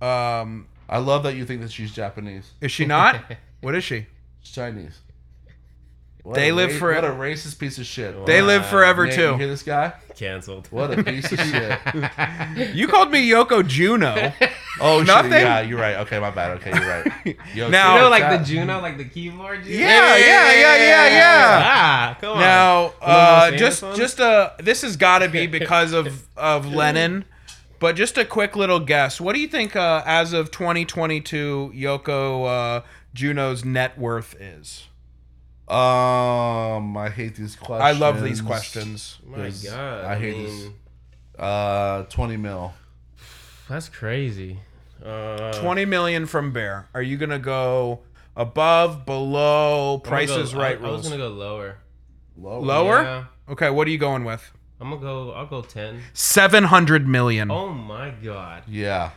[SPEAKER 2] Um,
[SPEAKER 1] I love that you think that she's Japanese.
[SPEAKER 2] is she not? what is she?
[SPEAKER 1] She's Chinese. What
[SPEAKER 2] They
[SPEAKER 1] a
[SPEAKER 2] live for-
[SPEAKER 1] What a racist piece of shit.
[SPEAKER 2] They live
[SPEAKER 3] Wow.
[SPEAKER 2] forever
[SPEAKER 1] Nate, You hear
[SPEAKER 2] too.
[SPEAKER 1] this guy?
[SPEAKER 3] Cancelled.
[SPEAKER 1] What a piece of shit.
[SPEAKER 2] You called me Yoko Juno.
[SPEAKER 1] Oh, shit.
[SPEAKER 2] Nothing?
[SPEAKER 1] Yeah, you're right. Okay, my bad. Okay, you're right. Yoko
[SPEAKER 2] Now-
[SPEAKER 3] You
[SPEAKER 2] Oh,
[SPEAKER 3] know, like
[SPEAKER 1] that-
[SPEAKER 3] the Juno, like the keyboard. Juno?
[SPEAKER 2] Yeah, yeah, yeah, yeah, yeah.
[SPEAKER 3] Ah, come on.
[SPEAKER 2] Now,
[SPEAKER 3] One of those
[SPEAKER 2] uh,
[SPEAKER 3] famous
[SPEAKER 2] just
[SPEAKER 3] ones?
[SPEAKER 2] just uh, this has got to be because of of Lennon, but just a quick little guess. What do you think uh, as of 2022 Yoko uh, Juno's net worth is?
[SPEAKER 1] Um, I hate these questions.
[SPEAKER 2] I love these questions.
[SPEAKER 3] my
[SPEAKER 1] Yes.
[SPEAKER 3] God,
[SPEAKER 1] I
[SPEAKER 3] I,
[SPEAKER 1] hate
[SPEAKER 3] mean,
[SPEAKER 1] this. Uh, 20 mil.
[SPEAKER 3] That's crazy. Uh,
[SPEAKER 2] 20 million from Bear. Are you gonna go above, below?
[SPEAKER 3] I'm gonna
[SPEAKER 2] Price is
[SPEAKER 3] go,
[SPEAKER 2] right
[SPEAKER 3] I, I was
[SPEAKER 2] rules.
[SPEAKER 3] gonna go lower.
[SPEAKER 1] Low.
[SPEAKER 2] Lower?
[SPEAKER 3] Yeah.
[SPEAKER 2] Okay, what are you going with?
[SPEAKER 3] I'm gonna go. I'll go ten.
[SPEAKER 2] 700 million.
[SPEAKER 3] Oh my god.
[SPEAKER 1] Yeah.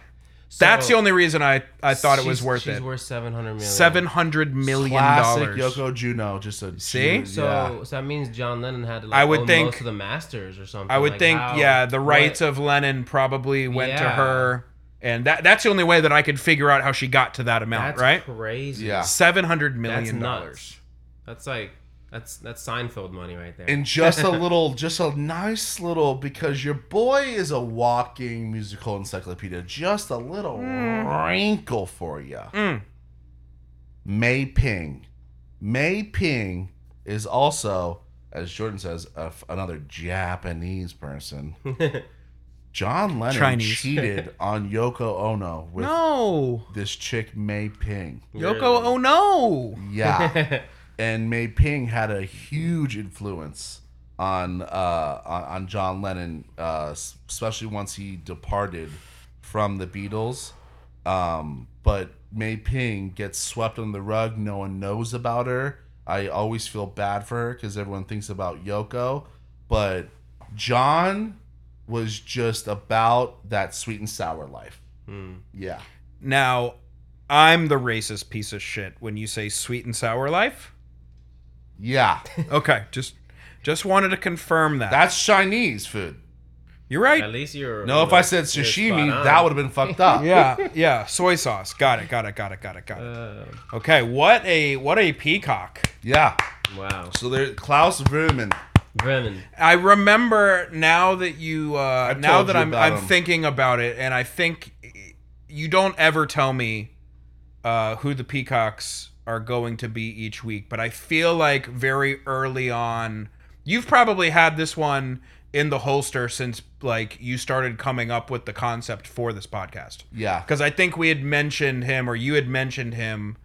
[SPEAKER 2] That's
[SPEAKER 3] So,
[SPEAKER 2] the only reason I I thought it was
[SPEAKER 3] she's-
[SPEAKER 2] worth
[SPEAKER 3] she's
[SPEAKER 2] it.
[SPEAKER 3] worth seven hundred million.
[SPEAKER 2] 700 million
[SPEAKER 1] Classic
[SPEAKER 2] dollars.
[SPEAKER 1] Yoko Juno, just a
[SPEAKER 2] See?
[SPEAKER 1] Ju-
[SPEAKER 3] So,
[SPEAKER 1] yeah.
[SPEAKER 3] so that means John Lennon had to like
[SPEAKER 2] I would
[SPEAKER 3] own
[SPEAKER 2] think-
[SPEAKER 3] most of the masters or something.
[SPEAKER 2] I would
[SPEAKER 3] Like,
[SPEAKER 2] think,
[SPEAKER 3] how-
[SPEAKER 2] yeah, the rights
[SPEAKER 3] what-
[SPEAKER 2] of Lennon probably went to
[SPEAKER 3] Yeah.
[SPEAKER 2] her, and that that's the only way that I could figure out how she got to that amount,
[SPEAKER 3] that's
[SPEAKER 2] right?
[SPEAKER 3] Crazy.
[SPEAKER 1] Yeah.
[SPEAKER 2] Seven hundred
[SPEAKER 3] That's
[SPEAKER 2] million dollars.
[SPEAKER 3] nuts. That's like that's that's Seinfeld money right there.
[SPEAKER 1] and just a little, just a nice little, because your boy is a walking musical encyclopedia. Just a little
[SPEAKER 2] Hmm.
[SPEAKER 1] wrinkle for you.
[SPEAKER 2] Mm.
[SPEAKER 1] May Ping, May Ping is also, as Jordan says, a f another Japanese person. John Lennon
[SPEAKER 2] Chinese.
[SPEAKER 1] cheated on Yoko Ono with
[SPEAKER 2] No,
[SPEAKER 1] this chick May Ping.
[SPEAKER 2] Yoko. Oh no.
[SPEAKER 1] Yeah. and May Ping had a huge influence on uh, on, on John Lennon, uh, s- especially once he departed from the Beatles. Um, but May Ping gets swept under the rug. No one knows about her. I always feel bad for her because everyone thinks about Yoko, but John was just about that sweet and sour life.
[SPEAKER 3] Hmm.
[SPEAKER 1] Yeah.
[SPEAKER 2] Now, I'm the racist piece of shit when you say sweet and sour life.
[SPEAKER 1] Yeah.
[SPEAKER 2] Okay, just just wanted to confirm that.
[SPEAKER 1] That's Chinese food.
[SPEAKER 2] You're
[SPEAKER 3] At
[SPEAKER 2] right.
[SPEAKER 3] least you're.
[SPEAKER 1] No, if I said sashimi, that would have been fucked up.
[SPEAKER 2] Yeah, yeah. Soy sauce. Got it. Got it. Got it. Got it. Got it.
[SPEAKER 3] Uh,
[SPEAKER 2] Okay. What a what a peacock.
[SPEAKER 1] Yeah.
[SPEAKER 3] wow,
[SPEAKER 1] So there, Klaus Vrooman.
[SPEAKER 3] Brennan.
[SPEAKER 2] I remember now that you uh, now
[SPEAKER 1] told
[SPEAKER 2] that
[SPEAKER 1] you
[SPEAKER 2] I'm
[SPEAKER 1] about
[SPEAKER 2] I'm
[SPEAKER 1] him.
[SPEAKER 2] thinking about it, and I think you don't ever tell me uh, who the peacocks are going to be each week, but I feel like very early on, you've probably had this one in the holster since like you started coming up with the concept for this podcast
[SPEAKER 1] Yeah.
[SPEAKER 2] because I think we had mentioned him or you had mentioned him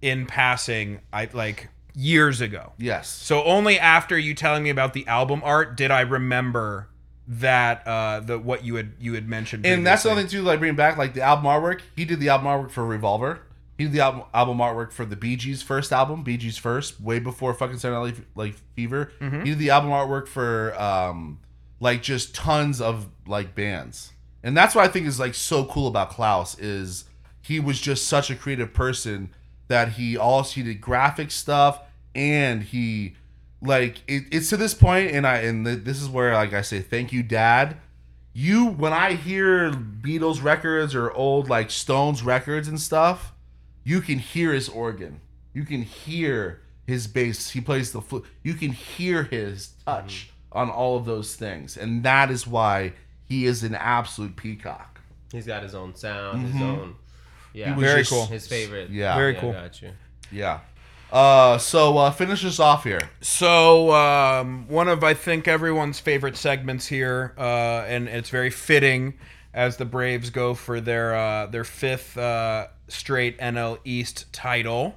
[SPEAKER 2] in passing. I like years ago.
[SPEAKER 1] Yes.
[SPEAKER 2] So only after you telling me about the album art did I remember that uh the what you had you had mentioned.
[SPEAKER 1] And that's
[SPEAKER 2] previously.
[SPEAKER 1] something too, like bringing back like the album artwork. He did the album artwork for Revolver. He did the album, album artwork for the Bee Gees' first album, Bee Gees' first, way before fucking Saturday Night like Fever. He did the album artwork for um like just tons of like bands, and that's what I think is like so cool about Klaus is he was just such a creative person that he also he did graphic stuff and he like it, it's to this point and i and th- this is where like i say thank you dad you when i hear beatles records or old like stones records and stuff you can hear his organ you can hear his bass he plays the flute you can hear his touch
[SPEAKER 2] Mm-hmm.
[SPEAKER 1] on all of those things and that is why he is an absolute peacock
[SPEAKER 3] He's got his own sound,
[SPEAKER 1] Mhm.
[SPEAKER 3] his own. Yeah,
[SPEAKER 1] was
[SPEAKER 2] Very cool.
[SPEAKER 3] His favorite.
[SPEAKER 1] Yeah.
[SPEAKER 2] Very
[SPEAKER 3] Yeah,
[SPEAKER 2] cool.
[SPEAKER 3] Got you.
[SPEAKER 1] yeah uh so uh finish us off here
[SPEAKER 2] So um, one of I think everyone's favorite segments here, uh, and it's very fitting as the Braves go for their uh, their fifth uh, straight NL East title.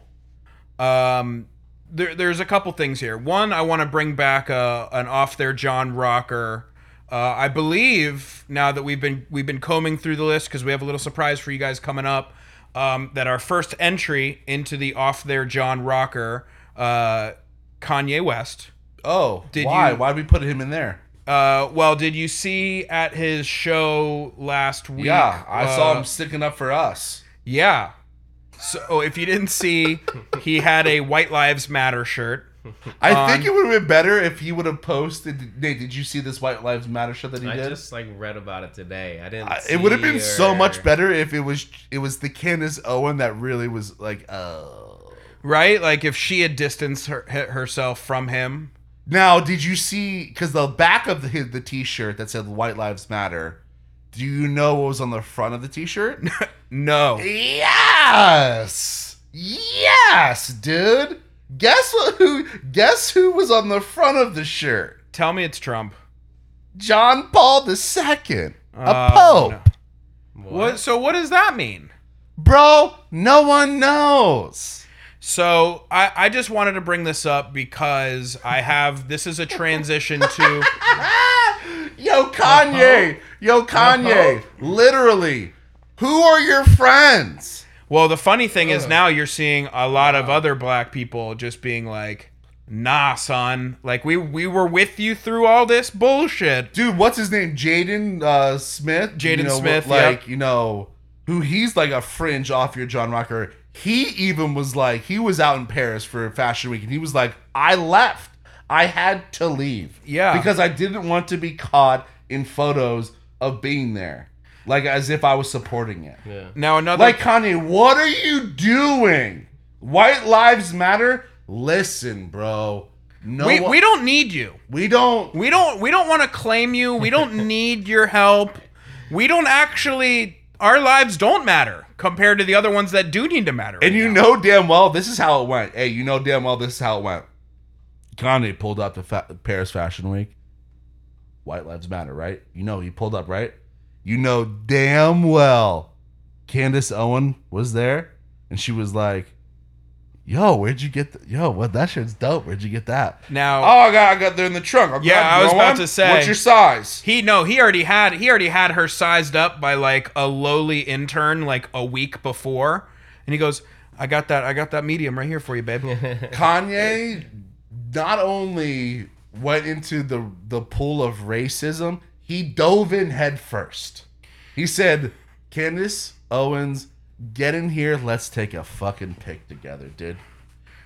[SPEAKER 2] Um, there, there's a couple things here. One, I want to bring back uh an off their John Rocker. Uh, I believe now that we've been we've been combing through the list because we have a little surprise for you guys coming up. Um, that our first entry into the off their John Rocker, uh, Kanye West.
[SPEAKER 1] oh
[SPEAKER 2] Did
[SPEAKER 1] why
[SPEAKER 2] you-
[SPEAKER 1] why did we put him in there
[SPEAKER 2] Uh, well, did you see at his show last week?
[SPEAKER 1] yeah i
[SPEAKER 2] uh,
[SPEAKER 1] saw him sticking up for us
[SPEAKER 2] Yeah. So oh, if you didn't see, he had a White Lives Matter shirt.
[SPEAKER 1] I
[SPEAKER 3] Um,
[SPEAKER 2] on-
[SPEAKER 1] think it would have been better if he would have posted. Nate, did you see this White Lives Matter shit that he
[SPEAKER 3] I
[SPEAKER 1] did?
[SPEAKER 3] just like read about it today. I didn't.
[SPEAKER 1] I- it would have been
[SPEAKER 3] see
[SPEAKER 1] so
[SPEAKER 3] or-
[SPEAKER 1] much better if it was it was the Candace Owen that really was like, oh.
[SPEAKER 2] right? Like if she had distanced her, her- herself from him.
[SPEAKER 1] Now, did you see? Because the back of the the t shirt that said White Lives Matter. Do you know what was on the front of the t shirt?
[SPEAKER 2] No.
[SPEAKER 1] yes, yes, dude. Guess what? Who? Guess who was on the front of the shirt?
[SPEAKER 2] Tell me it's Trump.
[SPEAKER 1] John Paul II, a
[SPEAKER 3] Um,
[SPEAKER 2] Oh,
[SPEAKER 1] pope.
[SPEAKER 2] no.
[SPEAKER 3] What?
[SPEAKER 2] What? So what does that mean?
[SPEAKER 1] Bro, no one knows.
[SPEAKER 2] So I, I just wanted to bring this up because I have this is a transition to
[SPEAKER 1] Yo, Kanye. Yo, Kanye. Literally. Who are your friends?
[SPEAKER 2] well the funny thing is
[SPEAKER 3] Ugh.
[SPEAKER 2] now you're seeing a lot of other black people just being like nah son like we we were with you through all this bullshit
[SPEAKER 1] Dude, what's his name? Jaden uh, Smith?
[SPEAKER 2] Jaden
[SPEAKER 1] You know,
[SPEAKER 2] Smith,
[SPEAKER 1] Like,
[SPEAKER 2] yep.
[SPEAKER 1] you know, who he's like a fringe off your John Rocker. He even was like, he was out in Paris for Fashion Week and he was like, I left. I had to leave.
[SPEAKER 2] Yeah.
[SPEAKER 1] Because I didn't want to be caught in photos of being there. Like, as if I was supporting it.
[SPEAKER 3] Yeah.
[SPEAKER 2] now another
[SPEAKER 1] Like Kanye, what are you doing? White lives matter. Listen, bro. No,
[SPEAKER 2] we, we don't need you
[SPEAKER 1] we don't.
[SPEAKER 2] We don't we don't want to claim you. We don't need your help. We don't actually our lives don't matter compared to the other ones that do need to matter.
[SPEAKER 1] And
[SPEAKER 2] right
[SPEAKER 1] you
[SPEAKER 2] now.
[SPEAKER 1] know damn well this is how it went. Hey, you know damn well this is how it went. Kanye pulled up to fa- Paris Fashion Week. White lives matter, right? You know he pulled up, right? You know damn well Candace Owen was there, and she was like, "Yo, where'd you get? The- Yo, what that shit's dope. Where'd you get that?"
[SPEAKER 2] now
[SPEAKER 1] Oh god, I got they're in the trunk. I'll
[SPEAKER 2] Yeah,
[SPEAKER 1] grab
[SPEAKER 2] I was
[SPEAKER 1] you
[SPEAKER 2] about
[SPEAKER 1] one.
[SPEAKER 2] to say.
[SPEAKER 1] What's your size?
[SPEAKER 2] he no, he already had he already had her sized up by like a lowly intern like a week before. And he goes, "I got that I got that medium right here for you, babe."
[SPEAKER 1] Kanye not only went into the the pool of racism, he dove in head first. He said, "Candace Owens, get in here. Let's take a fucking pic together, dude."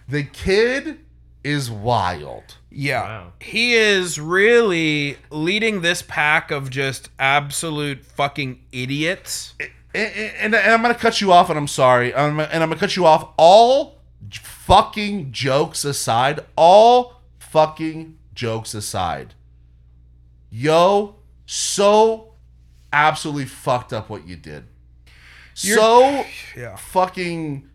[SPEAKER 1] The kid is wild.
[SPEAKER 2] Yeah.
[SPEAKER 3] Wow.
[SPEAKER 2] He is really leading this pack of just absolute fucking idiots.
[SPEAKER 1] Eh, and, and, and I'm gonna cut you off, and I'm sorry. I'm, and I'm gonna cut you off. All j- fucking jokes aside, all fucking jokes aside, yo, so absolutely fucked up what you did. so
[SPEAKER 2] Yeah.
[SPEAKER 1] fucking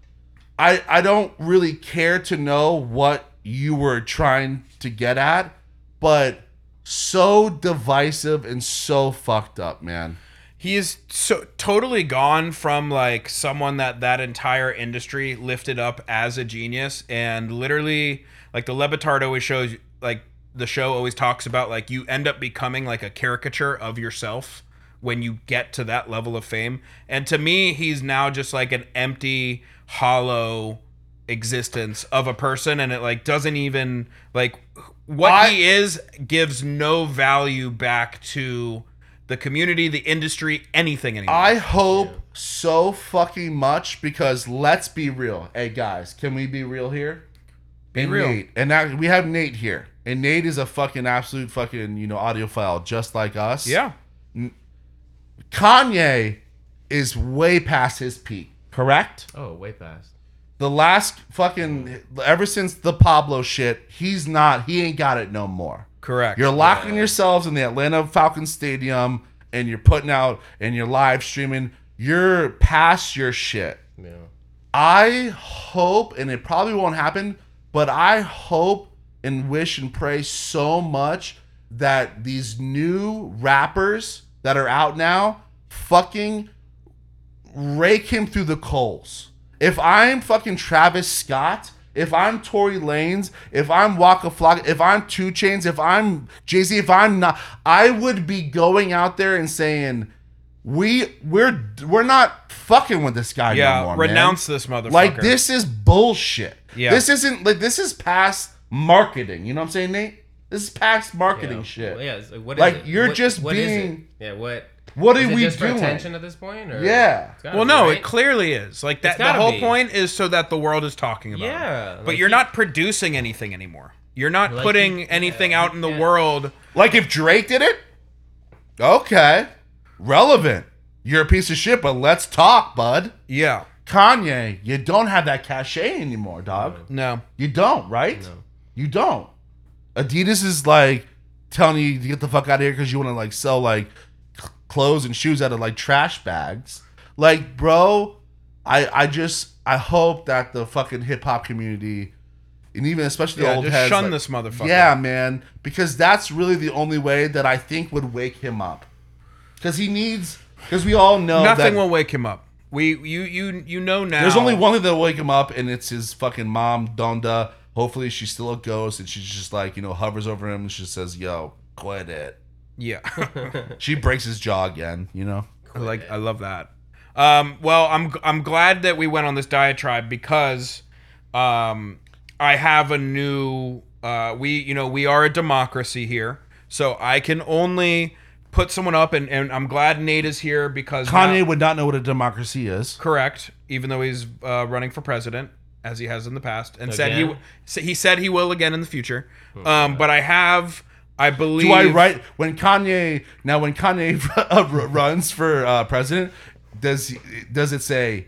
[SPEAKER 1] I I don't really care to know what you were trying to get at, but so divisive and so fucked up, man.
[SPEAKER 2] he is so totally gone from like someone that that entire industry lifted up as a genius and literally like the Levitard always shows like the show always talks about like you end up becoming like a caricature of yourself when you get to that level of fame and to me he's now just like an empty hollow existence of a person and it like doesn't even like what
[SPEAKER 1] I-
[SPEAKER 2] he is gives no value back to the community, the industry, anything anymore.
[SPEAKER 1] I hope so fucking much because let's be real. Hey guys, can we be real here?
[SPEAKER 2] Be
[SPEAKER 1] And
[SPEAKER 2] real.
[SPEAKER 1] Nate- and now we have Nate here, and Nate is a fucking absolute fucking you know audiophile just like us.
[SPEAKER 2] yeah.
[SPEAKER 1] Kanye is way past his peak. Correct.
[SPEAKER 3] Oh, way past.
[SPEAKER 1] The last fucking ever since the Pablo shit, he's not. He ain't got it no more.
[SPEAKER 2] Correct.
[SPEAKER 1] You're locking yourselves in the Atlanta Falcons Stadium and you're putting out and you're live streaming. You're past your shit.
[SPEAKER 3] Yeah.
[SPEAKER 1] I hope, and it probably won't happen, but I hope and wish and pray so much that these new rappers that are out now fucking rake him through the coals. If I'm fucking Travis Scott, if I'm Tory Lanez, if I'm Waka Flocka, if I'm Two Chains, if I'm Jay Z, if I'm not, I would be going out there and saying, "We we're we're not fucking with this guy
[SPEAKER 2] yeah.
[SPEAKER 1] no more, man."
[SPEAKER 2] renounce this motherfucker.
[SPEAKER 1] Like this is bullshit.
[SPEAKER 2] Yeah.
[SPEAKER 1] This isn't like this is past marketing. You know what I'm saying, Nate? This is past marketing
[SPEAKER 3] Yeah.
[SPEAKER 1] shit.
[SPEAKER 3] Well, yeah. It's like, what is
[SPEAKER 1] Like,
[SPEAKER 3] it?
[SPEAKER 1] you're
[SPEAKER 3] What-
[SPEAKER 1] just
[SPEAKER 3] what is it?
[SPEAKER 1] being-
[SPEAKER 3] Yeah. What?
[SPEAKER 1] What
[SPEAKER 3] Is
[SPEAKER 1] are
[SPEAKER 3] it
[SPEAKER 1] we
[SPEAKER 3] just for
[SPEAKER 1] doing?
[SPEAKER 3] attention at this point? Or?
[SPEAKER 1] Yeah.
[SPEAKER 3] It's gotta
[SPEAKER 2] Well,
[SPEAKER 3] be,
[SPEAKER 2] no,
[SPEAKER 3] right?
[SPEAKER 2] it clearly is. Like that.
[SPEAKER 3] It's
[SPEAKER 2] The
[SPEAKER 3] gotta
[SPEAKER 2] whole
[SPEAKER 3] be.
[SPEAKER 2] point is so that the world is talking about. it.
[SPEAKER 3] Yeah,
[SPEAKER 2] But
[SPEAKER 3] like
[SPEAKER 2] you're
[SPEAKER 3] he-
[SPEAKER 2] not producing anything anymore. You're not
[SPEAKER 3] Like
[SPEAKER 2] putting
[SPEAKER 3] he-
[SPEAKER 2] anything
[SPEAKER 3] yeah,
[SPEAKER 2] out in the
[SPEAKER 3] yeah.
[SPEAKER 2] world.
[SPEAKER 1] Like if Drake did it, okay, relevant. You're a piece of shit, but let's talk, bud.
[SPEAKER 2] Yeah.
[SPEAKER 1] Kanye, you don't have that cachet anymore, dog.
[SPEAKER 2] No.
[SPEAKER 1] You don't, right?
[SPEAKER 3] No.
[SPEAKER 1] You don't. Adidas is like telling you to get the fuck out of here because you want to like sell like c- clothes and shoes out of like trash bags. Like, bro, I I just I hope that the fucking hip hop community and even especially the
[SPEAKER 2] Yeah.
[SPEAKER 1] old
[SPEAKER 2] Just
[SPEAKER 1] heads,
[SPEAKER 2] shun
[SPEAKER 1] like-
[SPEAKER 2] this motherfucker.
[SPEAKER 1] yeah, man. Because that's really the only way that I think would wake him up. Because he needs. Because we all know Oh, that
[SPEAKER 2] Nothing will wake him up. We you you you know now.
[SPEAKER 1] there's only one thing that'll wake him up, and it's his fucking mom, Donda. Hopefully, she's still a ghost, and she's just like you know hovers over him and she says, "Yo, quit it."
[SPEAKER 2] Yeah.
[SPEAKER 1] She breaks his jaw again, you know.
[SPEAKER 2] I like I love that. Um, well, I'm I'm glad that we went on this diatribe because um, I have a new uh, we you know we are a democracy here, so I can only put someone up, and, and I'm glad Nate is here because
[SPEAKER 1] Kanye
[SPEAKER 2] now-
[SPEAKER 1] would not know what a democracy is.
[SPEAKER 2] correct, even though he's uh, running for president as he has in the past, and said he w- sa- he said he will again in the future. Um, but I have I believe
[SPEAKER 1] Hmm. Do I write when Kanye now when Kanye uh, r- runs for uh, president? Does he, does it say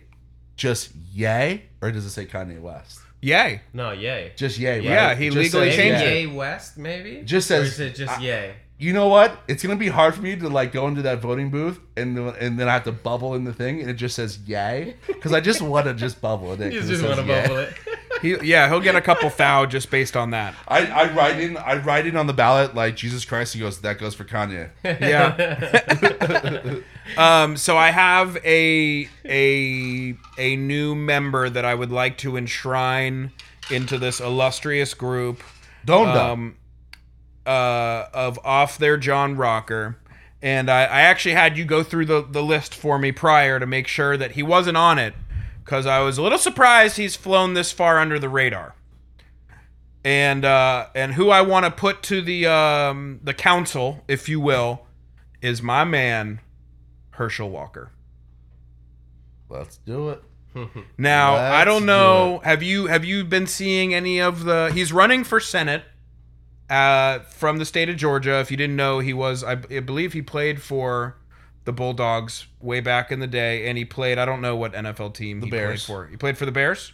[SPEAKER 1] just yay or does it say Kanye West?
[SPEAKER 2] Yay.
[SPEAKER 3] No. Yay.
[SPEAKER 1] Just yay, right?
[SPEAKER 2] Yeah, he
[SPEAKER 1] Just
[SPEAKER 2] legally
[SPEAKER 1] says
[SPEAKER 3] Maybe
[SPEAKER 2] changed
[SPEAKER 1] yay.
[SPEAKER 2] it.
[SPEAKER 3] Yay West, maybe.
[SPEAKER 1] Just
[SPEAKER 3] Or
[SPEAKER 1] says-
[SPEAKER 3] is it just yay?
[SPEAKER 1] you know what? It's gonna be hard for me to like go into that voting booth and the- and then I have to bubble in the thing and it just says yay because I just want to just bubble in it.
[SPEAKER 3] You
[SPEAKER 1] 'cause
[SPEAKER 3] just
[SPEAKER 1] it says
[SPEAKER 3] want to
[SPEAKER 1] yay.
[SPEAKER 3] bubble it.
[SPEAKER 2] He, yeah, he'll get a couple foul just based on that.
[SPEAKER 1] I, I write in I write in on the ballot like Jesus Christ. He goes that goes for Kanye.
[SPEAKER 2] Yeah. um, so I have a a a new member that I would like to enshrine into this illustrious group
[SPEAKER 1] Don't
[SPEAKER 2] um, uh, of off their John Rocker. And I, I actually had you go through the, the list for me prior to make sure that he wasn't on it because I was a little surprised he's flown this far under the radar. And uh, and who I want to put to the um, the council, if you will, is my man Herschel Walker.
[SPEAKER 1] Let's do it.
[SPEAKER 2] Now I
[SPEAKER 1] Let's
[SPEAKER 2] don't
[SPEAKER 1] do
[SPEAKER 2] know. Have you have you been seeing any of the? He's running for senate uh, from the state of Georgia. If you didn't know, he was I, b- I believe he played for the Bulldogs way back in the day, and he played I don't know what NFL team he
[SPEAKER 1] Bears.
[SPEAKER 2] played for. He played for the Bears.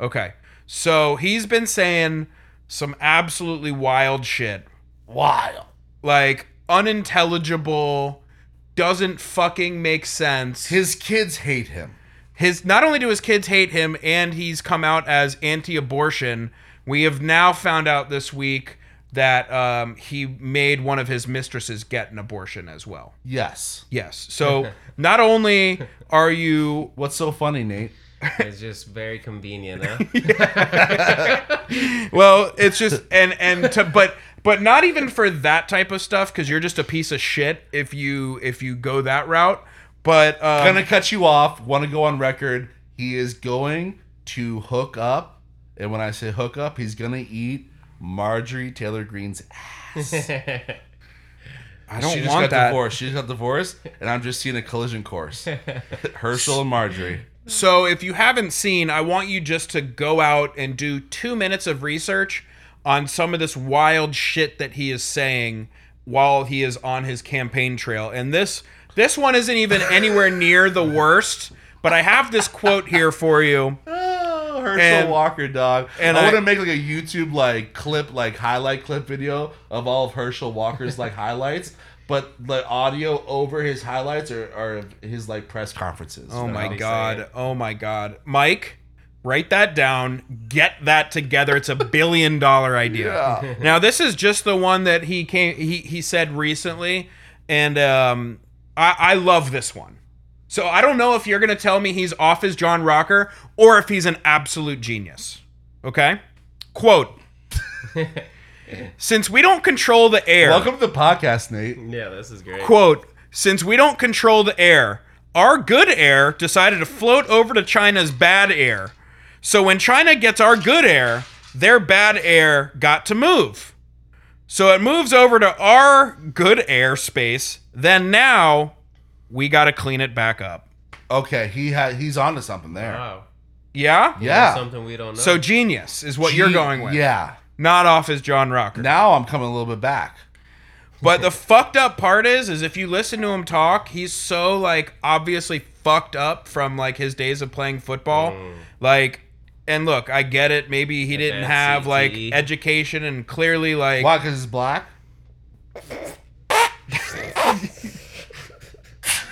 [SPEAKER 2] Okay, so he's been saying some absolutely wild shit
[SPEAKER 1] Wild.
[SPEAKER 2] like unintelligible doesn't fucking make sense
[SPEAKER 1] His kids hate him.
[SPEAKER 2] his not only do his kids hate him and he's come out as anti-abortion we have now found out this week that um, he made one of his mistresses get an abortion as well.
[SPEAKER 1] Yes.
[SPEAKER 2] Yes. So not only are you
[SPEAKER 1] What's so funny, Nate?
[SPEAKER 3] It's just very convenient, huh?
[SPEAKER 2] well, it's just and and to, but but not even for that type of stuff because you're just a piece of shit if you if you go that route. But um,
[SPEAKER 1] Gonna cut you off. Want to go on record? He is going to hook up, and when I say hook up, he's gonna eat Marjorie Taylor Greene's ass.
[SPEAKER 2] I
[SPEAKER 1] she
[SPEAKER 2] don't
[SPEAKER 1] just got
[SPEAKER 2] want that.
[SPEAKER 1] divorced. She just got divorced, and I'm just seeing a collision course. Herschel and Marjorie.
[SPEAKER 2] So if you haven't seen, I want you just to go out and do two minutes of research on some of this wild shit that he is saying while he is on his campaign trail. And this this one isn't even anywhere near the worst, but I have this quote here for you.
[SPEAKER 1] Oh, Herschel
[SPEAKER 2] And-
[SPEAKER 1] Walker, dog.
[SPEAKER 2] and
[SPEAKER 1] And I,
[SPEAKER 2] I-
[SPEAKER 1] want to make like a YouTube like clip, like highlight clip video of all of Herschel Walker's like highlights, but the audio over his highlights are, are of his like press conferences.
[SPEAKER 2] Oh
[SPEAKER 1] They're
[SPEAKER 2] my
[SPEAKER 1] all-
[SPEAKER 2] god. Oh my god. Mike, write that down. Get that together. It's a billion dollar idea.
[SPEAKER 1] Yeah.
[SPEAKER 2] Now this is just the one that he came he he said recently and um I I love this one. So I don't know if you're going to tell me he's off his John Rocker or if he's an absolute genius. Okay? Quote Since we don't control the air.
[SPEAKER 1] Welcome to the podcast, Nate.
[SPEAKER 3] yeah, this is great.
[SPEAKER 2] Quote, since we don't control the air, our good air decided to float over to China's bad air. So when China gets our good air, their bad air got to move. So it moves over to our good air space. Then now we got to clean it back up.
[SPEAKER 1] Okay, he had he's onto something there.
[SPEAKER 3] Wow.
[SPEAKER 2] Yeah?
[SPEAKER 1] yeah.
[SPEAKER 3] Something we don't know.
[SPEAKER 2] So genius is what you're
[SPEAKER 1] Gee,
[SPEAKER 2] going with.
[SPEAKER 1] Yeah.
[SPEAKER 2] Not off as John Rocker.
[SPEAKER 1] Now I'm coming a little bit back.
[SPEAKER 2] But the fucked up part is, is if you listen to him talk, he's so like obviously fucked up from like his days of playing football. Like, and look, I get it. Maybe he didn't
[SPEAKER 3] that
[SPEAKER 2] have like
[SPEAKER 3] CTE.
[SPEAKER 2] education, and clearly like
[SPEAKER 1] Why? Because it's black.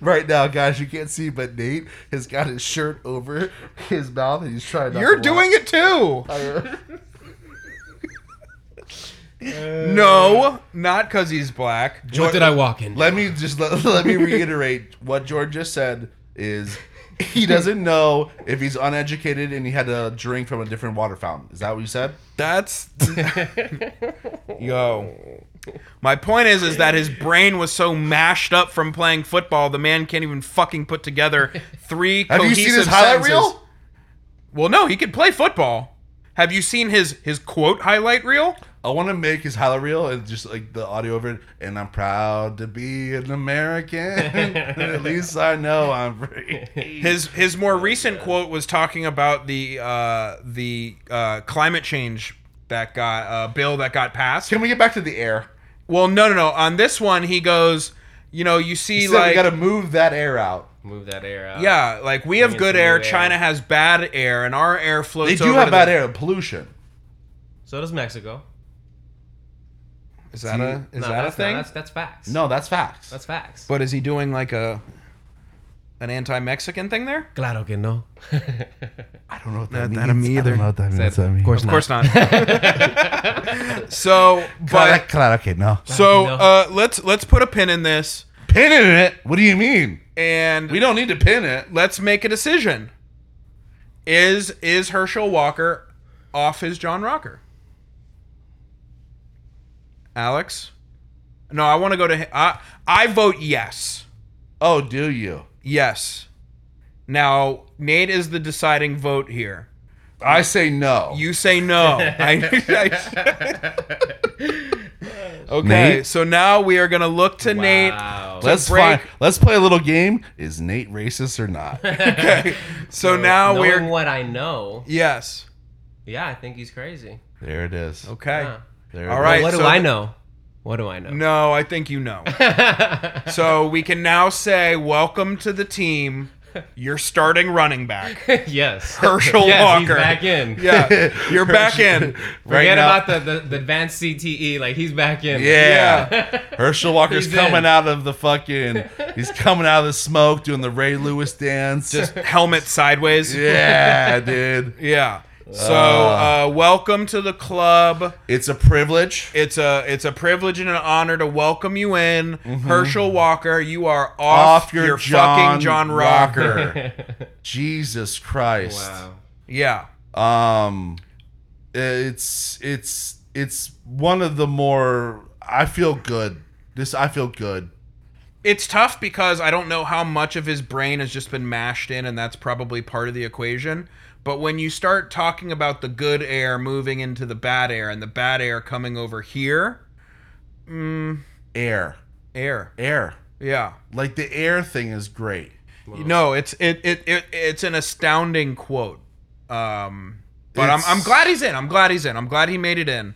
[SPEAKER 1] right now, guys, you can't see, but Nate has got his shirt over his mouth and he's trying. Not
[SPEAKER 2] you're
[SPEAKER 1] to
[SPEAKER 2] doing it too.
[SPEAKER 1] it.
[SPEAKER 2] No, not because he's black.
[SPEAKER 3] what did I walk in?
[SPEAKER 1] Let me just let, let me reiterate what George just said is. He doesn't know if he's uneducated and he had to drink from a different water fountain. Is that what you said?
[SPEAKER 2] That's yo. My point is, is that his brain was so mashed up from playing football, the man can't even fucking put together three.
[SPEAKER 1] Have you seen
[SPEAKER 2] cohesive
[SPEAKER 1] his highlight
[SPEAKER 2] sentences.
[SPEAKER 1] reel?
[SPEAKER 2] Well, no, he could play football. Have you seen his his quote highlight reel?
[SPEAKER 1] I want to make his highlight reel and just like the audio of it. And I'm proud to be an American. At least I know I'm free.
[SPEAKER 2] His his more recent quote was talking about the uh, the uh, climate change that got uh, bill that got passed.
[SPEAKER 1] Can we get back to the air?
[SPEAKER 2] Well, no, no, no. On this one, he goes, you know, you see
[SPEAKER 1] He said
[SPEAKER 2] like
[SPEAKER 1] we got to move that air out.
[SPEAKER 3] Move that air out.
[SPEAKER 2] yeah, like we have
[SPEAKER 3] in
[SPEAKER 2] good
[SPEAKER 3] some
[SPEAKER 2] air,
[SPEAKER 3] new air.
[SPEAKER 2] China has bad air, and our air floats.
[SPEAKER 1] They do
[SPEAKER 2] over
[SPEAKER 1] have
[SPEAKER 2] to
[SPEAKER 1] bad
[SPEAKER 2] the-
[SPEAKER 1] air pollution.
[SPEAKER 3] So does Mexico.
[SPEAKER 2] Is that a is that a
[SPEAKER 3] No, that's not-
[SPEAKER 2] thing?
[SPEAKER 3] that's, that's facts.
[SPEAKER 1] No, that's facts.
[SPEAKER 3] That's facts.
[SPEAKER 2] but is he doing like a an anti-Mexican thing there?
[SPEAKER 3] claro que no.
[SPEAKER 1] I don't know what that,
[SPEAKER 2] Not
[SPEAKER 1] means.
[SPEAKER 2] that of me
[SPEAKER 1] I
[SPEAKER 2] either.
[SPEAKER 1] don't know what that means. I mean.
[SPEAKER 2] Of course not. so, but
[SPEAKER 1] But, claro, okay, no.
[SPEAKER 2] So
[SPEAKER 3] No.
[SPEAKER 2] uh, let's let's put a pin in this
[SPEAKER 1] Pinning it? What do you mean?
[SPEAKER 2] and
[SPEAKER 1] We don't need to pin it.
[SPEAKER 2] let's make a decision. Is is Herschel Walker off his John Rocker? Alex, no, I want to go to. hi- I I vote yes,
[SPEAKER 1] Oh, do you?
[SPEAKER 2] yes. Now Nate is the deciding vote here.
[SPEAKER 1] I say no.
[SPEAKER 2] You say no. I- I- okay,
[SPEAKER 1] Nate?
[SPEAKER 2] so now we are gonna look to Nate.
[SPEAKER 3] Wow.
[SPEAKER 1] let's find,
[SPEAKER 2] break.
[SPEAKER 1] Let's play a little game. Is Nate racist or not?
[SPEAKER 2] So now
[SPEAKER 3] Knowing
[SPEAKER 2] we're
[SPEAKER 3] what I know.
[SPEAKER 2] yes.
[SPEAKER 3] Yeah, I think he's crazy.
[SPEAKER 1] there it is.
[SPEAKER 2] Okay.
[SPEAKER 3] Yeah.
[SPEAKER 1] There it
[SPEAKER 2] All
[SPEAKER 1] is.
[SPEAKER 2] right.
[SPEAKER 3] what do
[SPEAKER 2] so-
[SPEAKER 3] I know? What do I know?
[SPEAKER 2] No, I think you know. so we can now say, "Welcome to the team. You're starting running back,
[SPEAKER 3] yes.
[SPEAKER 2] Herschel
[SPEAKER 3] yes,
[SPEAKER 2] Walker."
[SPEAKER 3] He's back in.
[SPEAKER 2] Yeah, you're back in.
[SPEAKER 1] Right
[SPEAKER 3] Forget
[SPEAKER 1] now-
[SPEAKER 3] about the, the, the advanced CTE. Like he's back in.
[SPEAKER 1] Yeah.
[SPEAKER 2] Yeah.
[SPEAKER 1] Herschel Walker's
[SPEAKER 3] He's
[SPEAKER 1] coming
[SPEAKER 3] in.
[SPEAKER 1] out of the fucking. He's coming out of the smoke doing the Ray Lewis dance.
[SPEAKER 2] Just helmet sideways.
[SPEAKER 1] yeah, dude.
[SPEAKER 2] Yeah. So uh, welcome to the club.
[SPEAKER 1] It's a privilege.
[SPEAKER 2] It's a it's a privilege and an honor to welcome you in, Herschel Walker. You are off,
[SPEAKER 1] Off
[SPEAKER 2] your,
[SPEAKER 1] your John
[SPEAKER 2] fucking John Rocker.
[SPEAKER 1] Rocker. Jesus Christ.
[SPEAKER 3] wow.
[SPEAKER 2] Yeah,
[SPEAKER 1] Um, it's it's it's one of the more. I feel good. This I feel good.
[SPEAKER 2] it's tough because I don't know how much of his brain has just been mashed in, and that's probably part of the equation. But when you start talking about the good air moving into the bad air and the bad air coming over here, mm,
[SPEAKER 1] Air,
[SPEAKER 2] air,
[SPEAKER 1] air.
[SPEAKER 2] yeah.
[SPEAKER 1] Like the air thing is great.
[SPEAKER 3] Wow.
[SPEAKER 2] No, it's it, it it it's an astounding quote. Um but I'm
[SPEAKER 1] It's-
[SPEAKER 2] I'm glad he's in. I'm glad he's in. I'm glad he made it in.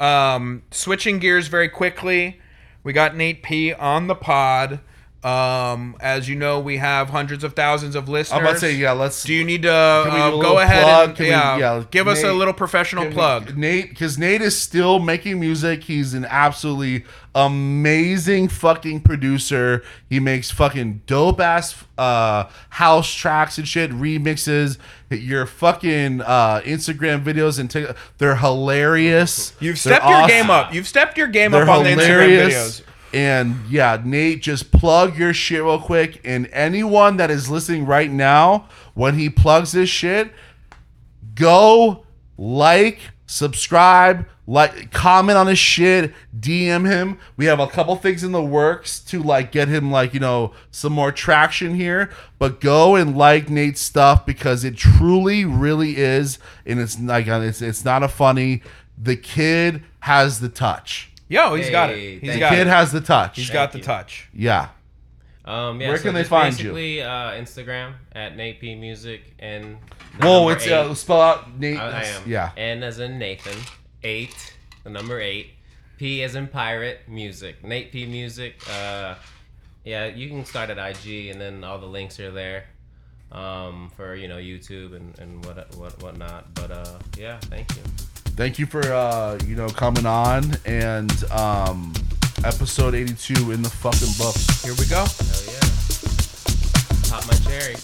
[SPEAKER 2] Um switching gears very quickly. We got Nate P on the pod. Um as you know, we have hundreds of thousands of listeners.
[SPEAKER 1] I'm about to say yeah. Let's
[SPEAKER 2] Do you need to uh,
[SPEAKER 1] Can we do a
[SPEAKER 2] go
[SPEAKER 1] little
[SPEAKER 2] ahead
[SPEAKER 1] plug?
[SPEAKER 2] and
[SPEAKER 1] Can we-
[SPEAKER 2] yeah,
[SPEAKER 1] yeah,
[SPEAKER 2] give us a
[SPEAKER 1] Nate-
[SPEAKER 2] little professional plug?
[SPEAKER 1] Nate, because Nate is still making music. He's an absolutely amazing fucking producer. He makes fucking dope ass uh, house tracks and shit, remixes. Your fucking uh, Instagram videos and tik they're hilarious.
[SPEAKER 2] You've
[SPEAKER 1] They're
[SPEAKER 2] stepped your
[SPEAKER 1] awesome.
[SPEAKER 2] game up. You've stepped your game
[SPEAKER 1] They're
[SPEAKER 2] up on the Instagram
[SPEAKER 1] hilarious.
[SPEAKER 2] videos.
[SPEAKER 1] And yeah, Nate, just plug your shit real quick. And anyone that is listening right now, when he plugs this shit, go like, subscribe, like, comment on his shit, DM him. We have a couple things in the works to like get him like you know some more traction here. But go and like Nate's stuff because it truly, really is, and it's like it's it's not a funny. The kid has the touch.
[SPEAKER 2] Yo, he's got
[SPEAKER 3] Hey,
[SPEAKER 2] it. He's
[SPEAKER 3] thank
[SPEAKER 2] got
[SPEAKER 1] Kid
[SPEAKER 2] it.
[SPEAKER 1] has the touch.
[SPEAKER 2] he's got
[SPEAKER 3] Thank
[SPEAKER 2] the
[SPEAKER 3] you.
[SPEAKER 2] touch.
[SPEAKER 1] yeah.
[SPEAKER 3] Um, yeah,
[SPEAKER 1] Where
[SPEAKER 3] so
[SPEAKER 1] can they
[SPEAKER 3] just
[SPEAKER 1] find you?
[SPEAKER 3] basically, uh, Instagram at Nate P Music and. the
[SPEAKER 1] Whoa,
[SPEAKER 3] number
[SPEAKER 1] it's
[SPEAKER 3] eight.
[SPEAKER 1] uh, spell out Nate.
[SPEAKER 3] I, I am.
[SPEAKER 1] Yeah.
[SPEAKER 3] N as in Nathan. Eight. The number eight. P as in pirate. Music. Nate P Music. Uh, yeah, you can start at IG, and then all the links are there um, for you know YouTube and and what what whatnot. But uh, yeah, thank you.
[SPEAKER 1] Thank you for uh, you know coming on and um, episode eighty two in the fucking books.
[SPEAKER 2] Here we go.
[SPEAKER 3] Hell yeah. Pop my cherry.